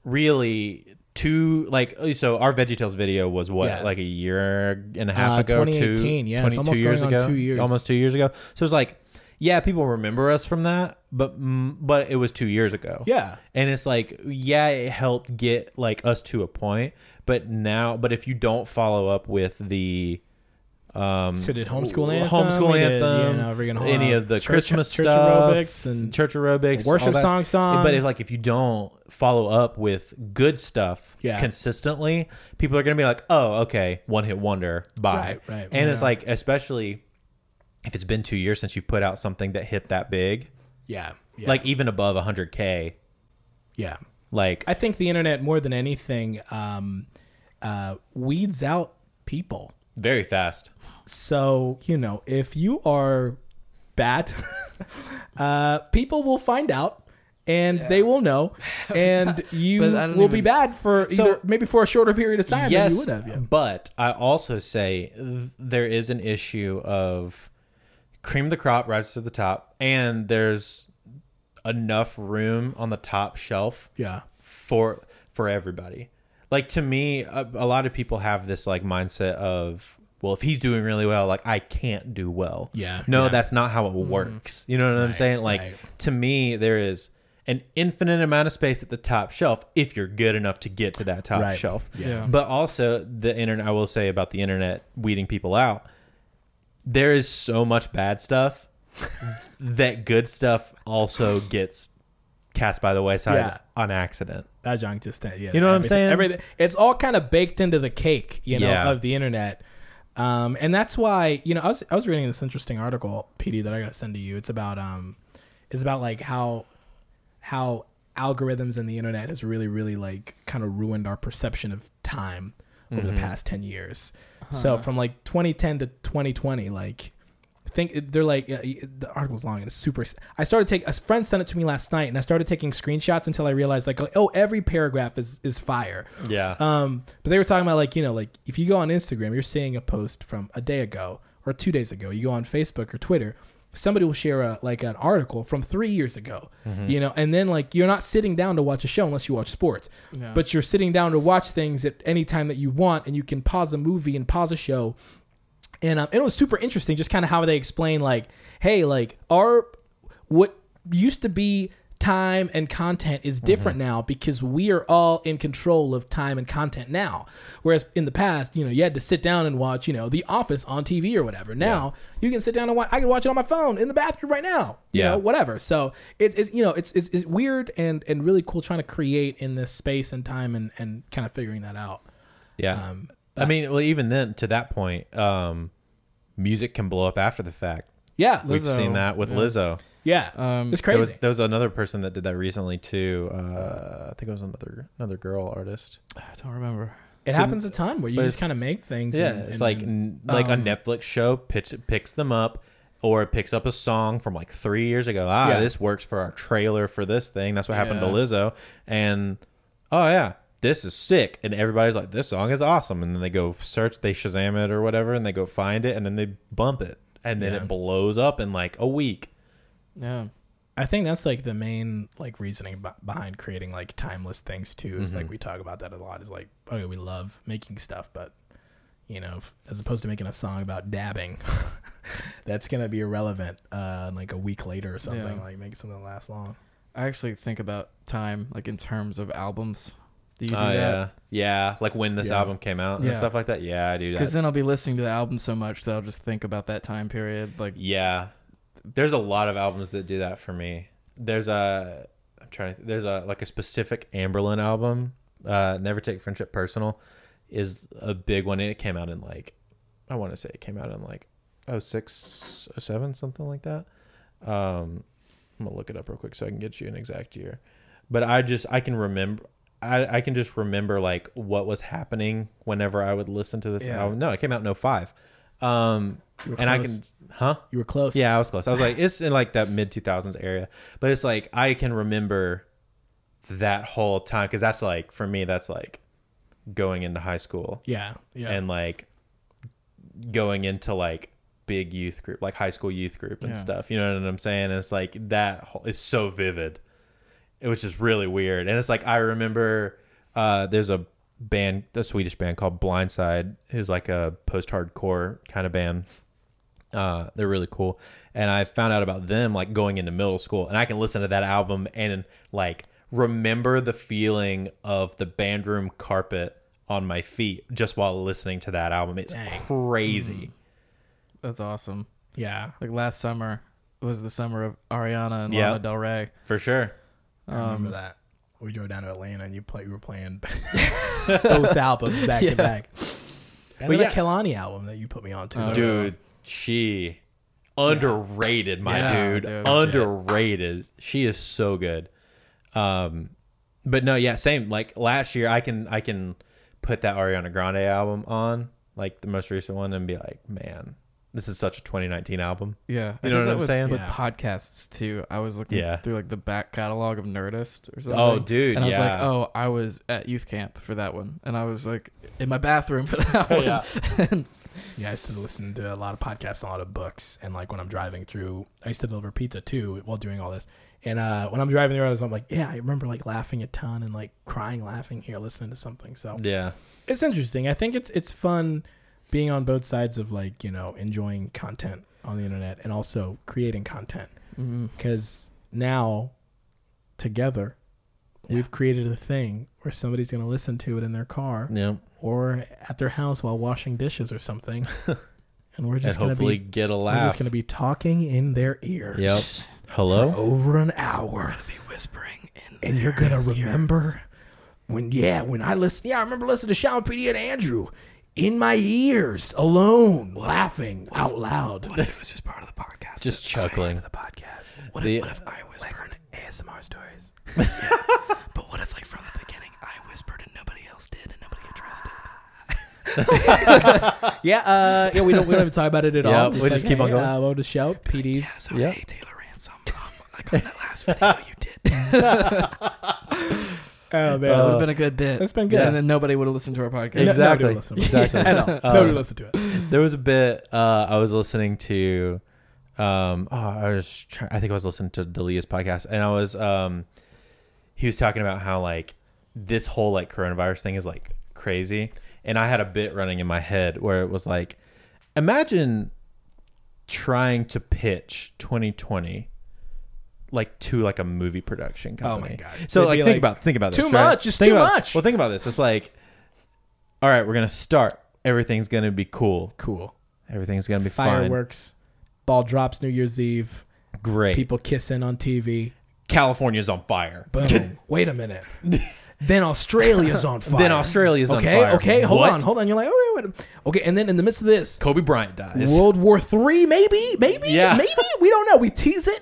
[SPEAKER 4] really, two like so our VeggieTales video was what
[SPEAKER 2] Yeah.
[SPEAKER 4] like a year and a half
[SPEAKER 2] Uh,
[SPEAKER 4] ago,
[SPEAKER 2] 2018,
[SPEAKER 4] two,
[SPEAKER 2] yeah, it's
[SPEAKER 4] 22
[SPEAKER 2] almost
[SPEAKER 4] years
[SPEAKER 2] going on
[SPEAKER 4] ago,
[SPEAKER 2] two years.
[SPEAKER 4] almost two years ago. So it's like, yeah, people remember us from that, but mm, but it was two years ago.
[SPEAKER 2] Yeah.
[SPEAKER 4] and it's like, yeah, it helped get like us to a point, but now, but if you don't follow up with the um
[SPEAKER 2] So did homeschool anthem,
[SPEAKER 4] homeschool
[SPEAKER 2] we did, you
[SPEAKER 4] anthem
[SPEAKER 2] know, freaking,
[SPEAKER 4] any
[SPEAKER 2] uh,
[SPEAKER 4] of the
[SPEAKER 2] church-
[SPEAKER 4] christmas
[SPEAKER 2] church
[SPEAKER 4] stuff,
[SPEAKER 2] aerobics and
[SPEAKER 4] church aerobics
[SPEAKER 2] worship
[SPEAKER 4] all that
[SPEAKER 2] song
[SPEAKER 4] s-
[SPEAKER 2] song.
[SPEAKER 4] but if like if you don't follow up with good stuff
[SPEAKER 2] Yeah.
[SPEAKER 4] consistently people are gonna be like oh okay one hit wonder bye
[SPEAKER 2] Right, right,
[SPEAKER 4] and it's
[SPEAKER 2] yeah.
[SPEAKER 4] like especially if it's been two years since you've put out something that hit that big
[SPEAKER 2] Yeah, yeah.
[SPEAKER 4] like even above 100k
[SPEAKER 2] yeah.
[SPEAKER 4] like
[SPEAKER 2] I think the internet more than anything um, uh, weeds out people.
[SPEAKER 4] very fast
[SPEAKER 2] So you know, if you are bad, <laughs> uh, people will find out. And they will
[SPEAKER 3] <laughs>
[SPEAKER 2] know, and you
[SPEAKER 3] But I don't
[SPEAKER 2] will be
[SPEAKER 3] even-
[SPEAKER 2] bad for either,
[SPEAKER 4] So-
[SPEAKER 2] maybe for a shorter period of time than
[SPEAKER 4] yes,
[SPEAKER 2] you would have. yeah.
[SPEAKER 4] But I also say th- there is an issue of cream of the crop rises to the top, and there's enough room on the top shelf
[SPEAKER 2] Yeah.
[SPEAKER 4] for for everybody. Like to me, a, a lot of people have this like mindset of, well, if he's doing really well, like I can't do well.
[SPEAKER 2] Yeah,
[SPEAKER 4] No,
[SPEAKER 2] yeah.
[SPEAKER 4] that's not how it works. You know what I'm saying? Like
[SPEAKER 2] right.
[SPEAKER 4] to me, there is an infinite amount of space at the top shelf if you're good enough to get to that top
[SPEAKER 2] Right.
[SPEAKER 4] shelf.
[SPEAKER 2] Yeah.
[SPEAKER 4] But also the internet. I will say about the internet weeding people out there is so much bad stuff that good stuff also gets cast by the wayside
[SPEAKER 2] Yeah.
[SPEAKER 4] on accident.
[SPEAKER 2] That junk just yeah.
[SPEAKER 4] You know what I'm
[SPEAKER 2] everything-
[SPEAKER 4] saying?
[SPEAKER 2] Everything. It's all kind of baked into the cake, you know,
[SPEAKER 4] Yeah.
[SPEAKER 2] of the internet. Um, and that's why you know I was I was reading this interesting article, PD, that I got to send to you. It's about um, it's about like how how algorithms and the internet has really really like kind of ruined our perception of time over
[SPEAKER 1] Mhm.
[SPEAKER 2] the past ten years. So
[SPEAKER 1] Huh.
[SPEAKER 2] from like 2010 to 2020, like think they're like yeah, the article's long and it's super i started taking a friend sent it to me last night and i started taking screenshots until i realized like oh every paragraph is is fire
[SPEAKER 4] Yeah.
[SPEAKER 2] um but they were talking about like you know like if you go on instagram you're seeing a post from a day ago or two days ago you go on facebook or twitter somebody will share a like an article from three years ago
[SPEAKER 1] Mhm.
[SPEAKER 2] you know and then like you're not sitting down to watch a show unless you watch sports
[SPEAKER 1] Yeah.
[SPEAKER 2] but you're sitting down to watch things at any time that you want and you can pause a movie and pause a show and um, it was super interesting just kind of how they explain like hey like our what used to be time and content is
[SPEAKER 4] Mm-hmm.
[SPEAKER 2] different now because we are all in control of time and content now whereas in the past you know you had to sit down and watch you know the office on tv or whatever now you can sit down and watch i can watch it on my phone in the bathroom right now you
[SPEAKER 4] Yeah.
[SPEAKER 2] know whatever so it, it's you know it's, it's it's weird and and really cool trying to create in this space and time and and kind of figuring that out
[SPEAKER 4] Yeah.
[SPEAKER 2] Um,
[SPEAKER 4] I mean, well, even then, to that point, um, music can blow up after the fact.
[SPEAKER 2] Yeah.
[SPEAKER 4] We've
[SPEAKER 2] Lizzo.
[SPEAKER 4] seen that with
[SPEAKER 2] Yeah.
[SPEAKER 4] Lizzo.
[SPEAKER 2] Yeah. Um, It's
[SPEAKER 4] There was,
[SPEAKER 2] crazy.
[SPEAKER 4] there was another person that did that recently too. Uh, I think it was another another girl artist. I
[SPEAKER 3] don't remember.
[SPEAKER 2] It happens a ton where you
[SPEAKER 4] but
[SPEAKER 2] just
[SPEAKER 4] it's-
[SPEAKER 2] kinda make things
[SPEAKER 4] Yeah,
[SPEAKER 2] and-
[SPEAKER 4] it's
[SPEAKER 2] and-
[SPEAKER 4] like
[SPEAKER 2] and-
[SPEAKER 4] n- like
[SPEAKER 2] Um,
[SPEAKER 4] a Netflix show picks picks them up, or it picks up a song from like three years ago. Ah,
[SPEAKER 2] Yeah.
[SPEAKER 4] this works for our trailer for this thing. That's what happened to
[SPEAKER 2] Yeah.
[SPEAKER 4] Lizzo. And oh yeah, this is sick. And everybody's like, this song is awesome. And then they go search, they Shazam it or whatever, and they go find it, and then they bump it, and then
[SPEAKER 2] Yeah.
[SPEAKER 4] it blows up in like a week.
[SPEAKER 3] Yeah.
[SPEAKER 2] I think that's like the main like reasoning b- behind creating like timeless things too. Is
[SPEAKER 4] Mm-hmm.
[SPEAKER 2] like
[SPEAKER 1] Mhm.
[SPEAKER 2] we talk about that a lot. Is like okay, we love making stuff, but you know, f- as opposed to making a song about dabbing, <laughs> that's gonna be irrelevant uh, like a week later or something.
[SPEAKER 3] Yeah.
[SPEAKER 2] Like make something last long.
[SPEAKER 3] I actually think about time like in terms of albums. Do you do
[SPEAKER 4] Oh,
[SPEAKER 3] that?
[SPEAKER 4] yeah, yeah. Like when this
[SPEAKER 3] Yeah.
[SPEAKER 4] album came out
[SPEAKER 3] Yeah.
[SPEAKER 4] and stuff like that. Yeah, I do that.
[SPEAKER 3] Because then I'll be listening to the album so much that I'll just think about that time period. Like
[SPEAKER 4] Yeah, there's a lot of albums that do that for me. There's a I'm trying to there's a like a specific Amberlin album. Uh, Never Take Friendship Personal is a big one. and It came out in like I want to say it came out in like 06, 07, something like that. Um, I'm gonna look it up real quick so I can get you an exact year. But I just I can remember. I, I can just remember like what was happening whenever I would listen to this
[SPEAKER 2] Yeah.
[SPEAKER 4] album. No, it came out in 05. Um,
[SPEAKER 2] You were
[SPEAKER 4] and I
[SPEAKER 2] close.
[SPEAKER 4] can, huh?
[SPEAKER 2] You were close.
[SPEAKER 4] Yeah, I was close. I was like, it's in like that mid 2000s area, but it's like I can remember that whole time because that's like for me, that's like going into high school.
[SPEAKER 2] Yeah, yeah.
[SPEAKER 4] and like going into like big youth group, like high school youth group and
[SPEAKER 2] Yeah.
[SPEAKER 4] stuff. You know what I'm saying? it's like that whole, is so vivid, It was just really weird. And it's like I remember uh, there's a band, a Swedish band called Blindside, who's like a post-hardcore kind of band. Uh, they're really cool, and I found out about them like going into middle school, and I can listen to that album and like remember the feeling of the band room carpet on my feet just while listening to that album. It's
[SPEAKER 3] Dang.
[SPEAKER 4] crazy.
[SPEAKER 3] That's awesome.
[SPEAKER 2] Yeah.
[SPEAKER 3] Like last summer was the summer of Ariana and
[SPEAKER 4] Yeah.
[SPEAKER 3] Lana Del Rey.
[SPEAKER 4] For sure.
[SPEAKER 2] I remember that. We drove down to Atlanta and you play. You were
[SPEAKER 4] <laughs>
[SPEAKER 2] playing <laughs> both albums back
[SPEAKER 3] Yeah.
[SPEAKER 2] to back. And
[SPEAKER 3] Well,
[SPEAKER 2] then
[SPEAKER 3] yeah.
[SPEAKER 2] that Kalani album that you put me on to.
[SPEAKER 4] dude, she underrated, my
[SPEAKER 2] Yeah,
[SPEAKER 4] dude.
[SPEAKER 2] dude.
[SPEAKER 4] Underrated. She is so good. Um, but no, yeah, same. Like last year, I can I can put that Ariana Grande album on, like the most recent one, and be like, man, this is such a 2019 album.
[SPEAKER 3] Yeah, I
[SPEAKER 4] you
[SPEAKER 3] did
[SPEAKER 4] know what
[SPEAKER 3] that
[SPEAKER 4] I'm
[SPEAKER 3] with-
[SPEAKER 4] saying?
[SPEAKER 3] With podcasts too, I was looking
[SPEAKER 4] Yeah.
[SPEAKER 3] through like the back catalog of Nerdist or something.
[SPEAKER 4] Oh, dude,
[SPEAKER 3] and I was like,
[SPEAKER 4] yeah.
[SPEAKER 3] oh, I was at youth camp for that one, and I was like in my bathroom for that one.
[SPEAKER 2] Yeah.
[SPEAKER 3] <laughs> And-
[SPEAKER 2] Yeah, I used to listen to a lot of podcasts, and a lot of books, and like when I'm driving through, I used to deliver pizza too while doing all this. And uh, when I'm driving through, I'm like, yeah, I remember like laughing a ton and like crying, laughing here, listening to something. So
[SPEAKER 4] Yeah.
[SPEAKER 2] it's interesting. I think it's it's fun being on both sides of like you know enjoying content on the internet and also creating content
[SPEAKER 4] Mm-hmm.
[SPEAKER 3] Mhm.
[SPEAKER 2] because now together we've created a thing where somebody's going to listen to it in their car
[SPEAKER 4] Yeah. <laughs>
[SPEAKER 2] or at their house while washing dishes or something and we're just
[SPEAKER 4] and
[SPEAKER 2] gonna
[SPEAKER 4] hopefully
[SPEAKER 2] be,
[SPEAKER 4] get a
[SPEAKER 2] We're
[SPEAKER 4] laugh.
[SPEAKER 2] just gonna be talking in their ear. <laughs>
[SPEAKER 4] Yep. Hello?
[SPEAKER 2] over an hour.
[SPEAKER 3] whispering in
[SPEAKER 2] and you're gonna remember when yeah when I listen yeah I remember listening to Shaman PD and Andrew in my ears alone laughing out loud. What if it was just part of the podcast?
[SPEAKER 4] Just chuckling.
[SPEAKER 2] the podcast.
[SPEAKER 4] What if- The- what if
[SPEAKER 2] I was ASMR stories?
[SPEAKER 3] But what if, like, from the beginning, I whispered and nobody else did, and nobody addressed it?
[SPEAKER 2] yeah, uh, yeah, we don't we don't even talk about it at
[SPEAKER 4] Yeah,
[SPEAKER 2] all.
[SPEAKER 4] we just keep on going.
[SPEAKER 2] Uh, we'll just shout PDs.
[SPEAKER 3] So,
[SPEAKER 4] Yeah.
[SPEAKER 3] hey, Taylor Ransom, um, like on that last video you did.
[SPEAKER 2] Oh man,
[SPEAKER 3] <laughs> that would have been a good bit.
[SPEAKER 2] It's been good.
[SPEAKER 3] And then nobody would have listened to our podcast.
[SPEAKER 4] Exactly.
[SPEAKER 2] nobody listened to it. <laughs>
[SPEAKER 4] exactly.
[SPEAKER 2] At
[SPEAKER 4] <laughs>
[SPEAKER 2] all. Nobody listened to
[SPEAKER 4] it. There was a bit uh, I was listening to. Um, oh, I was. Try- I think I was listening to Delia's podcast, and I was. Um, he was talking about how like this whole like coronavirus thing is like crazy, and I had a bit running in my head where it was like, imagine trying to pitch 2020 like to like a movie production
[SPEAKER 2] Oh,
[SPEAKER 4] company.
[SPEAKER 2] my gosh.
[SPEAKER 4] So
[SPEAKER 2] They'd
[SPEAKER 4] like
[SPEAKER 2] be
[SPEAKER 4] think
[SPEAKER 2] like,
[SPEAKER 4] about think about this.
[SPEAKER 2] "Too
[SPEAKER 4] right?
[SPEAKER 2] much, it's
[SPEAKER 4] Think
[SPEAKER 2] too
[SPEAKER 4] about-
[SPEAKER 2] much."
[SPEAKER 4] Well, think about this. It's like all right, we're gonna start. Everything's gonna be cool.
[SPEAKER 2] Cool.
[SPEAKER 4] Everything's gonna be
[SPEAKER 2] Fireworks, ball drops New Year's Eve,
[SPEAKER 4] Fine. Great.
[SPEAKER 2] people kissing on TV.
[SPEAKER 4] California's on fire.
[SPEAKER 2] Boom. Wait a
[SPEAKER 4] <laughs>
[SPEAKER 2] minute. Then Australia's on fire.
[SPEAKER 4] Then Australia's on
[SPEAKER 2] okay,
[SPEAKER 4] fire.
[SPEAKER 2] Okay, hold
[SPEAKER 4] What?
[SPEAKER 2] on, hold on. You're like, oh, wait, wait. Okay, and then in the midst of this,
[SPEAKER 4] Kobe Bryant dies.
[SPEAKER 2] World War Three, maybe, maybe,
[SPEAKER 4] Yeah.
[SPEAKER 2] maybe. We don't know. We tease
[SPEAKER 4] <laughs>
[SPEAKER 2] it.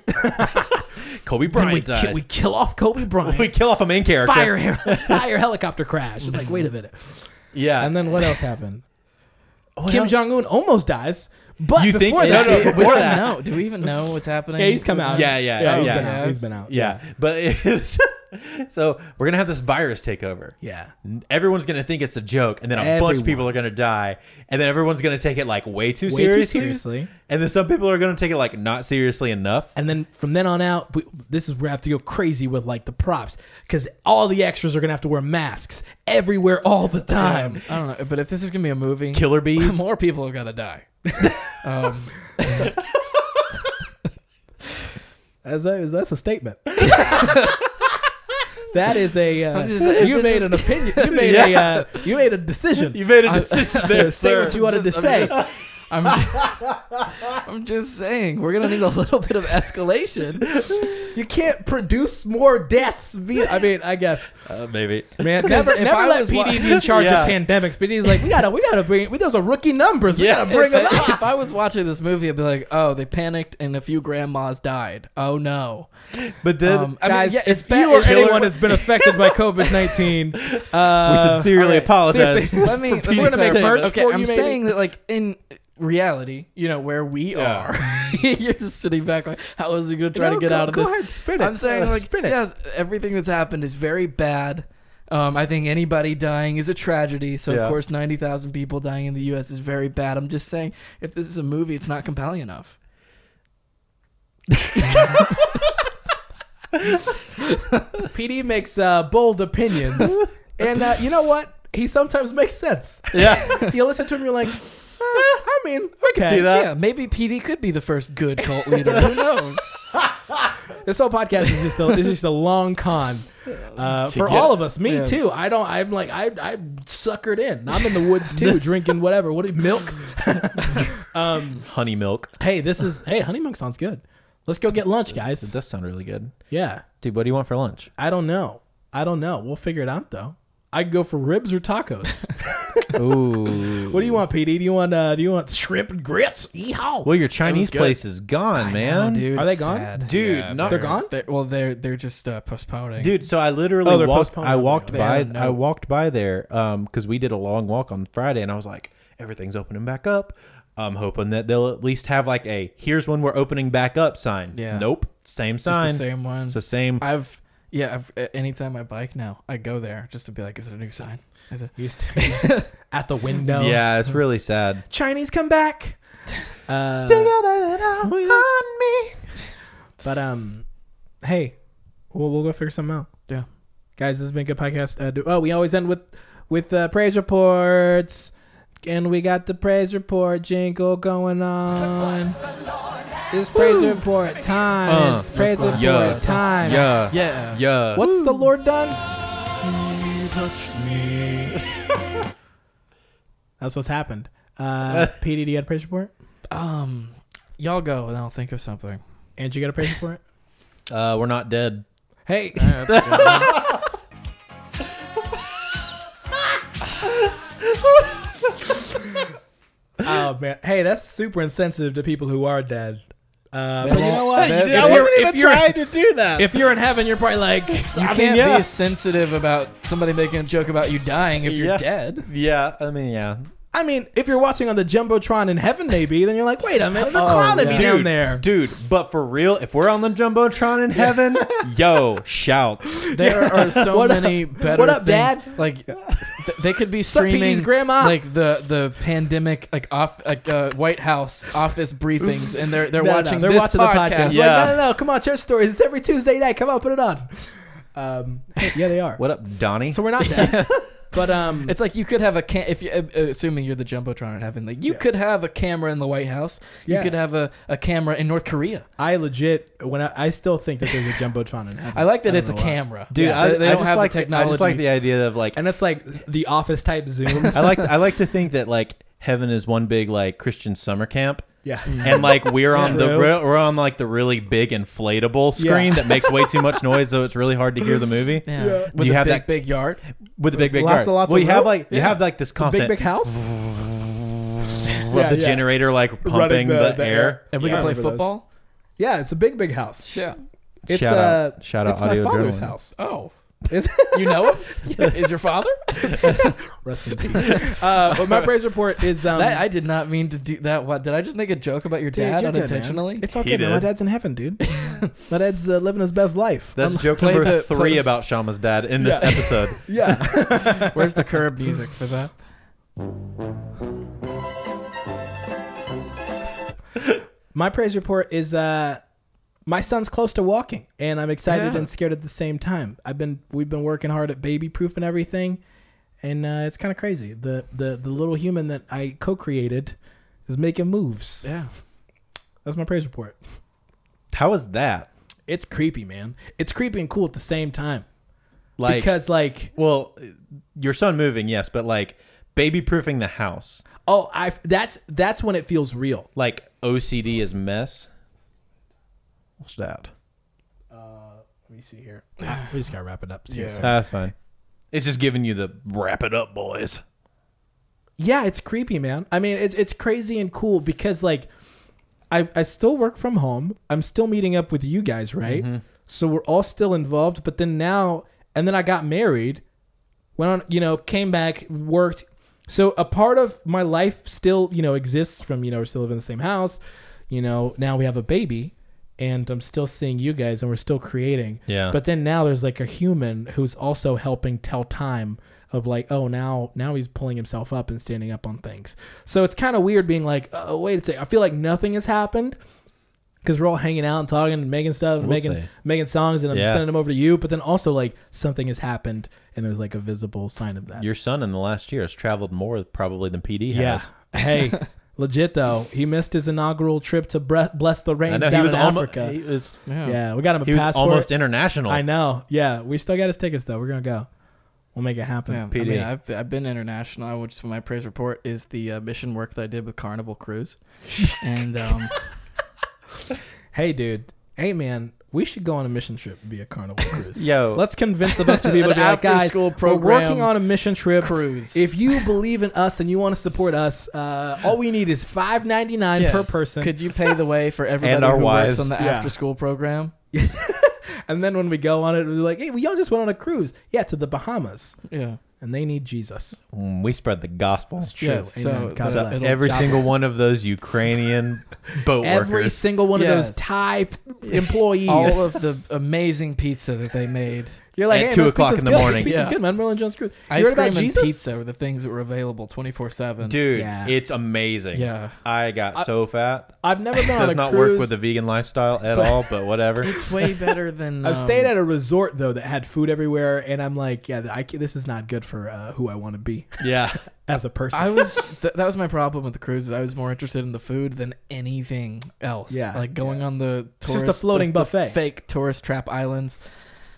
[SPEAKER 4] Kobe
[SPEAKER 2] Then
[SPEAKER 4] Bryant
[SPEAKER 2] we,
[SPEAKER 4] dies.
[SPEAKER 2] ki- we kill off Kobe Bryant.
[SPEAKER 4] <laughs> We kill off a main character.
[SPEAKER 2] fire,
[SPEAKER 4] <laughs>
[SPEAKER 2] hel- fire helicopter crash. I'm like, wait a minute.
[SPEAKER 4] Yeah.
[SPEAKER 2] And then what else happened?
[SPEAKER 4] Uh, <laughs> What
[SPEAKER 2] Kim
[SPEAKER 4] else?
[SPEAKER 2] Jong Un almost dies, but
[SPEAKER 4] You think-
[SPEAKER 2] before
[SPEAKER 4] no,
[SPEAKER 2] that,
[SPEAKER 4] no, <laughs>
[SPEAKER 3] <laughs> we
[SPEAKER 4] before
[SPEAKER 3] don't
[SPEAKER 4] that-
[SPEAKER 3] know. Do we even know what's happening?
[SPEAKER 2] yeah, he's come out.
[SPEAKER 4] Yeah, yeah,
[SPEAKER 2] yeah. He's
[SPEAKER 4] yeah.
[SPEAKER 2] been out. He's been out.
[SPEAKER 4] Yeah. But it's, <laughs> so we're gonna have this virus take over.
[SPEAKER 2] yeah.
[SPEAKER 4] Everyone's gonna think it's a joke, and then a bunch of
[SPEAKER 2] Everyone.
[SPEAKER 4] people are gonna die, and then everyone's gonna take it like way too
[SPEAKER 2] Way too
[SPEAKER 4] seriously.
[SPEAKER 2] seriously.
[SPEAKER 4] And then some people are gonna take it like not seriously enough.
[SPEAKER 2] And then from then on out, we, this is where I have to go crazy with like the props because all the extras are gonna have to wear masks everywhere all the time.
[SPEAKER 3] I don't know. But if this is gonna be a movie,
[SPEAKER 4] Killer bees.
[SPEAKER 3] <laughs> more people are gonna
[SPEAKER 4] <laughs>
[SPEAKER 3] die. um,
[SPEAKER 2] As that is, that's a statement. that is a uh,
[SPEAKER 3] I'm just saying,
[SPEAKER 2] you made
[SPEAKER 3] this is-
[SPEAKER 2] an opinion. You made a uh, you made a decision.
[SPEAKER 4] You made a
[SPEAKER 3] I- <laughs>
[SPEAKER 4] decision
[SPEAKER 2] to
[SPEAKER 4] there,
[SPEAKER 2] say
[SPEAKER 4] sir.
[SPEAKER 2] what you wanted to say.
[SPEAKER 3] I'm
[SPEAKER 4] <laughs>
[SPEAKER 3] just- I'm, <laughs> I'm just saying we're gonna need a little bit of
[SPEAKER 4] <laughs>
[SPEAKER 3] escalation.
[SPEAKER 2] You can't produce more deaths via. I mean, I guess.
[SPEAKER 4] Uh, maybe.
[SPEAKER 2] Man, never,
[SPEAKER 3] if
[SPEAKER 2] never
[SPEAKER 3] I
[SPEAKER 2] let
[SPEAKER 3] was
[SPEAKER 2] PD
[SPEAKER 3] wa-
[SPEAKER 2] be in charge
[SPEAKER 4] Yeah.
[SPEAKER 2] of pandemics. PD's like, we gotta, we gotta bring. We, those are rookie numbers. We
[SPEAKER 4] Yeah.
[SPEAKER 2] gotta bring
[SPEAKER 3] if,
[SPEAKER 2] them
[SPEAKER 3] I,
[SPEAKER 2] up.
[SPEAKER 3] if I was watching this movie, I'd be like, "Oh, they panicked and a few grandmas died. Oh no!"
[SPEAKER 4] But then
[SPEAKER 3] Um,
[SPEAKER 4] I mean,
[SPEAKER 2] Guys,
[SPEAKER 4] yeah,
[SPEAKER 2] if,
[SPEAKER 4] that
[SPEAKER 2] you or
[SPEAKER 4] is-
[SPEAKER 2] anyone has been affected by COVID nineteen,
[SPEAKER 4] we
[SPEAKER 2] uh,
[SPEAKER 4] sincerely
[SPEAKER 3] all right,
[SPEAKER 2] <laughs>
[SPEAKER 4] apologize.
[SPEAKER 2] seriously,
[SPEAKER 3] Let me.
[SPEAKER 4] for
[SPEAKER 3] let me
[SPEAKER 4] Pete's
[SPEAKER 2] We're gonna make
[SPEAKER 4] sake.
[SPEAKER 3] clarify.
[SPEAKER 2] merch
[SPEAKER 3] Okay,
[SPEAKER 2] for
[SPEAKER 3] I'm
[SPEAKER 2] you, maybe.
[SPEAKER 3] saying that like in reality, you know where we
[SPEAKER 4] Yeah.
[SPEAKER 3] are. <laughs> you're just sitting back like, how is he gonna try
[SPEAKER 2] No,
[SPEAKER 3] to get
[SPEAKER 2] go-
[SPEAKER 3] out of
[SPEAKER 2] go
[SPEAKER 3] this?
[SPEAKER 2] ahead, spin it.
[SPEAKER 3] I'm saying
[SPEAKER 2] Uh,
[SPEAKER 3] like,
[SPEAKER 2] spin it.
[SPEAKER 3] yes, everything that's happened is very bad. Um, I think anybody dying is a tragedy. So
[SPEAKER 4] Yeah.
[SPEAKER 3] of course, ninety thousand people dying in the U.S. is very bad. I'm just saying, if this is a movie, it's not compelling enough.
[SPEAKER 2] PD makes uh, bold opinions, and uh, you know what? He sometimes makes sense.
[SPEAKER 4] yeah.
[SPEAKER 2] you listen to him, you're like, uh, I mean, okay. <laughs>
[SPEAKER 4] See
[SPEAKER 2] Uh,
[SPEAKER 4] that?
[SPEAKER 3] yeah, maybe PD could be the first good cult leader. Who knows?
[SPEAKER 2] This whole podcast is just a, is just a long con uh, for all of us. Me
[SPEAKER 3] yeah.
[SPEAKER 2] too. I don't. I'm like I I suckered in. I'm in the woods
[SPEAKER 4] <laughs>
[SPEAKER 2] too, drinking whatever. What milk?
[SPEAKER 4] <laughs> Honey milk.
[SPEAKER 2] hey, this is hey. Honey milk sounds good. Let's go get lunch,
[SPEAKER 4] It
[SPEAKER 2] guys.
[SPEAKER 4] does sound really good.
[SPEAKER 2] Yeah.
[SPEAKER 4] Dude, what do you want for lunch?
[SPEAKER 2] I don't know. I don't know. We'll figure it out though. I could go for ribs or tacos.
[SPEAKER 4] <laughs> Ooh.
[SPEAKER 2] <laughs> what do you want, PD? Do you want uh, do you want shrimp and grits? Yeehaw!
[SPEAKER 4] Well, your Chinese
[SPEAKER 3] good.
[SPEAKER 4] place is gone, man.
[SPEAKER 3] Oh, dude,
[SPEAKER 2] Are they
[SPEAKER 3] it's
[SPEAKER 2] gone?
[SPEAKER 3] sad.
[SPEAKER 4] Dude, not
[SPEAKER 2] They're gone.
[SPEAKER 3] They- well, they're they're just uh, postponing.
[SPEAKER 4] Dude, so I literally
[SPEAKER 2] Oh, they're
[SPEAKER 4] walked.
[SPEAKER 2] postponing
[SPEAKER 4] I
[SPEAKER 2] it.
[SPEAKER 4] walked
[SPEAKER 2] They
[SPEAKER 4] by.
[SPEAKER 2] don't know.
[SPEAKER 4] I walked by there because we did a long walk on Friday, and I was like, everything's opening back up. I'm hoping that they'll at least have like a here's when we're opening back up sign.
[SPEAKER 3] Yeah.
[SPEAKER 4] Nope. Same
[SPEAKER 3] Just
[SPEAKER 4] sign.
[SPEAKER 3] the same one.
[SPEAKER 4] It's the same.
[SPEAKER 3] I've yeah. I've, uh, anytime I bike now, I go there just to be like, is it a new sign? Is it?
[SPEAKER 2] Used to at the window.
[SPEAKER 4] Yeah, it's really sad.
[SPEAKER 2] Chinese come back. Uh, But um, hey, we'll, we'll go figure something out,
[SPEAKER 3] Yeah.
[SPEAKER 2] guys. This has been a good podcast. Uh, do, oh, we always end with with uh, praise reports, and we got the praise report jingle going on. It's praise report time.
[SPEAKER 4] Uh,
[SPEAKER 2] it's praise report
[SPEAKER 4] yeah,
[SPEAKER 2] time.
[SPEAKER 4] Yeah.
[SPEAKER 3] Yeah.
[SPEAKER 4] Yeah.
[SPEAKER 2] What's the Lord done? That's what's happened. Uh, PD, do you got a praise report?
[SPEAKER 3] Um, y'all go, and I'll think of something.
[SPEAKER 2] And you got a paper for it?
[SPEAKER 4] Uh, we're not dead.
[SPEAKER 2] <laughs> Hey. oh man, hey, that's super insensitive to people who are dead. Uh, but you know what?
[SPEAKER 4] That-
[SPEAKER 2] If
[SPEAKER 4] I
[SPEAKER 2] you're-
[SPEAKER 4] wasn't
[SPEAKER 2] if
[SPEAKER 4] even
[SPEAKER 2] you're-
[SPEAKER 4] trying to do that.
[SPEAKER 2] If you're in heaven, you're probably like,
[SPEAKER 3] You
[SPEAKER 2] I
[SPEAKER 3] can't
[SPEAKER 2] mean, yeah.
[SPEAKER 3] be sensitive about somebody making a joke about you dying if you're
[SPEAKER 4] Yeah.
[SPEAKER 3] dead.
[SPEAKER 2] <laughs>
[SPEAKER 4] Yeah, I mean, yeah.
[SPEAKER 2] I mean, if you're watching on the jumbotron in heaven, maybe then you're like, wait a minute, the
[SPEAKER 3] Oh,
[SPEAKER 2] cloud would be
[SPEAKER 3] yeah.
[SPEAKER 2] down there.
[SPEAKER 4] dude. But for real, if we're on the jumbotron in
[SPEAKER 3] <laughs>
[SPEAKER 4] heaven, yo, shouts.
[SPEAKER 3] There are so
[SPEAKER 2] What up-
[SPEAKER 3] many better.
[SPEAKER 2] what up,
[SPEAKER 3] things.
[SPEAKER 2] Dad? <laughs>
[SPEAKER 3] Like th- they could be
[SPEAKER 2] Sup, PD's
[SPEAKER 3] streaming
[SPEAKER 2] grandma?
[SPEAKER 3] like the the pandemic like off like uh, White House office briefings, and they're
[SPEAKER 2] <laughs>
[SPEAKER 3] they're
[SPEAKER 2] No, no,
[SPEAKER 3] watching
[SPEAKER 2] they're
[SPEAKER 3] this
[SPEAKER 2] watching
[SPEAKER 3] podcast.
[SPEAKER 2] the podcast.
[SPEAKER 4] Yeah.
[SPEAKER 2] Like, no, no, no, come on, church stories. It's every Tuesday night. Come on, put it on. Um, yeah, they are.
[SPEAKER 4] What up, Donnie?
[SPEAKER 2] So we're not dead. but um,
[SPEAKER 3] It's like you could have a cam- if you uh, uh, assuming you're the jumbotron in heaven, like you could have a camera in the White House.
[SPEAKER 2] Yeah.
[SPEAKER 3] You could have a, a camera in North Korea.
[SPEAKER 2] I legit when I, I still think that there's a jumbotron in heaven.
[SPEAKER 3] I like that
[SPEAKER 2] don't
[SPEAKER 3] it's a
[SPEAKER 2] know why.
[SPEAKER 3] camera,
[SPEAKER 4] dude.
[SPEAKER 3] Yeah,
[SPEAKER 4] I,
[SPEAKER 3] they, they
[SPEAKER 4] I
[SPEAKER 3] don't
[SPEAKER 4] just
[SPEAKER 3] have
[SPEAKER 4] like
[SPEAKER 3] the
[SPEAKER 4] I
[SPEAKER 3] technology.
[SPEAKER 4] just like the idea of like
[SPEAKER 2] and it's like the office type zooms.
[SPEAKER 4] I
[SPEAKER 3] <laughs>
[SPEAKER 4] like I like to think that like heaven is one big like Christian summer camp.
[SPEAKER 2] Yeah.
[SPEAKER 4] And like we're on the
[SPEAKER 2] True.
[SPEAKER 4] we're we're on like the really big inflatable screen
[SPEAKER 2] Yeah.
[SPEAKER 4] that makes way too
[SPEAKER 3] <laughs>
[SPEAKER 4] much noise, so it's really hard to hear the movie.
[SPEAKER 3] yeah.
[SPEAKER 2] Yeah.
[SPEAKER 3] With
[SPEAKER 4] You
[SPEAKER 3] a
[SPEAKER 4] have
[SPEAKER 3] big,
[SPEAKER 4] that-
[SPEAKER 3] big yard.
[SPEAKER 4] With the big big
[SPEAKER 2] Lots
[SPEAKER 4] yard.
[SPEAKER 2] and lots
[SPEAKER 4] well,
[SPEAKER 2] of
[SPEAKER 4] you have
[SPEAKER 2] rope?
[SPEAKER 4] like you
[SPEAKER 2] Yeah.
[SPEAKER 4] have like this
[SPEAKER 2] big
[SPEAKER 4] constant
[SPEAKER 2] big house. <laughs>
[SPEAKER 4] <laughs> of
[SPEAKER 2] Yeah,
[SPEAKER 4] the
[SPEAKER 2] yeah.
[SPEAKER 4] generator like pumping
[SPEAKER 2] the-
[SPEAKER 4] the,
[SPEAKER 2] the
[SPEAKER 4] air.
[SPEAKER 2] air.
[SPEAKER 3] And we
[SPEAKER 2] Yeah.
[SPEAKER 3] can play
[SPEAKER 2] Remember those.
[SPEAKER 3] football.
[SPEAKER 2] Yeah, it's a big big house.
[SPEAKER 3] Yeah.
[SPEAKER 2] It's
[SPEAKER 4] Shout
[SPEAKER 2] uh,
[SPEAKER 4] out- shout out
[SPEAKER 2] it's my
[SPEAKER 4] Audio
[SPEAKER 2] father's
[SPEAKER 4] Adrenaline.
[SPEAKER 2] house.
[SPEAKER 3] Oh. <laughs>
[SPEAKER 2] It's-
[SPEAKER 3] You know him? Is your father?
[SPEAKER 2] rest in peace. Uh, but my praise report is um,
[SPEAKER 3] that, I did not mean to do that. What did I just make a joke about your
[SPEAKER 2] dude,
[SPEAKER 3] dad
[SPEAKER 2] you're good, man.
[SPEAKER 3] unintentionally?
[SPEAKER 2] It's all
[SPEAKER 4] He
[SPEAKER 2] good. Man. My
[SPEAKER 4] did.
[SPEAKER 2] dad's in heaven, dude. my dad's uh, living his best life.
[SPEAKER 4] That's
[SPEAKER 2] Um, <laughs>
[SPEAKER 4] joke
[SPEAKER 3] play
[SPEAKER 4] number
[SPEAKER 3] the- play
[SPEAKER 4] three
[SPEAKER 3] the-
[SPEAKER 4] about Shama's dad in this
[SPEAKER 2] Yeah. <laughs>
[SPEAKER 4] episode.
[SPEAKER 2] yeah.
[SPEAKER 3] <laughs> Where's the curb music for that?
[SPEAKER 2] My praise report is uh my son's close to walking and I'm excited
[SPEAKER 3] Yeah.
[SPEAKER 2] and scared at the same time. I've been we've been working hard at baby proof and everything and uh, it's kind of crazy. The the the little human that I co-created is making moves.
[SPEAKER 3] Yeah.
[SPEAKER 2] That's my praise report.
[SPEAKER 4] How is that?
[SPEAKER 2] It's creepy, man. It's creepy and cool at the same time.
[SPEAKER 4] Like
[SPEAKER 2] because like
[SPEAKER 4] well, your son moving, yes, but like baby proofing the house.
[SPEAKER 2] oh, I that's that's when it feels real.
[SPEAKER 4] Like OCD is mess. What's that?
[SPEAKER 2] Let me see
[SPEAKER 3] <sighs>
[SPEAKER 2] here. we just got to wrap it up. See you soon.
[SPEAKER 4] That's fine. It's just giving you the wrap it up, boys.
[SPEAKER 2] yeah, it's creepy, man. I mean, it's it's crazy and cool because like I I still work from home. I'm still meeting up with you guys, right? So we're all still involved, but then now and then I got married, went on, you know, came back, worked. So a part of my life still, you know, exists from, you know, we're still living in the same house. You know, now we have a baby and I'm still seeing you guys and we're still creating.
[SPEAKER 4] Yeah.
[SPEAKER 2] But then now there's like a human who's also helping tell time of like, oh, now now he's pulling himself up and standing up on things. So it's kind of weird being like, oh, wait a second. I feel like nothing has happened because we're all hanging out and talking and making stuff and
[SPEAKER 4] We'll
[SPEAKER 2] making
[SPEAKER 4] see.
[SPEAKER 2] making songs and I'm
[SPEAKER 4] Yeah.
[SPEAKER 2] sending them over to you. But then also like something has happened and there's like a visible sign of that.
[SPEAKER 4] Your son in the last year has traveled more probably than PD has.
[SPEAKER 2] yeah.
[SPEAKER 3] <laughs>
[SPEAKER 2] hey, legit though, he missed his inaugural trip to bre- bless the rains
[SPEAKER 4] I know
[SPEAKER 2] down
[SPEAKER 4] he was
[SPEAKER 2] in
[SPEAKER 4] almost
[SPEAKER 2] Africa.
[SPEAKER 4] he was
[SPEAKER 3] Yeah.
[SPEAKER 2] yeah, we got him a
[SPEAKER 4] he was
[SPEAKER 2] passport.
[SPEAKER 4] almost international.
[SPEAKER 2] I know. Yeah, we still got his tickets though. We're gonna go. We'll make it happen.
[SPEAKER 3] <laughs> Yeah, I
[SPEAKER 4] PD.
[SPEAKER 3] mean, I've, I've been international, which is my praise report is the uh, mission work that I did with Carnival <laughs> Cruise. and um,
[SPEAKER 2] Hey, dude. Hey, man. We should go on a mission trip via
[SPEAKER 4] <laughs>
[SPEAKER 2] Carnival Cruise.
[SPEAKER 4] Yo.
[SPEAKER 2] let's convince a
[SPEAKER 3] <laughs>
[SPEAKER 2] bunch of people to
[SPEAKER 3] An
[SPEAKER 2] be like, guys,
[SPEAKER 3] after-school
[SPEAKER 2] we're working
[SPEAKER 3] program
[SPEAKER 2] on a mission trip
[SPEAKER 3] cruise.
[SPEAKER 2] If you believe in us and you want to support us, uh, all we need is five ninety nine per
[SPEAKER 3] yes,
[SPEAKER 2] person.
[SPEAKER 3] Could you pay the way for everybody
[SPEAKER 4] our
[SPEAKER 3] who
[SPEAKER 4] wives.
[SPEAKER 3] works on the
[SPEAKER 2] Yeah.
[SPEAKER 3] after school program?
[SPEAKER 2] and then when we go on it, we're like, hey, we all just went on a cruise, yeah, to the Bahamas,
[SPEAKER 3] Yeah.
[SPEAKER 2] and they need Jesus.
[SPEAKER 4] Mm, we spread the gospel.
[SPEAKER 2] True.
[SPEAKER 3] Yes, so
[SPEAKER 2] Amen. God
[SPEAKER 3] so
[SPEAKER 2] bless.
[SPEAKER 3] it'll-
[SPEAKER 4] Every
[SPEAKER 3] job
[SPEAKER 4] single
[SPEAKER 3] works.
[SPEAKER 4] one of those Ukrainian
[SPEAKER 2] <laughs>
[SPEAKER 4] boat
[SPEAKER 2] Every
[SPEAKER 4] workers.
[SPEAKER 2] single one of
[SPEAKER 3] Yes.
[SPEAKER 2] those Thai employees.
[SPEAKER 3] <laughs> All of the amazing pizza that they made.
[SPEAKER 2] You're like,
[SPEAKER 4] At
[SPEAKER 2] hey,
[SPEAKER 4] two
[SPEAKER 2] man, this
[SPEAKER 4] o'clock
[SPEAKER 2] pizza's
[SPEAKER 4] in the
[SPEAKER 2] good.
[SPEAKER 4] morning.
[SPEAKER 2] This pizza's
[SPEAKER 3] Yeah.
[SPEAKER 2] good, man. Merlin Jones Cruise. You
[SPEAKER 3] Ice
[SPEAKER 2] heard about
[SPEAKER 3] cream and
[SPEAKER 2] Jesus?
[SPEAKER 3] pizza were the things that were available 24 7.
[SPEAKER 4] Dude,
[SPEAKER 2] Yeah.
[SPEAKER 4] it's amazing.
[SPEAKER 3] Yeah.
[SPEAKER 4] I got so fat.
[SPEAKER 2] I've
[SPEAKER 4] <laughs>
[SPEAKER 2] never been on a
[SPEAKER 4] Does not
[SPEAKER 2] cruise.
[SPEAKER 4] work with the vegan lifestyle at all, but whatever.
[SPEAKER 3] It's way better than.
[SPEAKER 2] I've
[SPEAKER 3] um,
[SPEAKER 2] stayed at a resort though that had food everywhere, and I'm like, yeah, I, ca- this is not good for uh, who I want to be
[SPEAKER 4] <laughs>
[SPEAKER 2] <laughs>
[SPEAKER 4] yeah.
[SPEAKER 2] as a person.
[SPEAKER 3] I was th- that was my problem with the cruises. I was more interested in the food than anything else.
[SPEAKER 2] Yeah,
[SPEAKER 3] like going on the tourist,
[SPEAKER 2] just a floating
[SPEAKER 3] the- the
[SPEAKER 2] buffet.
[SPEAKER 3] fake tourist trap islands,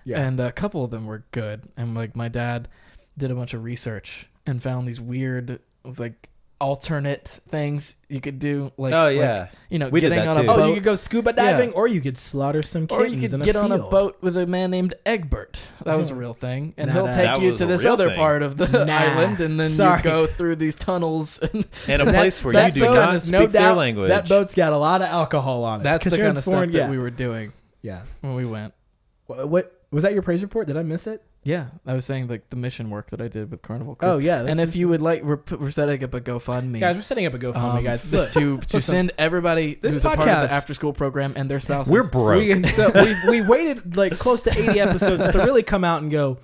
[SPEAKER 2] Yeah.
[SPEAKER 3] and a couple of them were good. And like my dad did a bunch of research and found these weird, it was like alternate things you could do. Like
[SPEAKER 4] Oh,
[SPEAKER 3] like,
[SPEAKER 4] yeah.
[SPEAKER 3] you know,
[SPEAKER 4] We did
[SPEAKER 3] getting
[SPEAKER 4] that
[SPEAKER 3] on
[SPEAKER 4] too.
[SPEAKER 3] a boat.
[SPEAKER 4] Oh,
[SPEAKER 2] you could go scuba
[SPEAKER 3] Yeah.
[SPEAKER 2] diving, or you could slaughter some
[SPEAKER 3] Or
[SPEAKER 2] kittens
[SPEAKER 3] you could
[SPEAKER 2] in a
[SPEAKER 3] get on a
[SPEAKER 2] field. Oh.
[SPEAKER 3] boat with a man named Egbert. That was a real thing, and
[SPEAKER 2] Nah,
[SPEAKER 3] he'll
[SPEAKER 2] nah.
[SPEAKER 3] take
[SPEAKER 2] That
[SPEAKER 3] you
[SPEAKER 2] was
[SPEAKER 3] to
[SPEAKER 2] a
[SPEAKER 3] this
[SPEAKER 2] real
[SPEAKER 3] other
[SPEAKER 2] thing.
[SPEAKER 3] part of the <laughs>
[SPEAKER 2] Nah,
[SPEAKER 3] island, and then
[SPEAKER 2] sorry.
[SPEAKER 3] you go through these tunnels
[SPEAKER 4] <laughs>
[SPEAKER 3] and
[SPEAKER 4] And a
[SPEAKER 3] That-
[SPEAKER 4] place where you
[SPEAKER 3] that's
[SPEAKER 4] do
[SPEAKER 3] the-
[SPEAKER 4] not speak
[SPEAKER 2] no
[SPEAKER 4] their
[SPEAKER 2] doubt,
[SPEAKER 4] language.
[SPEAKER 2] That boat's got a lot of alcohol on it.
[SPEAKER 3] That's
[SPEAKER 2] 'cause
[SPEAKER 3] the
[SPEAKER 2] you're in
[SPEAKER 3] kind of stuff
[SPEAKER 2] foreign- yeah.
[SPEAKER 3] that we were doing.
[SPEAKER 2] Yeah.
[SPEAKER 3] when we went.
[SPEAKER 2] What, what was that? Your praise report? Did I miss it?
[SPEAKER 3] Yeah, I was saying like the mission work that I did with Carnival.
[SPEAKER 2] Oh, yeah, that's
[SPEAKER 3] and if you would like, we're, pu- we're setting up a GoFundMe.
[SPEAKER 2] Guys, we're setting up a GoFundMe, guys.
[SPEAKER 3] f-
[SPEAKER 2] <laughs> Look,
[SPEAKER 3] Um, to to
[SPEAKER 2] listen.
[SPEAKER 3] send everybody
[SPEAKER 2] This
[SPEAKER 3] who's a part of
[SPEAKER 2] podcast-
[SPEAKER 3] the after school program and their spouses.
[SPEAKER 4] We're broke.
[SPEAKER 2] We, so we we waited like close to eighty episodes to really come out and go.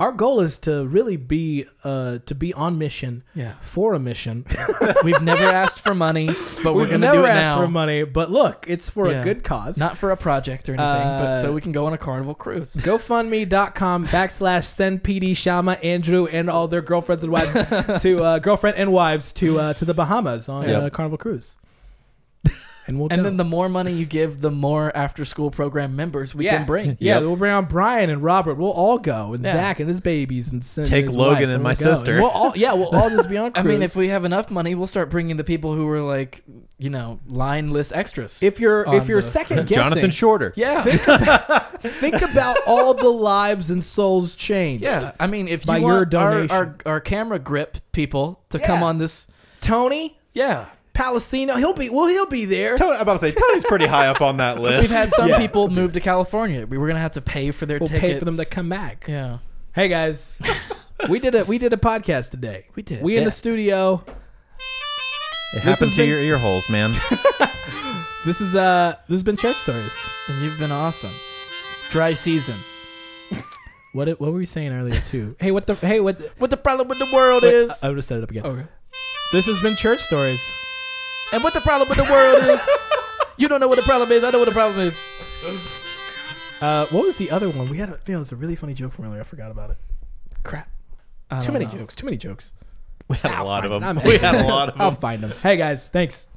[SPEAKER 2] Our goal is to really be uh to be on mission.
[SPEAKER 3] Yeah.
[SPEAKER 2] For a mission.
[SPEAKER 3] <laughs> We've never asked for money, but we're
[SPEAKER 2] We've
[SPEAKER 3] gonna
[SPEAKER 2] never
[SPEAKER 3] do it
[SPEAKER 2] asked
[SPEAKER 3] now.
[SPEAKER 2] for money, but look, it's for
[SPEAKER 3] Yeah.
[SPEAKER 2] a good cause.
[SPEAKER 3] not for a project or anything,
[SPEAKER 2] Uh,
[SPEAKER 3] but so we can go on a
[SPEAKER 2] <laughs>
[SPEAKER 3] Carnival cruise.
[SPEAKER 2] GoFundMe.com backslash send PD Shama Andrew and all their girlfriends and wives to uh, girlfriend and wives to uh, to the Bahamas on
[SPEAKER 4] Yeah.
[SPEAKER 2] uh, Carnival Cruise. And we'll
[SPEAKER 3] And
[SPEAKER 2] go.
[SPEAKER 3] then the more money you give, the more after school program members we
[SPEAKER 2] yeah.
[SPEAKER 4] <laughs>
[SPEAKER 3] can bring.
[SPEAKER 2] Yeah,
[SPEAKER 4] Yep.
[SPEAKER 2] we'll bring on Brian and Robert. We'll all go, and
[SPEAKER 3] Yeah.
[SPEAKER 2] Zach and his babies, and Sin
[SPEAKER 4] Take
[SPEAKER 2] and his
[SPEAKER 4] Logan
[SPEAKER 2] wife,
[SPEAKER 4] and my
[SPEAKER 2] we'll go.
[SPEAKER 4] sister.
[SPEAKER 2] we'll all, yeah, we'll all just be on.
[SPEAKER 3] <laughs> I
[SPEAKER 2] Cruise.
[SPEAKER 3] mean, if we have enough money, we'll start bringing the people who were like, you know, lineless extras.
[SPEAKER 2] if you're if
[SPEAKER 3] on
[SPEAKER 2] you're
[SPEAKER 3] the-
[SPEAKER 2] second guessing,
[SPEAKER 4] <laughs> Jonathan Shorter.
[SPEAKER 3] <laughs> yeah,
[SPEAKER 2] think about all the lives and souls changed.
[SPEAKER 3] Yeah, I mean, if
[SPEAKER 2] By
[SPEAKER 3] you
[SPEAKER 2] your
[SPEAKER 3] want
[SPEAKER 2] donation.
[SPEAKER 3] Our, our our camera grip people to come
[SPEAKER 2] Yeah.
[SPEAKER 3] on this,
[SPEAKER 2] Tony
[SPEAKER 3] yeah,
[SPEAKER 2] Palacino, he'll be well, he'll be there.
[SPEAKER 4] Tony, I'm about to say Tony's pretty high up
[SPEAKER 2] <laughs>
[SPEAKER 4] on that list.
[SPEAKER 3] we've <laughs> had some
[SPEAKER 2] Yeah.
[SPEAKER 3] people move to California. We were gonna have to pay for their
[SPEAKER 2] We'll
[SPEAKER 3] tickets.
[SPEAKER 2] pay for them to come back.
[SPEAKER 3] Yeah,
[SPEAKER 2] Hey
[SPEAKER 3] <laughs>
[SPEAKER 2] guys, we did a we did a podcast today.
[SPEAKER 3] We did.
[SPEAKER 2] We in
[SPEAKER 3] Yeah.
[SPEAKER 2] the studio.
[SPEAKER 4] it happened
[SPEAKER 2] has
[SPEAKER 4] to
[SPEAKER 2] been-
[SPEAKER 4] your ear holes, man. <laughs>
[SPEAKER 2] This is uh this has been church stories.
[SPEAKER 3] and you've been awesome. Dry season.
[SPEAKER 2] What it- what were we saying earlier too? hey, what the hey what? The,
[SPEAKER 3] What the problem with the world
[SPEAKER 2] wait,
[SPEAKER 3] is,
[SPEAKER 2] I would have set it up again.
[SPEAKER 3] okay.
[SPEAKER 2] This has been church stories.
[SPEAKER 3] and what the problem with the world <laughs> is, you don't know what the problem is. I know what the problem is.
[SPEAKER 2] Uh, what was the other one? We had a, man, it was a really funny joke from earlier. I forgot about it. Crap.
[SPEAKER 3] I
[SPEAKER 2] Too
[SPEAKER 3] don't
[SPEAKER 2] many
[SPEAKER 3] know.
[SPEAKER 2] jokes. Too many jokes.
[SPEAKER 4] We had a lot of
[SPEAKER 2] Ah, I'm- Ah,
[SPEAKER 4] them. We had a lot of
[SPEAKER 2] I'll
[SPEAKER 4] them.
[SPEAKER 2] find them. Hey guys, thanks.